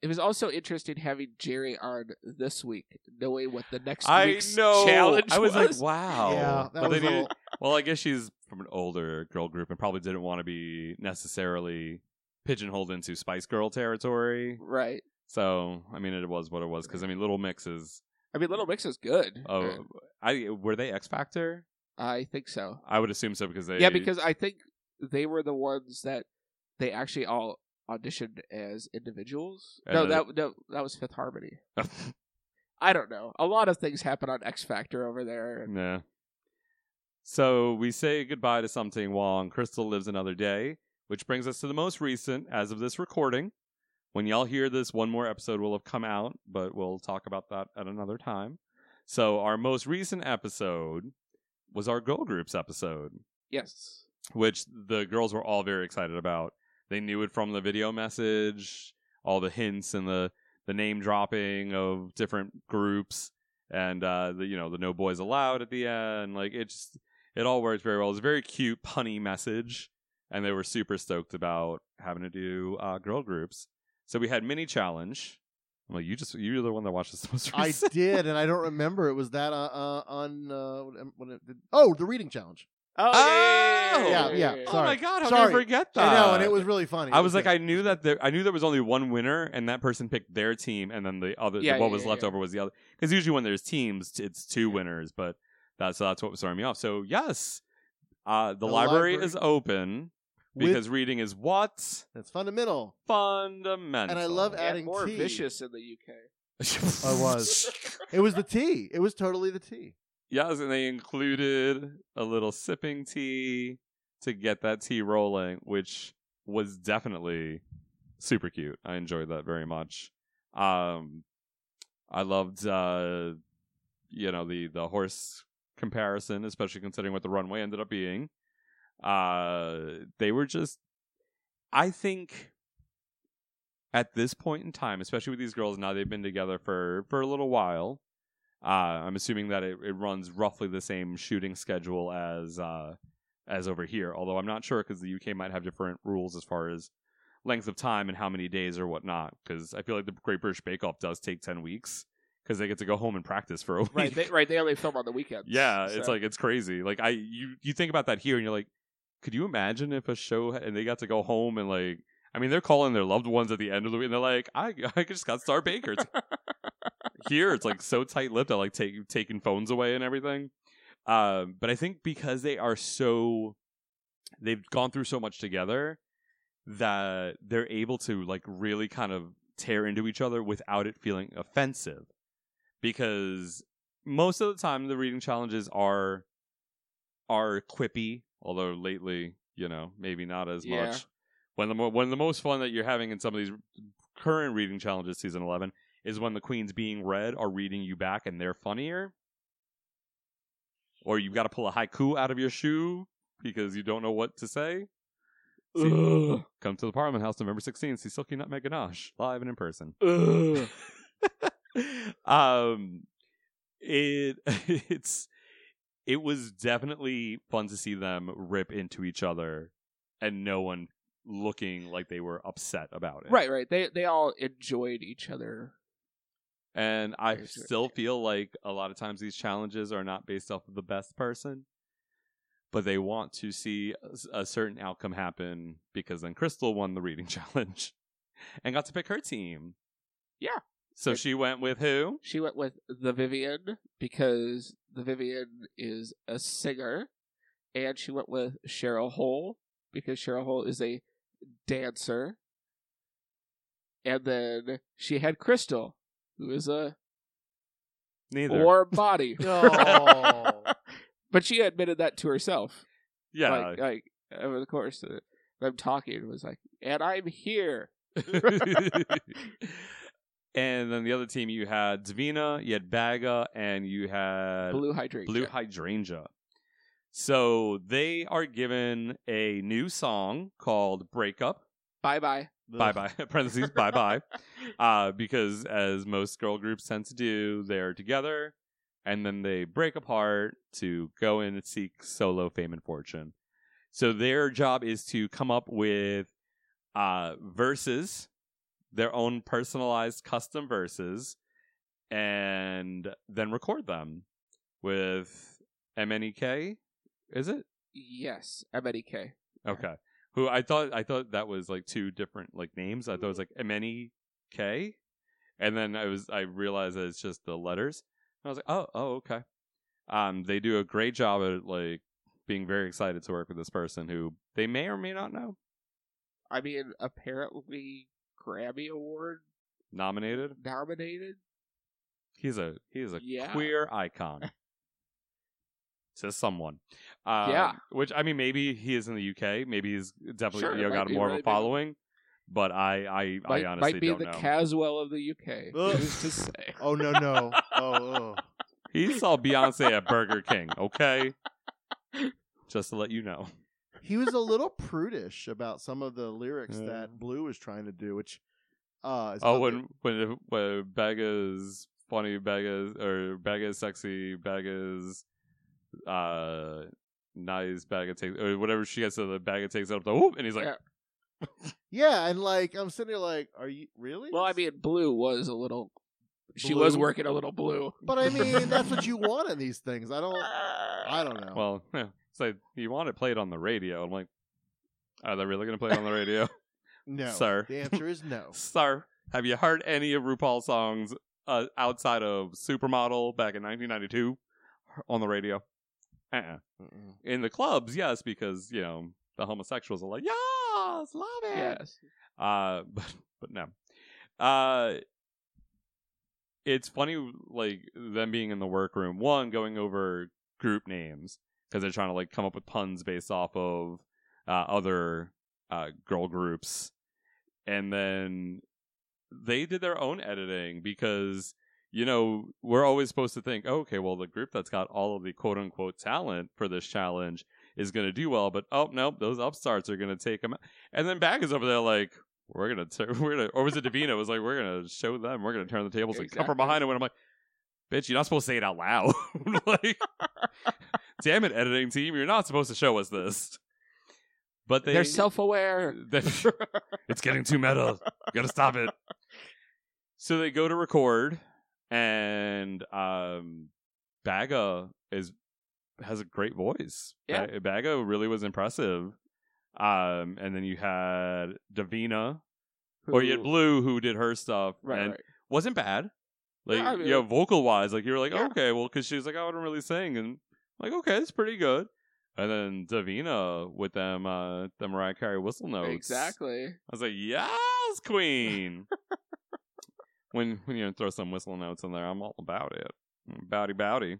Speaker 5: it was also interesting having Jerry on this week, knowing what the next week's challenge
Speaker 4: I was,
Speaker 5: was.
Speaker 4: like, wow.
Speaker 6: Yeah, that
Speaker 4: Oh, but they
Speaker 6: was a
Speaker 4: needed,
Speaker 6: little-
Speaker 4: well, I guess she's from an older girl group and probably didn't want to be necessarily pigeonholed into Spice Girl territory.
Speaker 5: Right.
Speaker 4: So, I mean, it was what it was because I mean, Little Mix is.
Speaker 5: I mean, Little Mix is good.
Speaker 4: Oh, I were they X Factor?
Speaker 5: I think so.
Speaker 4: I would assume so because they.
Speaker 5: Yeah, because I think they were the ones that they actually all auditioned as individuals.
Speaker 4: And
Speaker 5: no,
Speaker 4: the-
Speaker 5: that no, that was Fifth Harmony. I don't know. A lot of things happen on X Factor over there. and-
Speaker 4: Nah. So we say goodbye to something Wong. Crystal lives another day, which brings us to the most recent as of this recording. When y'all hear this, one more episode will have come out, but we'll talk about that at another time. So our most recent episode was our girl groups episode,
Speaker 5: Yes.
Speaker 4: which the girls were all very excited about. They knew it from the video message, all the hints and the the name dropping of different groups and uh the you know the no boys allowed at the end like it just it all worked very well it was a very cute punny message and they were super stoked about having to do uh girl groups so we had mini challenge well you just you're the one that watched this the most
Speaker 6: I
Speaker 4: recent.
Speaker 6: did, and I don't remember. It was that uh, uh, on uh, what, what it did- oh the reading challenge.
Speaker 5: Oh,
Speaker 6: yeah,
Speaker 4: yeah,
Speaker 6: yeah.
Speaker 4: Oh
Speaker 6: sorry.
Speaker 4: my god, I'll
Speaker 6: Sorry.
Speaker 4: never forget that.
Speaker 6: I know, and it was really funny.
Speaker 4: Ah. I
Speaker 6: It
Speaker 4: was like,
Speaker 6: good.
Speaker 4: I knew that there, I knew there was only one winner, and that person picked their team, and then the other,
Speaker 5: Yeah,
Speaker 4: what
Speaker 5: yeah,
Speaker 4: was
Speaker 5: yeah,
Speaker 4: left
Speaker 5: yeah.
Speaker 4: over was the other. Because usually when there's teams, t- it's two winners, but that's that's what was throwing me off. So yes, uh, the,
Speaker 6: The
Speaker 4: library,
Speaker 6: library.
Speaker 4: is open
Speaker 6: With-
Speaker 4: because reading is what
Speaker 6: that's fundamental.
Speaker 4: fundamental,
Speaker 6: And I love
Speaker 5: Yeah,
Speaker 6: adding
Speaker 5: more
Speaker 6: tea.
Speaker 5: vicious in the UK.
Speaker 6: I was. It was the tea. It was totally the tea.
Speaker 4: Yes, and they included a little sipping tea to get that tea rolling, which was definitely super cute. I enjoyed that very much. Um, I loved, uh, you know, the the horse comparison, especially considering what the runway ended up being. Uh, they were just, I think, at this point in time, especially with these girls now, they've been together for for a little while. Uh, I'm assuming that it, it runs roughly the same shooting schedule as uh, as over here, although I'm not sure because the UK might have different rules as far as length of time and how many days or whatnot. Because I feel like the Great British Bake Off does take ten weeks because they get to go home and practice for a week.
Speaker 5: Right, they, right. They only film on the weekends.
Speaker 4: Yeah, it's
Speaker 5: so-
Speaker 4: like it's crazy. Like I you you think about that here and you're like, could you imagine if a show had- and they got to go home and like I mean they're calling their loved ones at the end of the week and they're like, I I just got Star Baker. here it's like so tight lipped I like take, taking phones away and everything. Um, but I think because they are so they've gone through so much together that they're able to like really kind of tear into each other without it feeling offensive because most of the time the reading challenges are are quippy although lately you know maybe not as
Speaker 5: Yeah.
Speaker 4: much when the mo- when the most fun that you're having in some of these current reading challenges season 11 is when the queens being read are reading you back and they're funnier or you've got to pull a haiku out of your shoe because you don't know what to say. See,
Speaker 5: Ugh.
Speaker 4: come to the Parliament House November 16th. See Silky Nutmeg Ganache live and in person.
Speaker 5: Ugh.
Speaker 4: um, it it's it was definitely fun to see them rip into each other and no one looking like they were upset about it.
Speaker 5: Right, right. They they all enjoyed each other.
Speaker 4: And I
Speaker 5: There's your-
Speaker 4: still feel like a lot of times these challenges are not based off of the best person, but they want to see a s- a certain outcome happen because then Crystal won the reading challenge and got to pick her team.
Speaker 5: Yeah.
Speaker 4: So she went with who?
Speaker 5: She went with the Vivian because the Vivian is a singer, and she went with Cheryl Hole because Cheryl Hole is a dancer. And then she had Crystal, who is a
Speaker 4: Neither.
Speaker 5: warm body.
Speaker 6: No.
Speaker 5: but she admitted that to herself.
Speaker 4: Yeah.
Speaker 5: Like, like over the course of them talking, it was like, and I'm here.
Speaker 4: and then the other team you had Davina, you had Baga, and you had
Speaker 5: Blue hydrangea.
Speaker 4: Uh, Blue hydrangea. So they are given a new song called "Breakup."
Speaker 5: Bye bye.
Speaker 4: Bye bye. Parentheses. bye bye. Uh, because as most girl groups tend to do, they're together and then they break apart to go in and seek solo fame and fortune. So their job is to come up with uh, verses, their own personalized custom verses, and then record them with MNEK. Is it?
Speaker 5: Yes, E MNEK.
Speaker 4: Okay. Who I thought I thought that was like two different like names. I thought it was like
Speaker 5: Mm-hmm.
Speaker 4: Many K, and then I was I realized that it's just the letters. And I was like, oh, oh, okay. Um, they do a great job at like being very excited to work with this person who they may or may not know
Speaker 5: I mean, apparently Grammy Award
Speaker 4: nominated.
Speaker 5: nominated.
Speaker 4: He's a he's a
Speaker 5: Yeah.
Speaker 4: queer icon. to someone. Um,
Speaker 5: Yeah.
Speaker 4: Which I mean, maybe he is in the UK. Maybe he's definitely
Speaker 5: Sure,
Speaker 4: you know,
Speaker 5: might
Speaker 4: got
Speaker 5: be
Speaker 4: more
Speaker 5: really
Speaker 4: of a
Speaker 5: big.
Speaker 4: following. But I I,
Speaker 5: Might,
Speaker 4: I honestly
Speaker 5: might be
Speaker 4: don't
Speaker 5: the
Speaker 4: know.
Speaker 5: Caswell of the UK.
Speaker 6: Ugh.
Speaker 5: Who's to say?
Speaker 6: Oh no no. Oh, oh.
Speaker 4: He saw Beyonce at Burger King, okay? Just to let you know.
Speaker 6: He was a little prudish about some of the lyrics
Speaker 4: Yeah.
Speaker 6: that Blue was trying to do, which uh is
Speaker 4: Oh,
Speaker 6: not
Speaker 4: when when when Bagga's funny, Bagga's or Bagga's sexy, Bagga's uh nice, Bagga takes or whatever she gets to the Bagga takes it up the whoop, and he's like,
Speaker 5: Yeah.
Speaker 6: Yeah, and like I'm sitting there like, are you really?
Speaker 5: Well, I mean, Blue was a little. She
Speaker 6: Blue?
Speaker 5: was working a little blue.
Speaker 6: But I mean, that's what you want in these things. I don't. I don't know.
Speaker 4: well, yeah. it's like you want it played on the radio. I'm like, are they really gonna play it on the radio,
Speaker 6: no,
Speaker 4: sir?
Speaker 6: The answer is no.
Speaker 4: sir? Have you heard any of RuPaul's songs uh, outside of Supermodel back in 1992 on the radio? Uh-uh.
Speaker 6: Mm-mm.
Speaker 4: in the clubs, yes, because you know the homosexuals are like, yes, love it.
Speaker 5: Yes.
Speaker 4: Uh, but but no, uh, it's funny like them being in the workroom. One going over group names because they're trying to like come up with puns based off of uh, other uh, girl groups, and then they did their own editing because you know, we're always supposed to think, oh, okay, well, the group that's got all of the quote unquote talent for this challenge is going to do well, but oh nope, those upstarts are going to take them. And then Bag is over there like, we're going to turn, we're going to, or was it Davina was like, we're going to show them, we're going to turn the tables and come
Speaker 5: Exactly.
Speaker 4: from behind. And when I'm like, bitch, you're not supposed to say it out loud. like, damn it, editing team, you're not supposed to show us this. But they
Speaker 5: They, are self-aware.
Speaker 4: they- it's getting too meta. You gotta stop it. So they go to record, and um, Baga is has a great voice.
Speaker 5: Yeah.
Speaker 4: Ba- Baga really was impressive. Um, and then you had Davina, or you had
Speaker 5: Who-
Speaker 4: Blue, who did her stuff,
Speaker 5: Right,
Speaker 4: and
Speaker 5: right.
Speaker 4: wasn't bad. Like
Speaker 5: Yeah, I mean-
Speaker 4: you know, vocal wise, like you were like,
Speaker 5: Yeah.
Speaker 4: okay, well, because she was like, "Oh, I don't really sing, and I'm like, okay, it's pretty good. And then Davina with them, uh, the Mariah Carey whistle notes.
Speaker 5: Exactly.
Speaker 4: I was like, yes, queen. when when you throw some whistle notes in there, I'm all about it. Mm, Bowdy bowdy.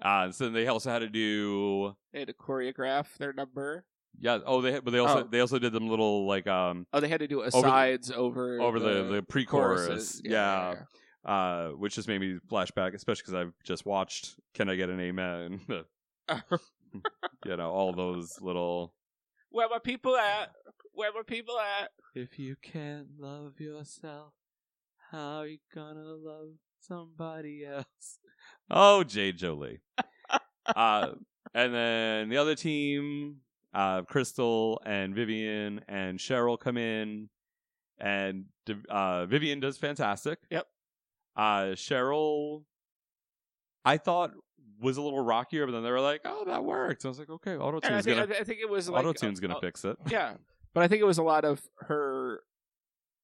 Speaker 4: Uh, so they also had to do
Speaker 5: They had to choreograph their number.
Speaker 4: yeah. Oh, they had- but they also
Speaker 5: Oh.
Speaker 4: they also did them little like um
Speaker 5: Oh, they had to do
Speaker 4: the-
Speaker 5: asides over
Speaker 4: over the the pre-chorus.
Speaker 5: choruses.
Speaker 4: yeah. uh, which just made me flashback, especially because I've just watched "Can I Get an Amen?"
Speaker 5: yeah, yeah.
Speaker 4: you know, all those little.
Speaker 5: Where my people at? Where my people at?
Speaker 9: If you can't love yourself, how you gonna love somebody else?
Speaker 4: Oh, Jay Jolie. uh, and then the other team, uh, Crystal and Vivian and Cheryl come in, and uh, Vivian does fantastic.
Speaker 5: Yep.
Speaker 4: Uh, Cheryl, I thought was a little rockier, but then they were like, "Oh, that worked." I was like, "Okay, auto
Speaker 5: And I
Speaker 4: tune's
Speaker 5: think,
Speaker 4: gonna
Speaker 5: I I think it was like
Speaker 4: auto tune's
Speaker 5: uh,
Speaker 4: gonna
Speaker 5: uh,
Speaker 4: fix it."
Speaker 5: Yeah, but I think it was a lot of her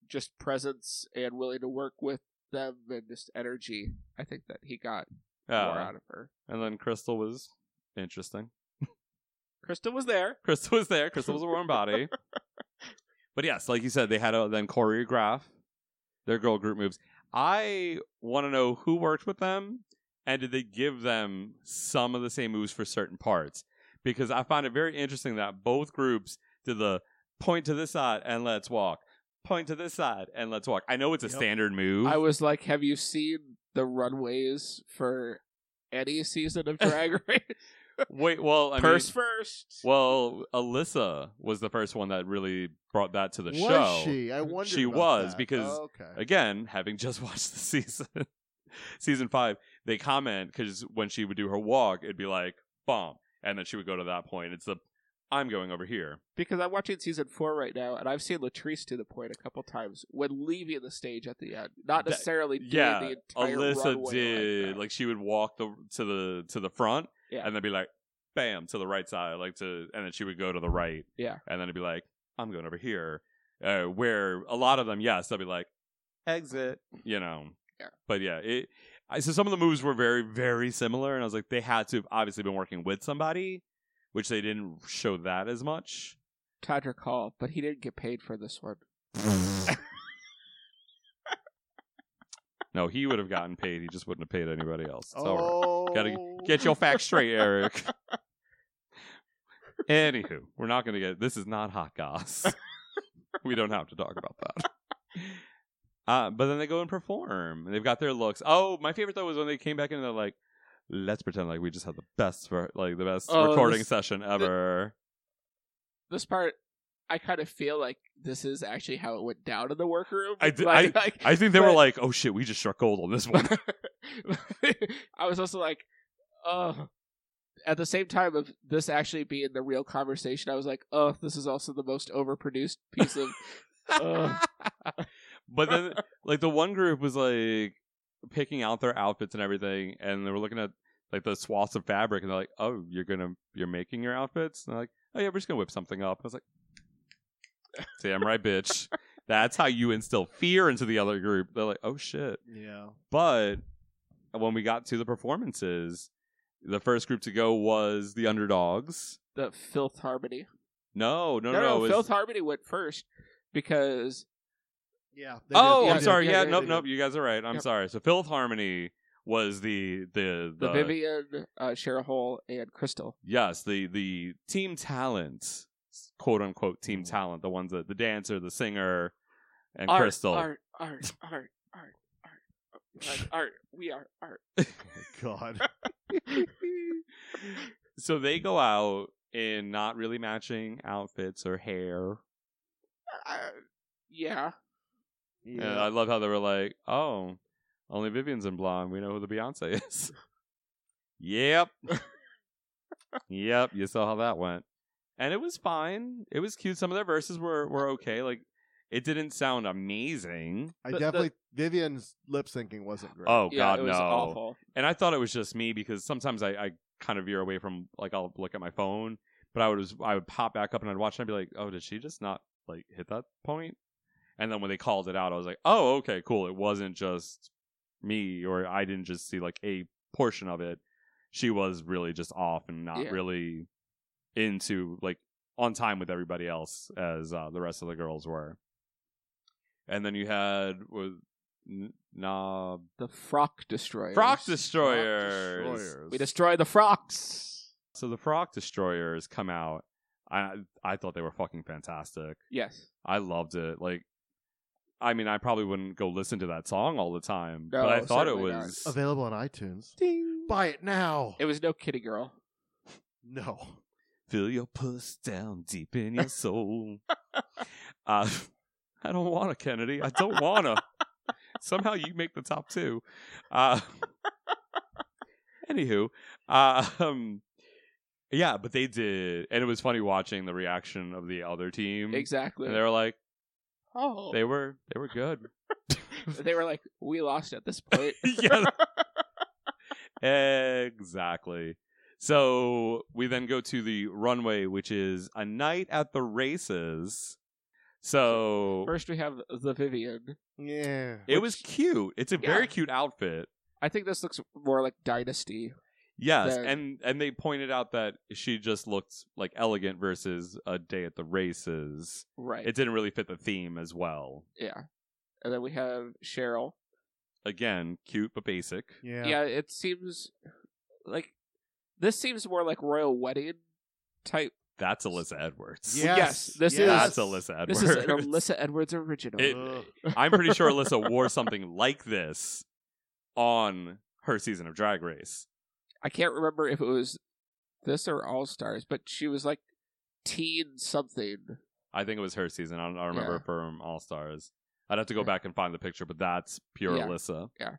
Speaker 5: just presence and willing to work with them and just energy. I think that he got more
Speaker 4: Uh,
Speaker 5: out of her.
Speaker 4: And then Crystal was interesting.
Speaker 5: Krista was there.
Speaker 4: Crystal was there. Crystal was a warm body. but yes, like you said, they had to then choreograph their girl group moves. I want to know who worked with them and did they give them some of the same moves for certain parts? Because I find it very interesting that both groups did the point to this side and let's walk, point to this side and let's walk. I know it's a standard move.
Speaker 5: I was like, have you seen the runways for any season of Drag Race?
Speaker 4: Wait, well, I
Speaker 5: Purse
Speaker 4: mean-
Speaker 5: first.
Speaker 4: Well, Alyssa was the first one that really brought that to the
Speaker 6: Was
Speaker 4: show.
Speaker 6: she? I wondered
Speaker 4: She
Speaker 6: about
Speaker 4: was
Speaker 6: that.
Speaker 4: because
Speaker 6: Oh, okay.
Speaker 4: again, having just watched the season, season five, they comment because when she would do her walk, it'd be like bomb, and then she would go to that point. It's the I'm going over here.
Speaker 5: Because I'm watching season four right now, and I've seen Latrice to the point a couple times when leaving the stage at the end, not
Speaker 4: That-
Speaker 5: necessarily doing
Speaker 4: yeah,
Speaker 5: the entire
Speaker 4: Alyssa
Speaker 5: runway.
Speaker 4: did. Like, she would walk the to the to the front,
Speaker 5: Yeah.
Speaker 4: and then be like, bam, to the right side, like to, and then she would go to the right,
Speaker 5: Yeah.
Speaker 4: and then it'd be like, I'm going over here. Uh, where a lot of them, yes, they'll be like,
Speaker 9: Exit.
Speaker 4: you know. But yeah, it. I, so some of the moves were very, very similar, and I was like, they had to have obviously been working with somebody, which they didn't show that as much.
Speaker 5: Todrick Hall, but he didn't get paid for this one.
Speaker 4: No, he would have gotten paid. He just wouldn't have paid anybody else. It's all
Speaker 6: Oh.
Speaker 4: right. Gotta get your facts straight, Eric. Anywho, we're not gonna get this is not hot goss. we don't have to talk about that. Uh, but then they go and perform. And they've got their looks. Oh, my favorite though was when they came back in and they're like, let's pretend like we just had the best for like the best
Speaker 5: Oh,
Speaker 4: recording
Speaker 5: this-
Speaker 4: session ever.
Speaker 5: This part, I kind of feel like this is actually how it went down in the workroom.
Speaker 4: I, d-
Speaker 5: Like-
Speaker 4: I,
Speaker 5: like-
Speaker 4: I think they were
Speaker 5: but-
Speaker 4: like, oh shit, we just struck gold on this one.
Speaker 5: I was also like, oh. At the same time of this actually being the real conversation, I was like, oh, this is also the most overproduced piece of. Ugh.
Speaker 4: But then, like the one group was like picking out their outfits and everything, and they were looking at like the swaths of fabric, and they're like, "Oh, you're gonna you're making your outfits?" And they're like, "Oh yeah, we're just gonna whip something up." I was like, "Damn right, bitch. That's how you instill fear into the other group." They're like, "Oh shit."
Speaker 6: Yeah.
Speaker 4: But when we got to the performances, the first group to go was the underdogs.
Speaker 5: the Filth Harmony.
Speaker 4: No, no,
Speaker 5: no,
Speaker 4: no. it was-
Speaker 5: Filth Harmony went first because.
Speaker 6: Yeah.
Speaker 4: oh, I'm sorry. Yeah, nope, nope. You guys are right. I'm
Speaker 5: Yep.
Speaker 4: sorry. So Filth Harmony was the the
Speaker 5: The Vivian, uh, Cheryl Hole, and Crystal.
Speaker 4: yes the the team talent, quote unquote team talent. The ones that the dancer, the singer, and
Speaker 5: art,
Speaker 4: Crystal.
Speaker 5: Art, art, art, art, art, art, art. We are art.
Speaker 6: God.
Speaker 4: So they go out in not really matching outfits or hair.
Speaker 5: Uh, yeah.
Speaker 4: And I love how they were like, "Oh, only Vivian's in blonde. We know who the Beyonce is." yep. yep. You saw how that went, and it was fine. It was cute. Some of their verses were were okay. Like, it didn't sound amazing.
Speaker 6: I definitely Vivian's lip syncing wasn't great.
Speaker 4: Oh God, no! And I thought it was just me because sometimes I, I kind of veer away from like I'll look at my phone, but I would just, I would pop back up and I'd watch and I'd be like, oh, did she just not like hit that point? And then when they called it out, I was like, oh, okay, cool. It wasn't just me or I didn't just see like a portion of it. She was really just off and not
Speaker 5: Yeah.
Speaker 4: really into like on time with everybody else as uh, the rest of the girls were. And then you had was N- Nah,
Speaker 5: the frock destroyers.
Speaker 4: Frock destroyers.
Speaker 5: Frock destroyers. We destroy the frocks.
Speaker 4: So the frock destroyers come out. I I thought they were fucking fantastic.
Speaker 5: Yes.
Speaker 4: I loved it. Like, I mean, I probably wouldn't go listen to that song all the time,
Speaker 5: No,
Speaker 4: but I thought it
Speaker 5: certainly not.
Speaker 4: was.
Speaker 6: Available on iTunes. Buy it now.
Speaker 5: It was no kitty girl.
Speaker 6: No.
Speaker 4: Feel your puss down deep in your soul. uh, I don't want to, Kennedy. I don't want to. Somehow you make the top two. Uh, anywho, um, yeah, but they did, and it was funny watching the reaction of the other team.
Speaker 5: Exactly.
Speaker 4: and they were like,
Speaker 5: oh,
Speaker 4: Mm. they were, they were good.
Speaker 5: they were like, we lost at this point.
Speaker 4: yeah. exactly. So we then go to the runway, which is a night at the races. So
Speaker 5: First, we have the Vivian.
Speaker 6: Yeah.
Speaker 4: it was cute. It's a
Speaker 5: Yeah.
Speaker 4: very cute outfit.
Speaker 5: I think this looks more like Dynasty.
Speaker 4: Yes,
Speaker 5: That-
Speaker 4: and and they pointed out that she just looked like elegant versus a day at the races.
Speaker 5: Right.
Speaker 4: It didn't really fit the theme as well.
Speaker 5: Yeah. And then we have Cheryl.
Speaker 4: Again, cute but basic.
Speaker 5: Yeah, it seems like this seems more like royal wedding type.
Speaker 4: That's Alyssa Edwards.
Speaker 5: this
Speaker 4: That's
Speaker 5: is
Speaker 4: Alyssa Edwards.
Speaker 5: This is an Alyssa Edwards original.
Speaker 4: It- I'm pretty sure Alyssa wore something like this on her season of Drag Race.
Speaker 5: I can't remember if it was this or All Stars, but she was like teen something.
Speaker 4: I think it was her season. I don't, I don't remember
Speaker 5: Yeah.
Speaker 4: from All Stars. I'd have to go back and find the picture, but that's pure
Speaker 5: Yeah.
Speaker 4: Alyssa.
Speaker 5: Yeah,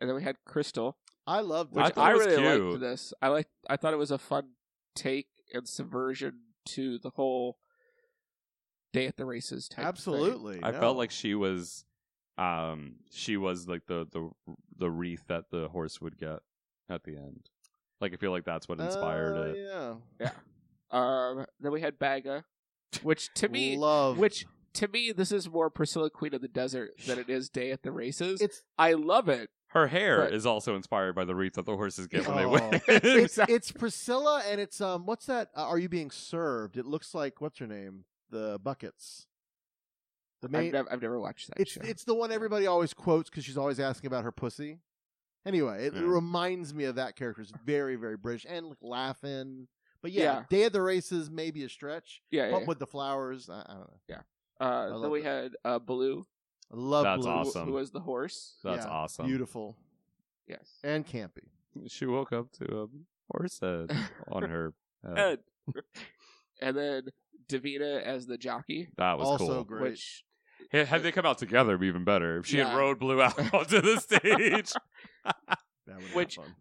Speaker 5: and then we had Crystal,
Speaker 6: I love
Speaker 5: which
Speaker 4: thought
Speaker 5: I,
Speaker 4: it was
Speaker 5: really
Speaker 4: cute.
Speaker 5: liked. This I like. I thought it was a fun take and subversion to the whole day at the races type. thing.
Speaker 6: Absolutely.
Speaker 4: I
Speaker 6: no.
Speaker 4: felt like she was, um, she was like the the the wreath that the horse would get at the end. Like I feel like that's what inspired
Speaker 6: Oh,
Speaker 4: it.
Speaker 6: Yeah.
Speaker 5: Yeah. Um. Then we had Baga, which to me,
Speaker 6: Love.
Speaker 5: which to me, this is more Priscilla Queen of the Desert than it is Day at the Races.
Speaker 6: It's
Speaker 5: I love it.
Speaker 4: Her hair
Speaker 5: But-
Speaker 4: is also inspired by the wreath that the horses get when they
Speaker 6: Oh.
Speaker 4: win.
Speaker 6: it's, it's Priscilla and it's um what's that uh, are you being served? It looks like what's her name? The buckets. The
Speaker 5: I've, nev- I've never watched that
Speaker 6: it's
Speaker 5: show.
Speaker 6: it's the one everybody always quotes because she's always asking about her pussy. Anyway, it
Speaker 4: Yeah.
Speaker 6: reminds me of that character. It's very very British and like, laughing. But yeah,
Speaker 5: Yeah.
Speaker 6: Day of the Races maybe a stretch.
Speaker 5: Yeah, yeah,
Speaker 6: but
Speaker 5: yeah.
Speaker 6: with the flowers, I, I don't know.
Speaker 5: Uh, then
Speaker 6: love
Speaker 5: we had uh, Baloo,
Speaker 6: I love
Speaker 4: That's
Speaker 6: blue.
Speaker 4: awesome.
Speaker 5: who was the horse.
Speaker 4: That's
Speaker 6: Yeah,
Speaker 4: awesome.
Speaker 6: Beautiful
Speaker 5: Yes.
Speaker 6: and campy.
Speaker 4: She woke up to a horse head on her. Head.
Speaker 5: And, and then Davina as the jockey,
Speaker 4: That was
Speaker 6: also
Speaker 4: cool.
Speaker 6: great.
Speaker 5: which
Speaker 4: Had- Had they come out together, it'd be even better. If she
Speaker 5: Yeah.
Speaker 4: had rode Blue out onto the stage.
Speaker 6: That would've been
Speaker 5: Which-
Speaker 6: fun.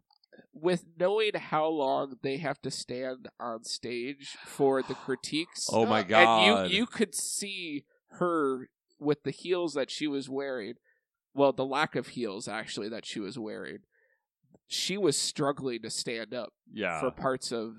Speaker 5: with knowing how long they have to stand on stage for the critiques.
Speaker 4: Oh my
Speaker 5: And
Speaker 4: god!
Speaker 5: you you could see her with the heels that she was wearing. Well, the lack of heels actually that she was wearing. She was struggling to stand up
Speaker 4: yeah.
Speaker 5: for parts of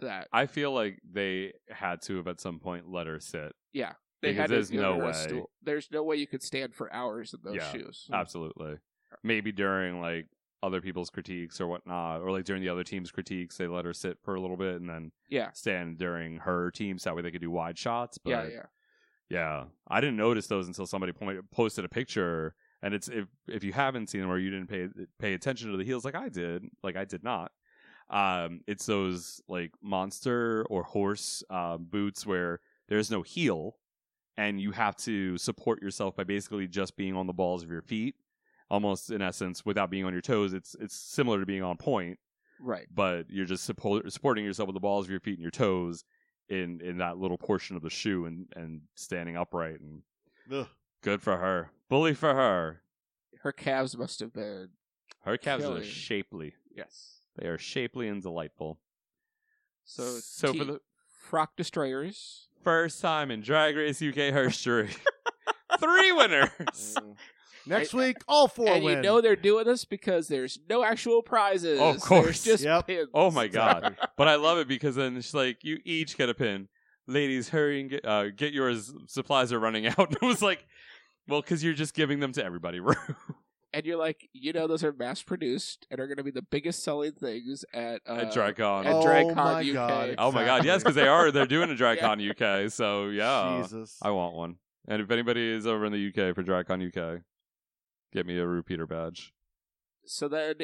Speaker 5: that.
Speaker 4: I feel like they had to have at some point let her sit.
Speaker 5: Yeah. They
Speaker 4: Because
Speaker 5: had to
Speaker 4: there's
Speaker 5: give
Speaker 4: no
Speaker 5: her a
Speaker 4: way.
Speaker 5: stool. Hmm. There's no way you could stand for hours in those
Speaker 4: Yeah,
Speaker 5: shoes.
Speaker 4: Absolutely. Maybe during like other people's critiques or whatnot, or like during the other team's critiques, they let her sit for a little bit and then
Speaker 5: Yeah.
Speaker 4: stand during her team, so that way they could do wide shots. But
Speaker 5: yeah, yeah.
Speaker 4: Yeah, I didn't notice those until somebody point, posted a picture, and it's if if you haven't seen them or you didn't pay pay attention to the heels like I did, like I did not. Um, it's those like monster or horse uh, boots where there's no heel, and you have to support yourself by basically just being on the balls of your feet, almost in essence, without being on your toes. It's it's similar to being on point,
Speaker 5: Right.
Speaker 4: but you're just suppo- supporting yourself with the balls of your feet and your toes in in that little portion of the shoe and and standing upright and
Speaker 6: Ugh.
Speaker 4: good for her bully for her
Speaker 5: Her calves must have been
Speaker 4: her calves
Speaker 5: Killing.
Speaker 4: are shapely
Speaker 5: yes.
Speaker 4: they are shapely and delightful
Speaker 5: So
Speaker 4: so
Speaker 5: T-
Speaker 4: for the
Speaker 5: frock destroyers.
Speaker 4: first time in drag race uk history three winners
Speaker 6: Mm. Next
Speaker 5: I-
Speaker 6: week, all four
Speaker 5: and
Speaker 6: win.
Speaker 5: you know they're doing this because there's no actual prizes.
Speaker 4: Of
Speaker 5: There's
Speaker 4: course.
Speaker 5: just
Speaker 6: Yep.
Speaker 5: pins.
Speaker 4: oh my god but i love it because then it's like you each get a pin ladies hurry and get, uh, get yours supplies are running out it was like well because you're just giving them to everybody
Speaker 5: and you're like, you know, those are mass produced and are going to be the biggest selling things at uh,
Speaker 4: at DragCon.
Speaker 5: at
Speaker 6: Oh
Speaker 5: DragCon
Speaker 6: my
Speaker 5: UK.
Speaker 6: God,
Speaker 4: Oh my god, yes, because they are they're doing a
Speaker 5: Yeah.
Speaker 4: DragCon UK, so yeah,
Speaker 6: Jesus.
Speaker 4: I want one. And if anybody is over in the UK for DragCon UK, get me a repeater badge.
Speaker 5: So then,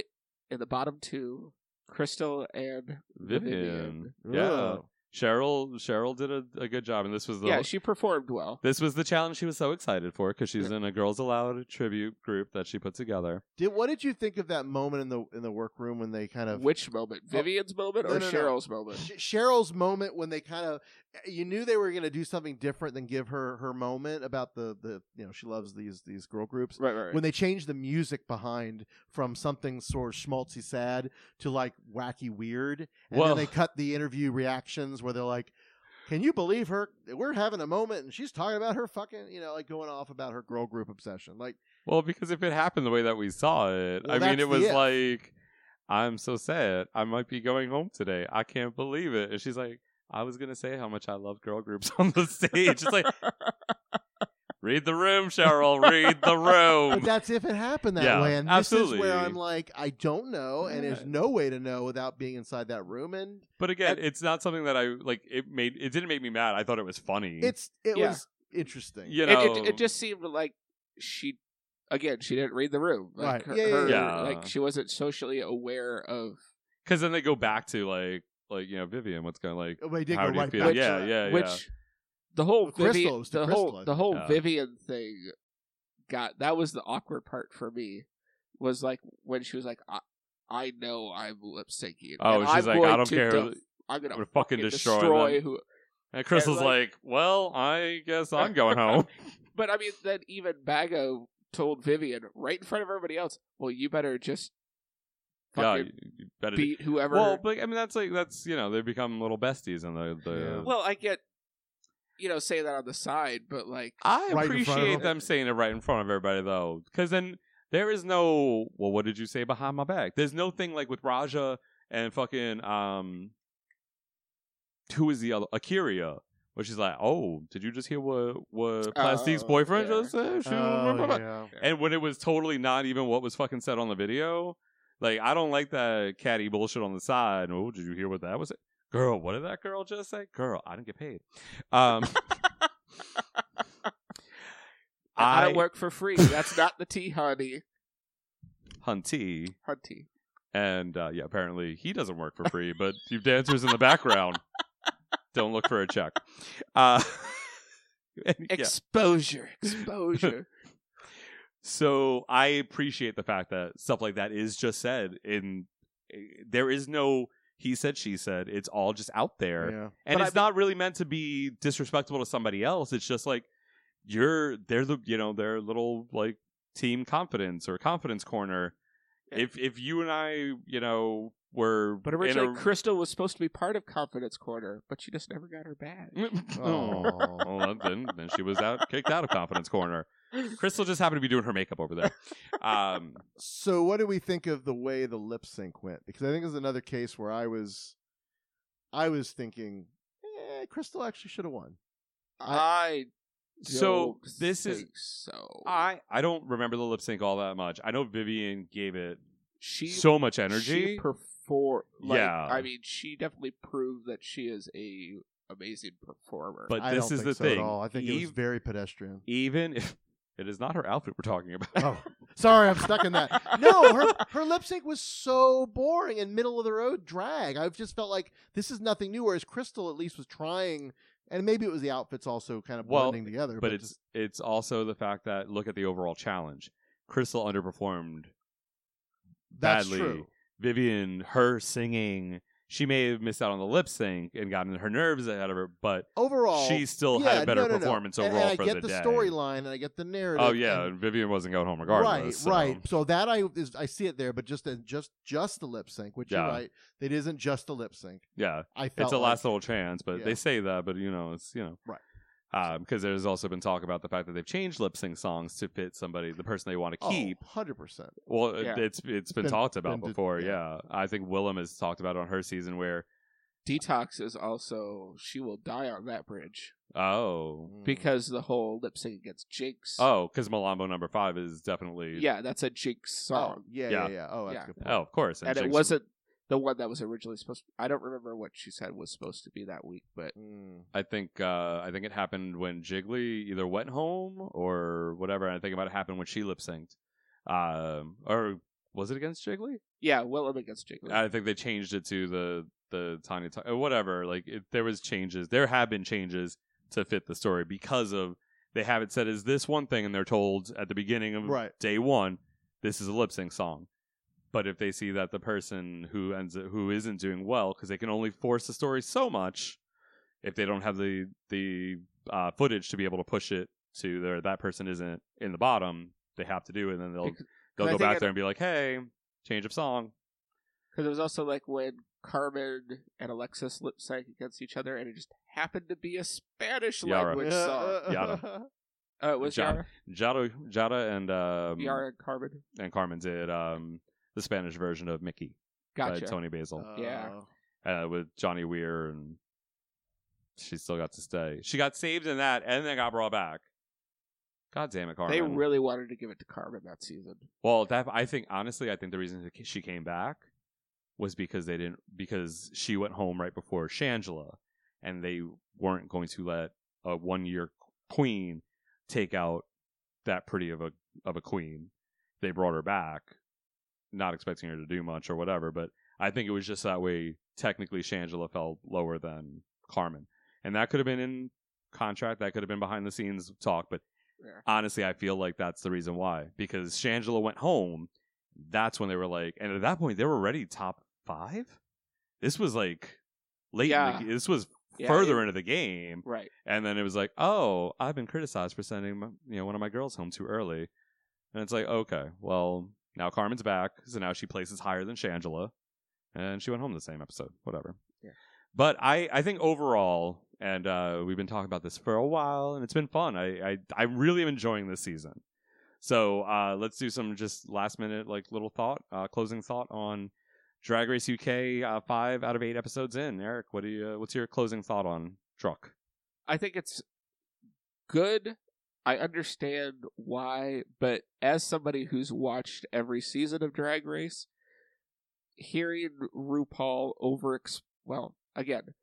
Speaker 5: in the bottom two, Crystal and
Speaker 4: Vivian, yeah,
Speaker 6: Ugh.
Speaker 4: Cheryl Cheryl did a, a good job, and this was the
Speaker 5: yeah, she performed well.
Speaker 4: this was the challenge she was so excited for because she's in a Girls Allowed tribute group that she put together.
Speaker 6: Did what did you think of that moment in the in the workroom when they kind of
Speaker 5: which moment? Vivian's moment or Cheryl's moment?
Speaker 6: Sh- Cheryl's moment when they kind of eh, you knew they were going to do something different than give her her moment about the the you know she loves these these girl groups.
Speaker 5: Right, right, right.
Speaker 6: When they changed the music behind from something sort of schmaltzy sad to like wacky weird, and
Speaker 4: Well-
Speaker 6: then they cut the interview reactions where they're like. Can you believe her? We're having a moment, and she's talking about her fucking, you know, like going off about her girl group obsession. Like,
Speaker 4: Well, because if it happened the way that we saw it,
Speaker 6: Well,
Speaker 4: I mean,
Speaker 6: that's
Speaker 4: it was
Speaker 6: the if.
Speaker 4: like, I'm so sad. I might be going home today. I can't believe it. And she's like, I was gonna say how much I love girl groups on the stage. It's like, read the room, Cheryl. Read the room.
Speaker 6: But that's if it happened that
Speaker 4: Yeah,
Speaker 6: way. And
Speaker 4: absolutely.
Speaker 6: this is where I'm like, I don't know, and there's
Speaker 4: Yeah.
Speaker 6: no way to know without being inside that room. And
Speaker 4: But again, it's not something that I like. It made it didn't make me mad. I thought it was funny.
Speaker 6: it's it
Speaker 5: Yeah.
Speaker 6: was interesting.
Speaker 4: You
Speaker 5: It- it,
Speaker 4: know-
Speaker 5: it, just seemed like she, again, she didn't read the room. Like
Speaker 4: Right.
Speaker 5: Her,
Speaker 4: Yeah, yeah,
Speaker 5: her-
Speaker 4: yeah.
Speaker 5: Like she wasn't socially aware of.
Speaker 4: because then they go back to like like you know Vivian, what's going like?
Speaker 6: Well, they did go
Speaker 4: how
Speaker 6: uh,
Speaker 4: do you
Speaker 6: right
Speaker 4: feel?
Speaker 6: back to
Speaker 4: yeah,
Speaker 6: that.
Speaker 4: yeah,
Speaker 5: Which
Speaker 4: yeah.
Speaker 5: the whole
Speaker 6: The crystal,
Speaker 5: Vivian,
Speaker 6: it was the
Speaker 5: the
Speaker 6: crystal, I
Speaker 5: whole the
Speaker 6: think.
Speaker 5: whole
Speaker 4: Yeah.
Speaker 5: Vivian thing got that was the awkward part for me was like when she was like I, I know I'm lip syncing.
Speaker 4: Oh,
Speaker 5: and
Speaker 4: she's
Speaker 5: I'm
Speaker 4: like,
Speaker 5: going
Speaker 4: I don't
Speaker 5: to
Speaker 4: care.
Speaker 5: def- I'm gonna
Speaker 4: fucking
Speaker 5: destroy,
Speaker 4: them.
Speaker 5: who.
Speaker 4: And Crystal's
Speaker 5: and,
Speaker 4: like,
Speaker 5: like-
Speaker 4: well, I guess I'm going home.
Speaker 5: But I mean, then even Bago told Vivian right in front of everybody else, "Well, you better just
Speaker 4: yeah,
Speaker 5: fucking
Speaker 4: you- you better do-
Speaker 5: beat whoever."
Speaker 4: Well, but I mean, that's like that's you know they become little besties in the the.
Speaker 5: Well, I get, you know, say that on the side, but like
Speaker 4: I appreciate them saying it right in front of everybody though, because then there is no well, what did you say behind my back? There's no thing like with Raja and fucking um, who is the other Akiria. Where she's like, "Oh, did you just hear what what Plastique's
Speaker 5: Oh,
Speaker 4: boyfriend
Speaker 5: yeah.
Speaker 4: just said?"
Speaker 6: uh,
Speaker 4: She-
Speaker 5: Oh,
Speaker 4: blah, blah, blah.
Speaker 5: yeah.
Speaker 4: And when it was totally not even what was fucking said on the video, like I don't like that catty bullshit on the side. Oh, did you hear what that was? Girl, what did that girl just say? Girl, I didn't get paid. Um,
Speaker 5: I, work for free. That's not the tea, honey.
Speaker 4: Hunty,
Speaker 5: Hunty.
Speaker 4: and uh, yeah, apparently he doesn't work for free, but you dancers in the background don't look for a check. Uh, and, yeah.
Speaker 5: Exposure, exposure.
Speaker 4: So I appreciate the fact that stuff like that is just said in eh, there is no he said she said it's all just out there.
Speaker 6: Yeah.
Speaker 4: And
Speaker 6: But
Speaker 4: it's not really meant to be disrespectful to somebody else. It's just like you're they're the you know, their little like team confidence or confidence corner. If if you and I, you know, were
Speaker 5: But originally, Crystal was supposed to be part of Confidence Corner, but she just never got her badge.
Speaker 4: Oh, well, then then she was out kicked out of confidence corner. Crystal just happened to be doing her makeup over there. Um
Speaker 6: So, what do we think of the way the lip sync went? Because I think it's another case where I was, I was thinking, eh, Crystal actually should have won.
Speaker 5: I
Speaker 4: So
Speaker 5: don't
Speaker 4: this is
Speaker 5: think so.
Speaker 4: I I don't remember the lip sync all that much. I know Vivian gave it
Speaker 5: she
Speaker 4: so much
Speaker 5: She
Speaker 4: energy.
Speaker 5: perfor- like,
Speaker 4: Yeah.
Speaker 5: I mean, she definitely proved that she is a amazing performer.
Speaker 4: But
Speaker 6: I
Speaker 4: this
Speaker 6: don't think
Speaker 4: is the
Speaker 6: so
Speaker 4: thing.
Speaker 6: At all. I think it was
Speaker 4: Eve-
Speaker 6: very pedestrian.
Speaker 4: Even if it is not her outfit we're talking about.
Speaker 6: Oh, Sorry, I'm stuck in that. No, her her lip sync was so boring and middle of the road drag. I've just felt like this is nothing new. Whereas Crystal at least was trying, and maybe it was the outfits also kind of
Speaker 4: well,
Speaker 6: blending together.
Speaker 4: but, it's it's also the fact that look at the overall challenge. Crystal underperformed
Speaker 6: That's
Speaker 4: badly.
Speaker 6: true.
Speaker 4: Vivian, her singing, she may have missed out on the lip sync and gotten her nerves out of her, but
Speaker 6: overall
Speaker 4: she still
Speaker 6: yeah,
Speaker 4: had a better
Speaker 6: no, no, no.
Speaker 4: performance
Speaker 6: And-
Speaker 4: overall
Speaker 6: and,
Speaker 4: for
Speaker 6: I get
Speaker 4: the,
Speaker 6: the,
Speaker 4: day.
Speaker 6: storyline and I get the narrative.
Speaker 4: Oh yeah,
Speaker 6: and-
Speaker 4: and Vivian wasn't going home regardless.
Speaker 6: right,
Speaker 4: so-
Speaker 6: right. So that I is, I see it there, but just just just the lip sync, which
Speaker 4: Yeah.
Speaker 6: you're right, it isn't just the lip sync.
Speaker 4: Yeah,
Speaker 6: I
Speaker 4: it's
Speaker 6: felt
Speaker 4: a
Speaker 6: like-
Speaker 4: last little chance, but they
Speaker 6: Yeah.
Speaker 4: say that, but you know, it's you know,
Speaker 6: right.
Speaker 4: Because there's also been talk about the fact that they've changed lip sync songs to fit somebody, the person they want
Speaker 6: Oh,
Speaker 4: to keep.
Speaker 6: hundred percent.
Speaker 4: Well, it- it's it's been, talked
Speaker 5: been
Speaker 4: about
Speaker 5: di-
Speaker 4: before. yeah. I think Willem has talked about it on her season where
Speaker 5: Detox is also she will die on that bridge
Speaker 4: oh
Speaker 5: because the whole lip sync against Jinx.
Speaker 4: oh because Malambo number five is definitely
Speaker 5: yeah, that's a Jinx song.
Speaker 4: Oh, yeah, yeah, yeah. Oh, that's a good point. Oh, of course, and
Speaker 5: And, it
Speaker 4: Jinx-
Speaker 5: wasn't the one that was originally supposed. I don't remember what she said was supposed to be that week, but
Speaker 4: I think uh, I think it happened when Jiggly either went home or whatever. And I think it might have happened when she lip synced, um, or was it against Jiggly?
Speaker 5: yeah, Willem against Jinx.
Speaker 4: I think they changed it to the the Tanya, Ta- uh, whatever. Like it, there was changes. There have been changes to fit the story because of they haven't said is this one thing, and they're told at the beginning of
Speaker 6: Right.
Speaker 4: day one, this is a lip sync song. But if they see that the person who ends who isn't doing well, because they can only force the story so much, if they don't have the the uh, footage to be able to push it to their that person isn't in the bottom, they have to do it, and then they'll they'll
Speaker 5: I
Speaker 4: go
Speaker 5: think
Speaker 4: back
Speaker 5: it-
Speaker 4: there and be like, hey, change of song.
Speaker 5: Because it was also like when Carmen and Alexis lip sync against each other, and it just happened to be a Spanish
Speaker 4: Yara.
Speaker 5: language
Speaker 6: Uh,
Speaker 5: song.
Speaker 4: Yara.
Speaker 5: Oh, it was
Speaker 4: Jada,
Speaker 5: Yara.
Speaker 4: Jada, Jada and um,
Speaker 5: Yara and Carmen.
Speaker 4: and Carmen did um, the Spanish version of Mickey
Speaker 5: Gotcha.
Speaker 4: by Tony Basil.
Speaker 5: Yeah.
Speaker 4: uh, with Johnny Weir, and she still got to stay. She got saved in that, and then got brought back. God damn it, Carmen!
Speaker 5: They really wanted to give it to Carmen that season.
Speaker 4: well. That I think honestly, I think the reason that she came back was because they didn't because she went home right before Shangela, and they weren't going to let a one year queen take out that pretty of a of a queen. They brought her back, not expecting her to do much or whatever. But I think it was just that way. Technically, Shangela fell lower than Carmen, and that could have been in contract. That could have been behind the scenes talk. But
Speaker 5: Yeah.
Speaker 4: honestly, I feel like that's the reason why because Shangela went home. That's when they were like, and at that point, they were already top five. This was like late. in the-
Speaker 5: Yeah.
Speaker 4: this was
Speaker 5: Yeah,
Speaker 4: further
Speaker 5: it-
Speaker 4: into the game,
Speaker 5: Right.
Speaker 4: and then it was like, oh, I've been criticized for sending my, you know one of my girls home too early, and it's like, okay, well now Carmen's back, so now she places higher than Shangela, and she went home the same episode, whatever.
Speaker 5: Yeah.
Speaker 4: But I I think overall, and uh, we've been talking about this for a while, and it's been fun. I I, I really am enjoying this season. So uh, let's do some just last minute like little thought, uh, closing thought on Drag Race UK. Uh, five out of eight episodes in. Eric, what do you? uh, What's your closing thought on Truck?
Speaker 5: I think it's good. I understand why, but as somebody who's watched every season of Drag Race, hearing RuPaul over ex- well, again,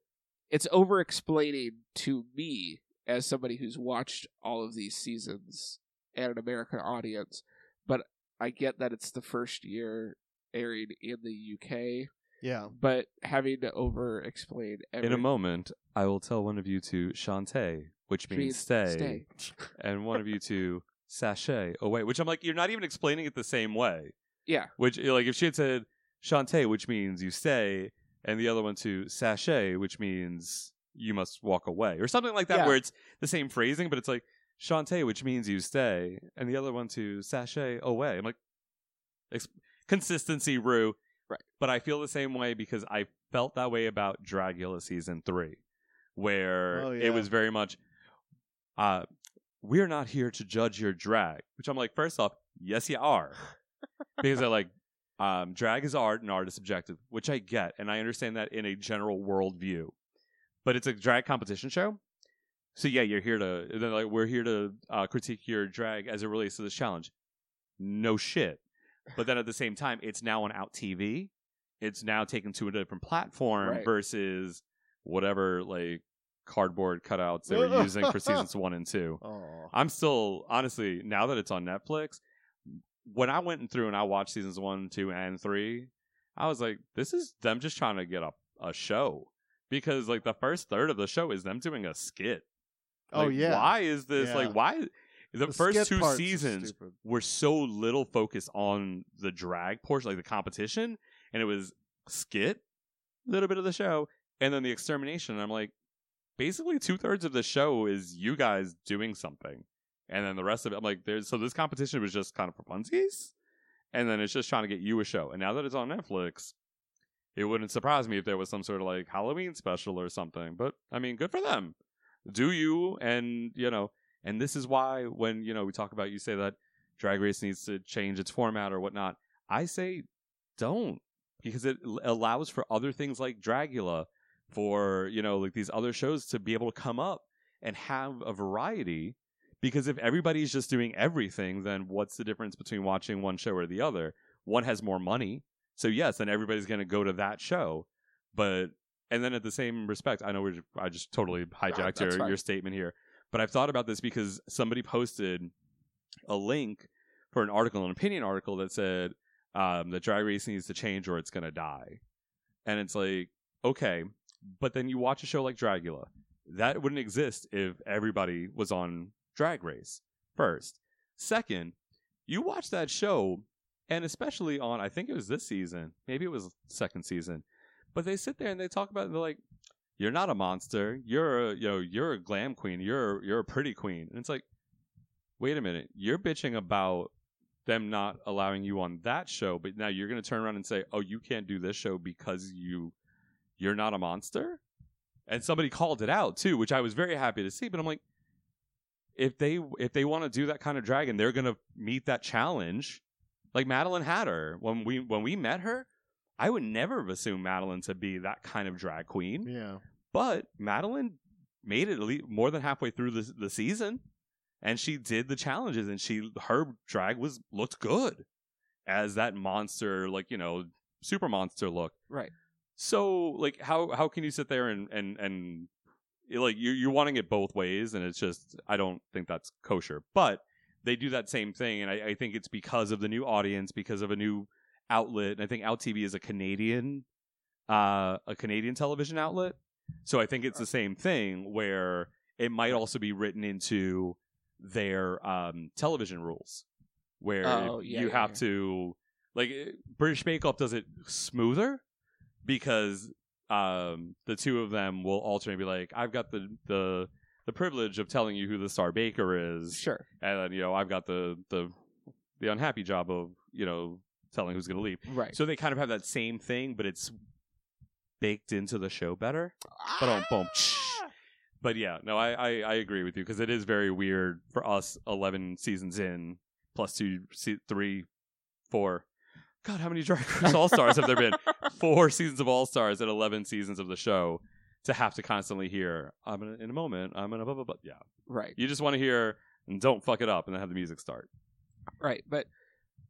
Speaker 5: it's over explaining to me as somebody who's watched all of these seasons and an American audience, but I get that it's the first year airing in the UK,
Speaker 6: Yeah.
Speaker 5: but having to over explain every
Speaker 4: In a moment, I will tell one of you to Shantae, which means
Speaker 5: Please
Speaker 4: stay,
Speaker 5: stay.
Speaker 4: and one of you to sachet away, which I'm like, you're not even explaining it the same way.
Speaker 5: Yeah.
Speaker 4: Which, eh, like, if she had said Shantae, which means you stay, and the other one to sachet, which means you must walk away, or something like that,
Speaker 5: Yeah.
Speaker 4: where it's the same phrasing, but it's like Shantae, which means you stay, and the other one to sachet away. I'm like, ex- consistency, Rue.
Speaker 5: Right.
Speaker 4: But I feel the same way because I felt that way about Dragula season three, where
Speaker 6: Oh, yeah.
Speaker 4: it was very much, uh, we're not here to judge your drag, which I'm like, first off, yes, you are. because they're like, um, drag is art and art is subjective, which I get. And I understand that in a general worldview. But it's a drag competition show. So yeah, you're here to, they're like, we're here to uh, critique your drag as it relates to this challenge. No shit. But then at the same time, it's now on Out TV. It's now taken to a different platform
Speaker 5: Right.
Speaker 4: versus whatever like cardboard cutouts they were using for seasons one and two.
Speaker 6: Oh.
Speaker 4: I'm still honestly now that it's on Netflix. When I went through and I watched seasons one, two, and three, I was like, "This is them just trying to get a a show," because like the first third of the show is them doing a skit.
Speaker 6: Oh,
Speaker 4: Like,
Speaker 6: yeah.
Speaker 4: why is this
Speaker 6: Yeah.
Speaker 4: like why? The,
Speaker 6: The skit
Speaker 4: first two
Speaker 6: parts are
Speaker 4: seasons
Speaker 6: stupid.
Speaker 4: were so little focused on the drag portion, like the competition, and it was skit, little bit of the show, and then the extermination. And I'm like, basically two thirds of the show is you guys doing something, and then the rest of it, I'm like, there's so this competition was just kind of for funsies, and then it's just trying to get you a show. And now that it's on Netflix, it wouldn't surprise me if there was some sort of like Halloween special or something. But I mean, good for them. Do you and you know, and this is why when you know we talk about you say that Drag Race needs to change its format or whatnot. I say don't because it l- allows for other things like Dragula, for you know like these other shows to be able to come up and have a variety. Because if everybody's just doing everything, then what's the difference between watching one show or the other? One has more money, so yes, then everybody's going to go to that show. But and then at the same respect, I know we're I just totally hijacked
Speaker 5: that's
Speaker 4: your,
Speaker 5: fine.
Speaker 4: your statement here, but I've thought about this because somebody posted a link for an article, an opinion article that said um, that drag race needs to change or it's going to die, and it's like okay, but then you watch a show like Dragula. That wouldn't exist if everybody was on Drag Race first. Second, you watch that show, and especially on, I think it was this season, maybe it was second season, but they sit there and they talk about it and they're like, you're not a monster. You're a, you know, you're a glam queen. You're you're a pretty queen. And it's like, wait a minute, you're bitching about them not allowing you on that show, but now you're going to turn around and say, "Oh, you can't do this show because you you're not a monster." And somebody called it out too, which I was very happy to see, but I'm like if they if they want to do that kind of dragon, they're going to meet that challenge. Like Madeline Hatter, when we when we met her, I would never have assumed Madeline to be that kind of drag queen.
Speaker 6: Yeah.
Speaker 4: But Madeline made it at least more than halfway through the the season, and she did the challenges, and she her drag was looked good as that monster, like you know, super monster look.
Speaker 5: Right.
Speaker 4: So like, how how can you sit there and and and eh, like you you're wanting it both ways, and it's just I don't think that's kosher. But they do that same thing, and I, I think it's because of the new audience, because of a new outlet, and I think Out TV is a Canadian, uh, a Canadian television outlet. So I think it's the same thing where it might also be written into their um, television rules, where
Speaker 5: Oh, yeah,
Speaker 4: you
Speaker 5: yeah,
Speaker 4: have to like eh, British Bake Off does it smoother because um, the two of them will alternate, and be like, I've got the the the privilege of telling you who the star baker is,
Speaker 5: Sure.
Speaker 4: and then you know I've got the the the unhappy job of you know telling who's going to leave.
Speaker 5: Right.
Speaker 4: So they kind of have that same thing, but it's baked into the show better. But um, boom.
Speaker 5: Ah!
Speaker 4: But yeah, no, I, I, I agree with you because it is very weird for us. Eleven seasons in, plus two, se- three, four. God, how many Drag Race All Stars have there been? Four seasons of All Stars and eleven seasons of the show to have to constantly hear. I'm gonna, in a moment. I'm gonna blah blah blah. Yeah,
Speaker 5: Right.
Speaker 4: you just want to hear and don't fuck it up, and then have the music start.
Speaker 5: Right. But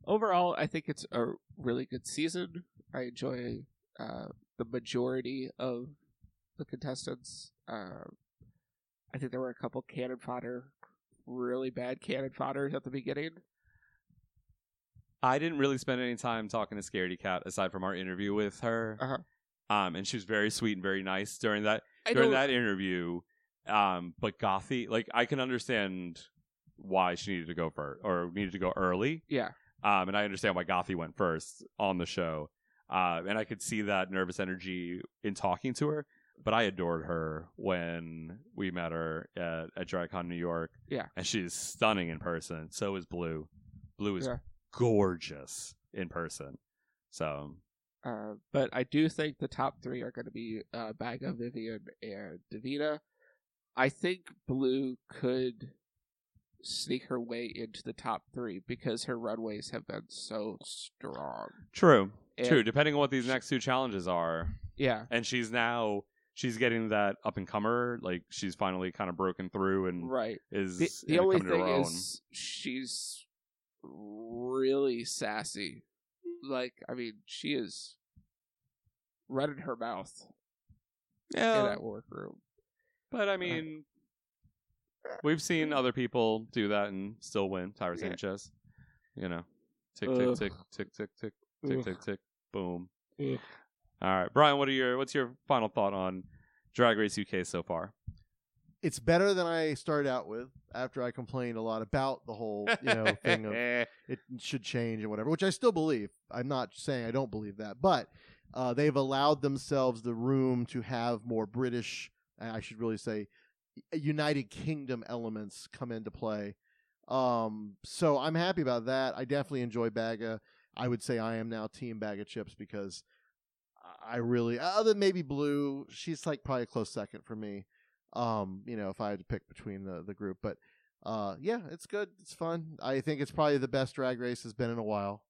Speaker 5: overall, I think it's a really good season. I enjoy uh, the majority of the contestants. Uh, I think there were a couple cannon fodder, really bad cannon fodders at the beginning.
Speaker 4: I didn't really spend any time talking to Scaredy Cat aside from our interview with her. Um, and she was very sweet and very nice during that
Speaker 5: I
Speaker 4: during
Speaker 5: don't-
Speaker 4: that interview. Um, but Gothy, like I can understand why she needed to go first or needed to go early.
Speaker 5: Yeah.
Speaker 4: Um, and I understand why Gothy went first on the show. Uh, and I could see that nervous energy in talking to her. But I adored her when we met her at, at DragCon New York.
Speaker 5: Yeah.
Speaker 4: And she's stunning in person. So is Blue. Blue is
Speaker 5: Yeah.
Speaker 4: gorgeous in person. So
Speaker 5: Uh, but I do think the top three are going to be uh, Baga, Vivian, and Davina. I think Blue could sneak her way into the top three because her runways have been so strong.
Speaker 4: True.
Speaker 5: And-
Speaker 4: True. Depending on what these next two challenges are.
Speaker 5: Yeah.
Speaker 4: And she's now she's getting that up and comer. Like she's finally kind of broken through and
Speaker 5: Right.
Speaker 4: is
Speaker 5: the, the
Speaker 4: and
Speaker 5: only
Speaker 4: coming to her
Speaker 5: thing
Speaker 4: own.
Speaker 5: is she's really sassy. Like, I mean, she is running her mouth
Speaker 4: Yeah.
Speaker 5: in that workroom. Uh,
Speaker 4: But I mean, we've seen other people do that and still win. Tyra
Speaker 5: mm. Yeah.
Speaker 4: Sanchez, you know, tick
Speaker 5: Ugh.
Speaker 4: tick tick tick tick tick tick
Speaker 5: Ugh.
Speaker 4: tick tick, boom.
Speaker 5: Ugh.
Speaker 4: All right, Brian. What are your what's your final thought on Drag Race UK so far?
Speaker 6: It's better than I started out with after I complained a lot about the whole you know thing of it should change and whatever, which I still believe. I'm not saying I don't believe that, but uh, they've allowed themselves the room to have more British, and I should really say, United Kingdom elements come into play. Um, so I'm happy about that. I definitely enjoy Baga. I would say I am now Team Bag of Chips because I really, other than maybe Blue, she's like probably a close second for me. Um, you know, if I had to pick between the the group, but uh, yeah, it's good. It's fun. I think it's probably the best drag race has been in a while.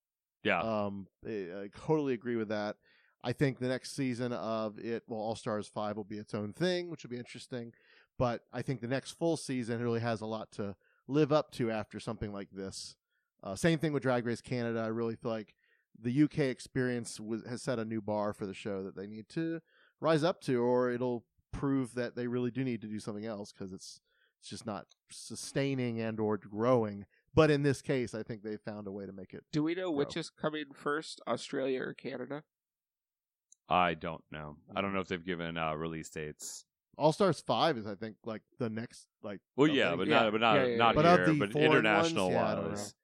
Speaker 4: Yeah.
Speaker 5: Uh,
Speaker 6: Um, I, I totally agree with that. I think the next season of it, well, All Stars Five will be its own thing, which will be interesting. But I think the next full season really has a lot to live up to after something like this. Uh, same thing with Drag Race Canada. I really feel like the UK experience was, has set a new bar for the show that they need to rise up to, or it'll prove that they really do need to do something else because it's it's just not sustaining and or growing. But in this case, I think they found a way to make it.
Speaker 5: Do we know
Speaker 6: grow.
Speaker 5: which is coming first, Australia or Canada?
Speaker 4: I don't know. I
Speaker 5: mm.
Speaker 4: don't know if they've given uh, release dates.
Speaker 6: All Stars Five is, I think, like the next like.
Speaker 4: Well,
Speaker 6: the
Speaker 4: yeah,
Speaker 6: thing.
Speaker 4: but not, but not, not
Speaker 6: But of
Speaker 4: here,
Speaker 6: the
Speaker 4: but
Speaker 6: foreign ones,
Speaker 4: international
Speaker 6: yeah, I don't know.
Speaker 4: wise.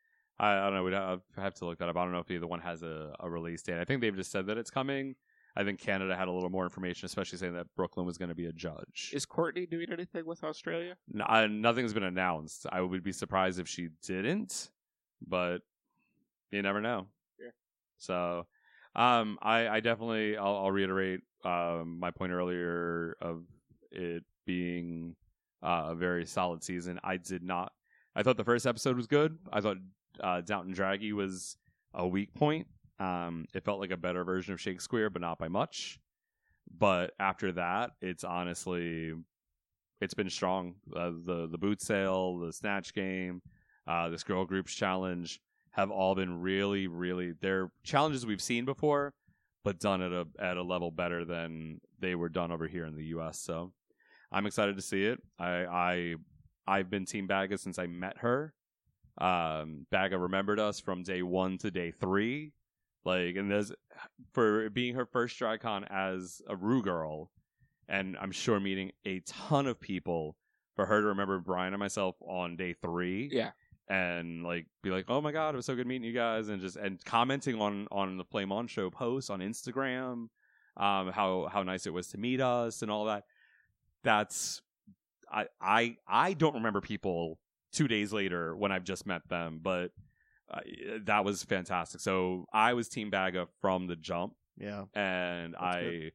Speaker 4: I, I don't know. We'd have, have to look that up. I don't know if either one has a, a release date. I think they've just said that it's coming. I think Canada had a little more information, especially saying that Brooklyn was going to be a judge.
Speaker 5: Is Courtney doing anything with Australia?
Speaker 4: N- uh, nothing's been announced. I would be surprised if she didn't, but you never know.
Speaker 5: Yeah.
Speaker 4: So, um, I, I definitely, I'll, I'll reiterate um, my point earlier of it being uh, a very solid season. I did not. I thought the first episode was good. I thought uh, Downton Draggy was a weak point. Um, it felt like a better version of Shakespeare, but not by much. But after that, it's honestly it's been strong. Uh, the the boot sale, the snatch game, uh, this girl groups challenge have all been really, really they're challenges we've seen before, but done at a at a level better than they were done over here in the U.S. So I'm excited to see it. I I I've been Team Baga since I met her. Um, Baga remembered us from day one to day three. Like, and there's for being her first DryCon as a Rue girl, and I'm sure meeting a ton of people for her to remember Brian and myself on day three.
Speaker 5: Yeah.
Speaker 4: And like be like, oh my god, it was so good meeting you guys, and just and commenting on on the Flame On Show posts on Instagram, um, how how nice it was to meet us and all that. That's I I I don't remember people two days later when I've just met them, but uh, that was fantastic. So I was Team Baga from the jump
Speaker 6: Yeah.
Speaker 4: and
Speaker 6: That's
Speaker 4: I
Speaker 6: good.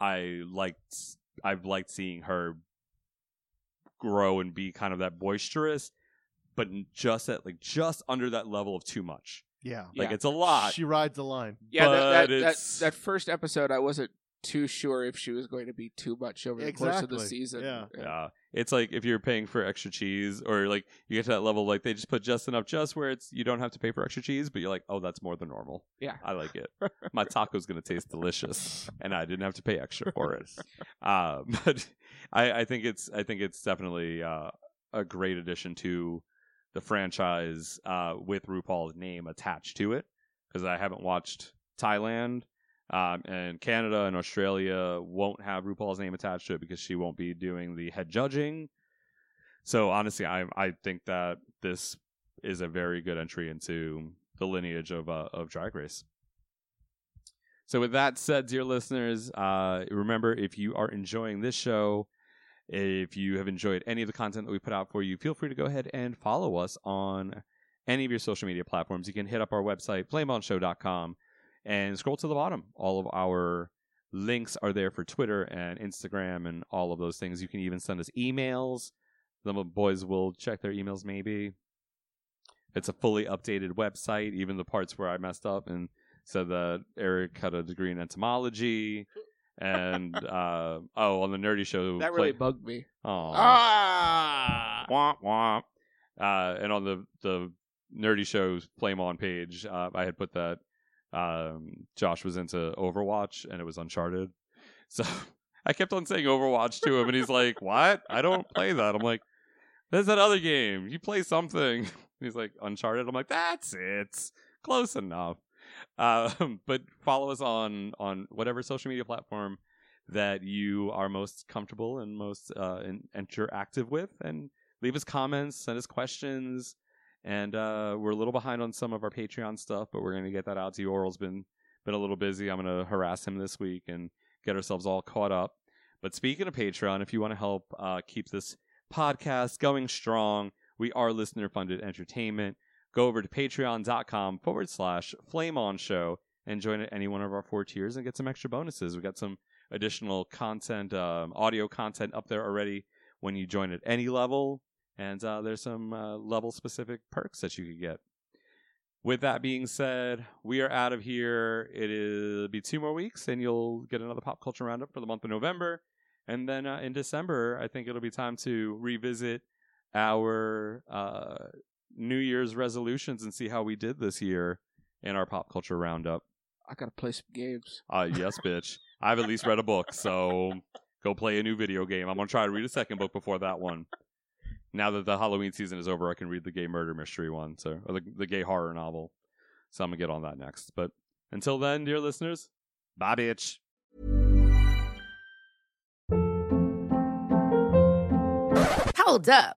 Speaker 4: I liked I've liked seeing her grow and be kind of that boisterous, but just at like just under that level of too much.
Speaker 6: Yeah.
Speaker 4: Like it's a lot.
Speaker 6: She rides the line.
Speaker 5: Yeah,
Speaker 4: But
Speaker 5: that, that, that,
Speaker 4: it's-
Speaker 5: that first episode, I wasn't too sure if she was going to be too much over the course of the
Speaker 6: Exactly.
Speaker 5: season.
Speaker 6: Yeah.
Speaker 4: yeah, it's like if you're paying for extra cheese, or like you get to that level, like they just put just enough, just where it's you don't have to pay for extra cheese, but you're like, oh, that's more than normal.
Speaker 5: Yeah.
Speaker 4: I like it. My taco's gonna taste delicious, and I didn't have to pay extra for it. Uh, but I, I think it's I think it's definitely uh, a great addition to the franchise uh, with RuPaul's name attached to it because I haven't watched Thailand. Um, and Canada and Australia won't have RuPaul's name attached to it because she won't be doing the head judging. So honestly, I I think that this is a very good entry into the lineage of uh, of Drag Race. So with that said, dear listeners, uh, remember if you are enjoying this show, if you have enjoyed any of the content that we put out for you, feel free to go ahead and follow us on any of your social media platforms. You can hit up our website, flameonshow.com, and scroll to the bottom. All of our links are there for Twitter and Instagram and all of those things. You can even send us emails. The boys will check their emails maybe. It's a fully updated website, even the parts where I messed up and said that Eric had a degree in entomology. And uh, oh, on the nerdy show,
Speaker 5: That really
Speaker 4: play-
Speaker 5: bugged me.
Speaker 4: Aw.
Speaker 5: 啊 Ah!
Speaker 4: Womp womp. Uh, and on the the nerdy shows flame on page, uh, I had put that um, Josh was into Overwatch and it was Uncharted, so I kept on saying Overwatch to him, and he's like, "What? I don't play that." I'm like, "There's that other game. You play something." He's like, "Uncharted." I'm like, "That's it. Close enough." Um, but follow us on on whatever social media platform that you are most comfortable and most uh, in- interactive with, and leave us comments, send us questions. And uh, we're a little behind on some of our Patreon stuff, but we're going to get that out to you. Oral's been been a little busy. I'm going to harass him this week and get ourselves all caught up. But speaking of Patreon, if you want to help uh, keep this podcast going strong, we are listener funded entertainment. Go over to patreon.com forward slash flame on show and join at any one of our four tiers and get some extra bonuses. We got some additional content, um, audio content up there already when you join at any level. And uh, there's some uh, level specific perks that you could get. With that being said, we are out of here. It is it'll be two more weeks, and you'll get another pop culture roundup for the month of November. And then uh, in December, I think it'll be time to revisit our uh, New Year's resolutions and see how we did this year in our pop culture roundup.
Speaker 5: I gotta play some games.
Speaker 4: Uh, yes, bitch. I've at least read a book, so go play a new video game. I'm gonna try to read a second book before that one. Now that the Halloween season is over, I can read the gay murder mystery one, so or the, the gay horror novel. So I'm gonna get on that next. But until then, dear listeners, bye, bitch.
Speaker 5: Hold up.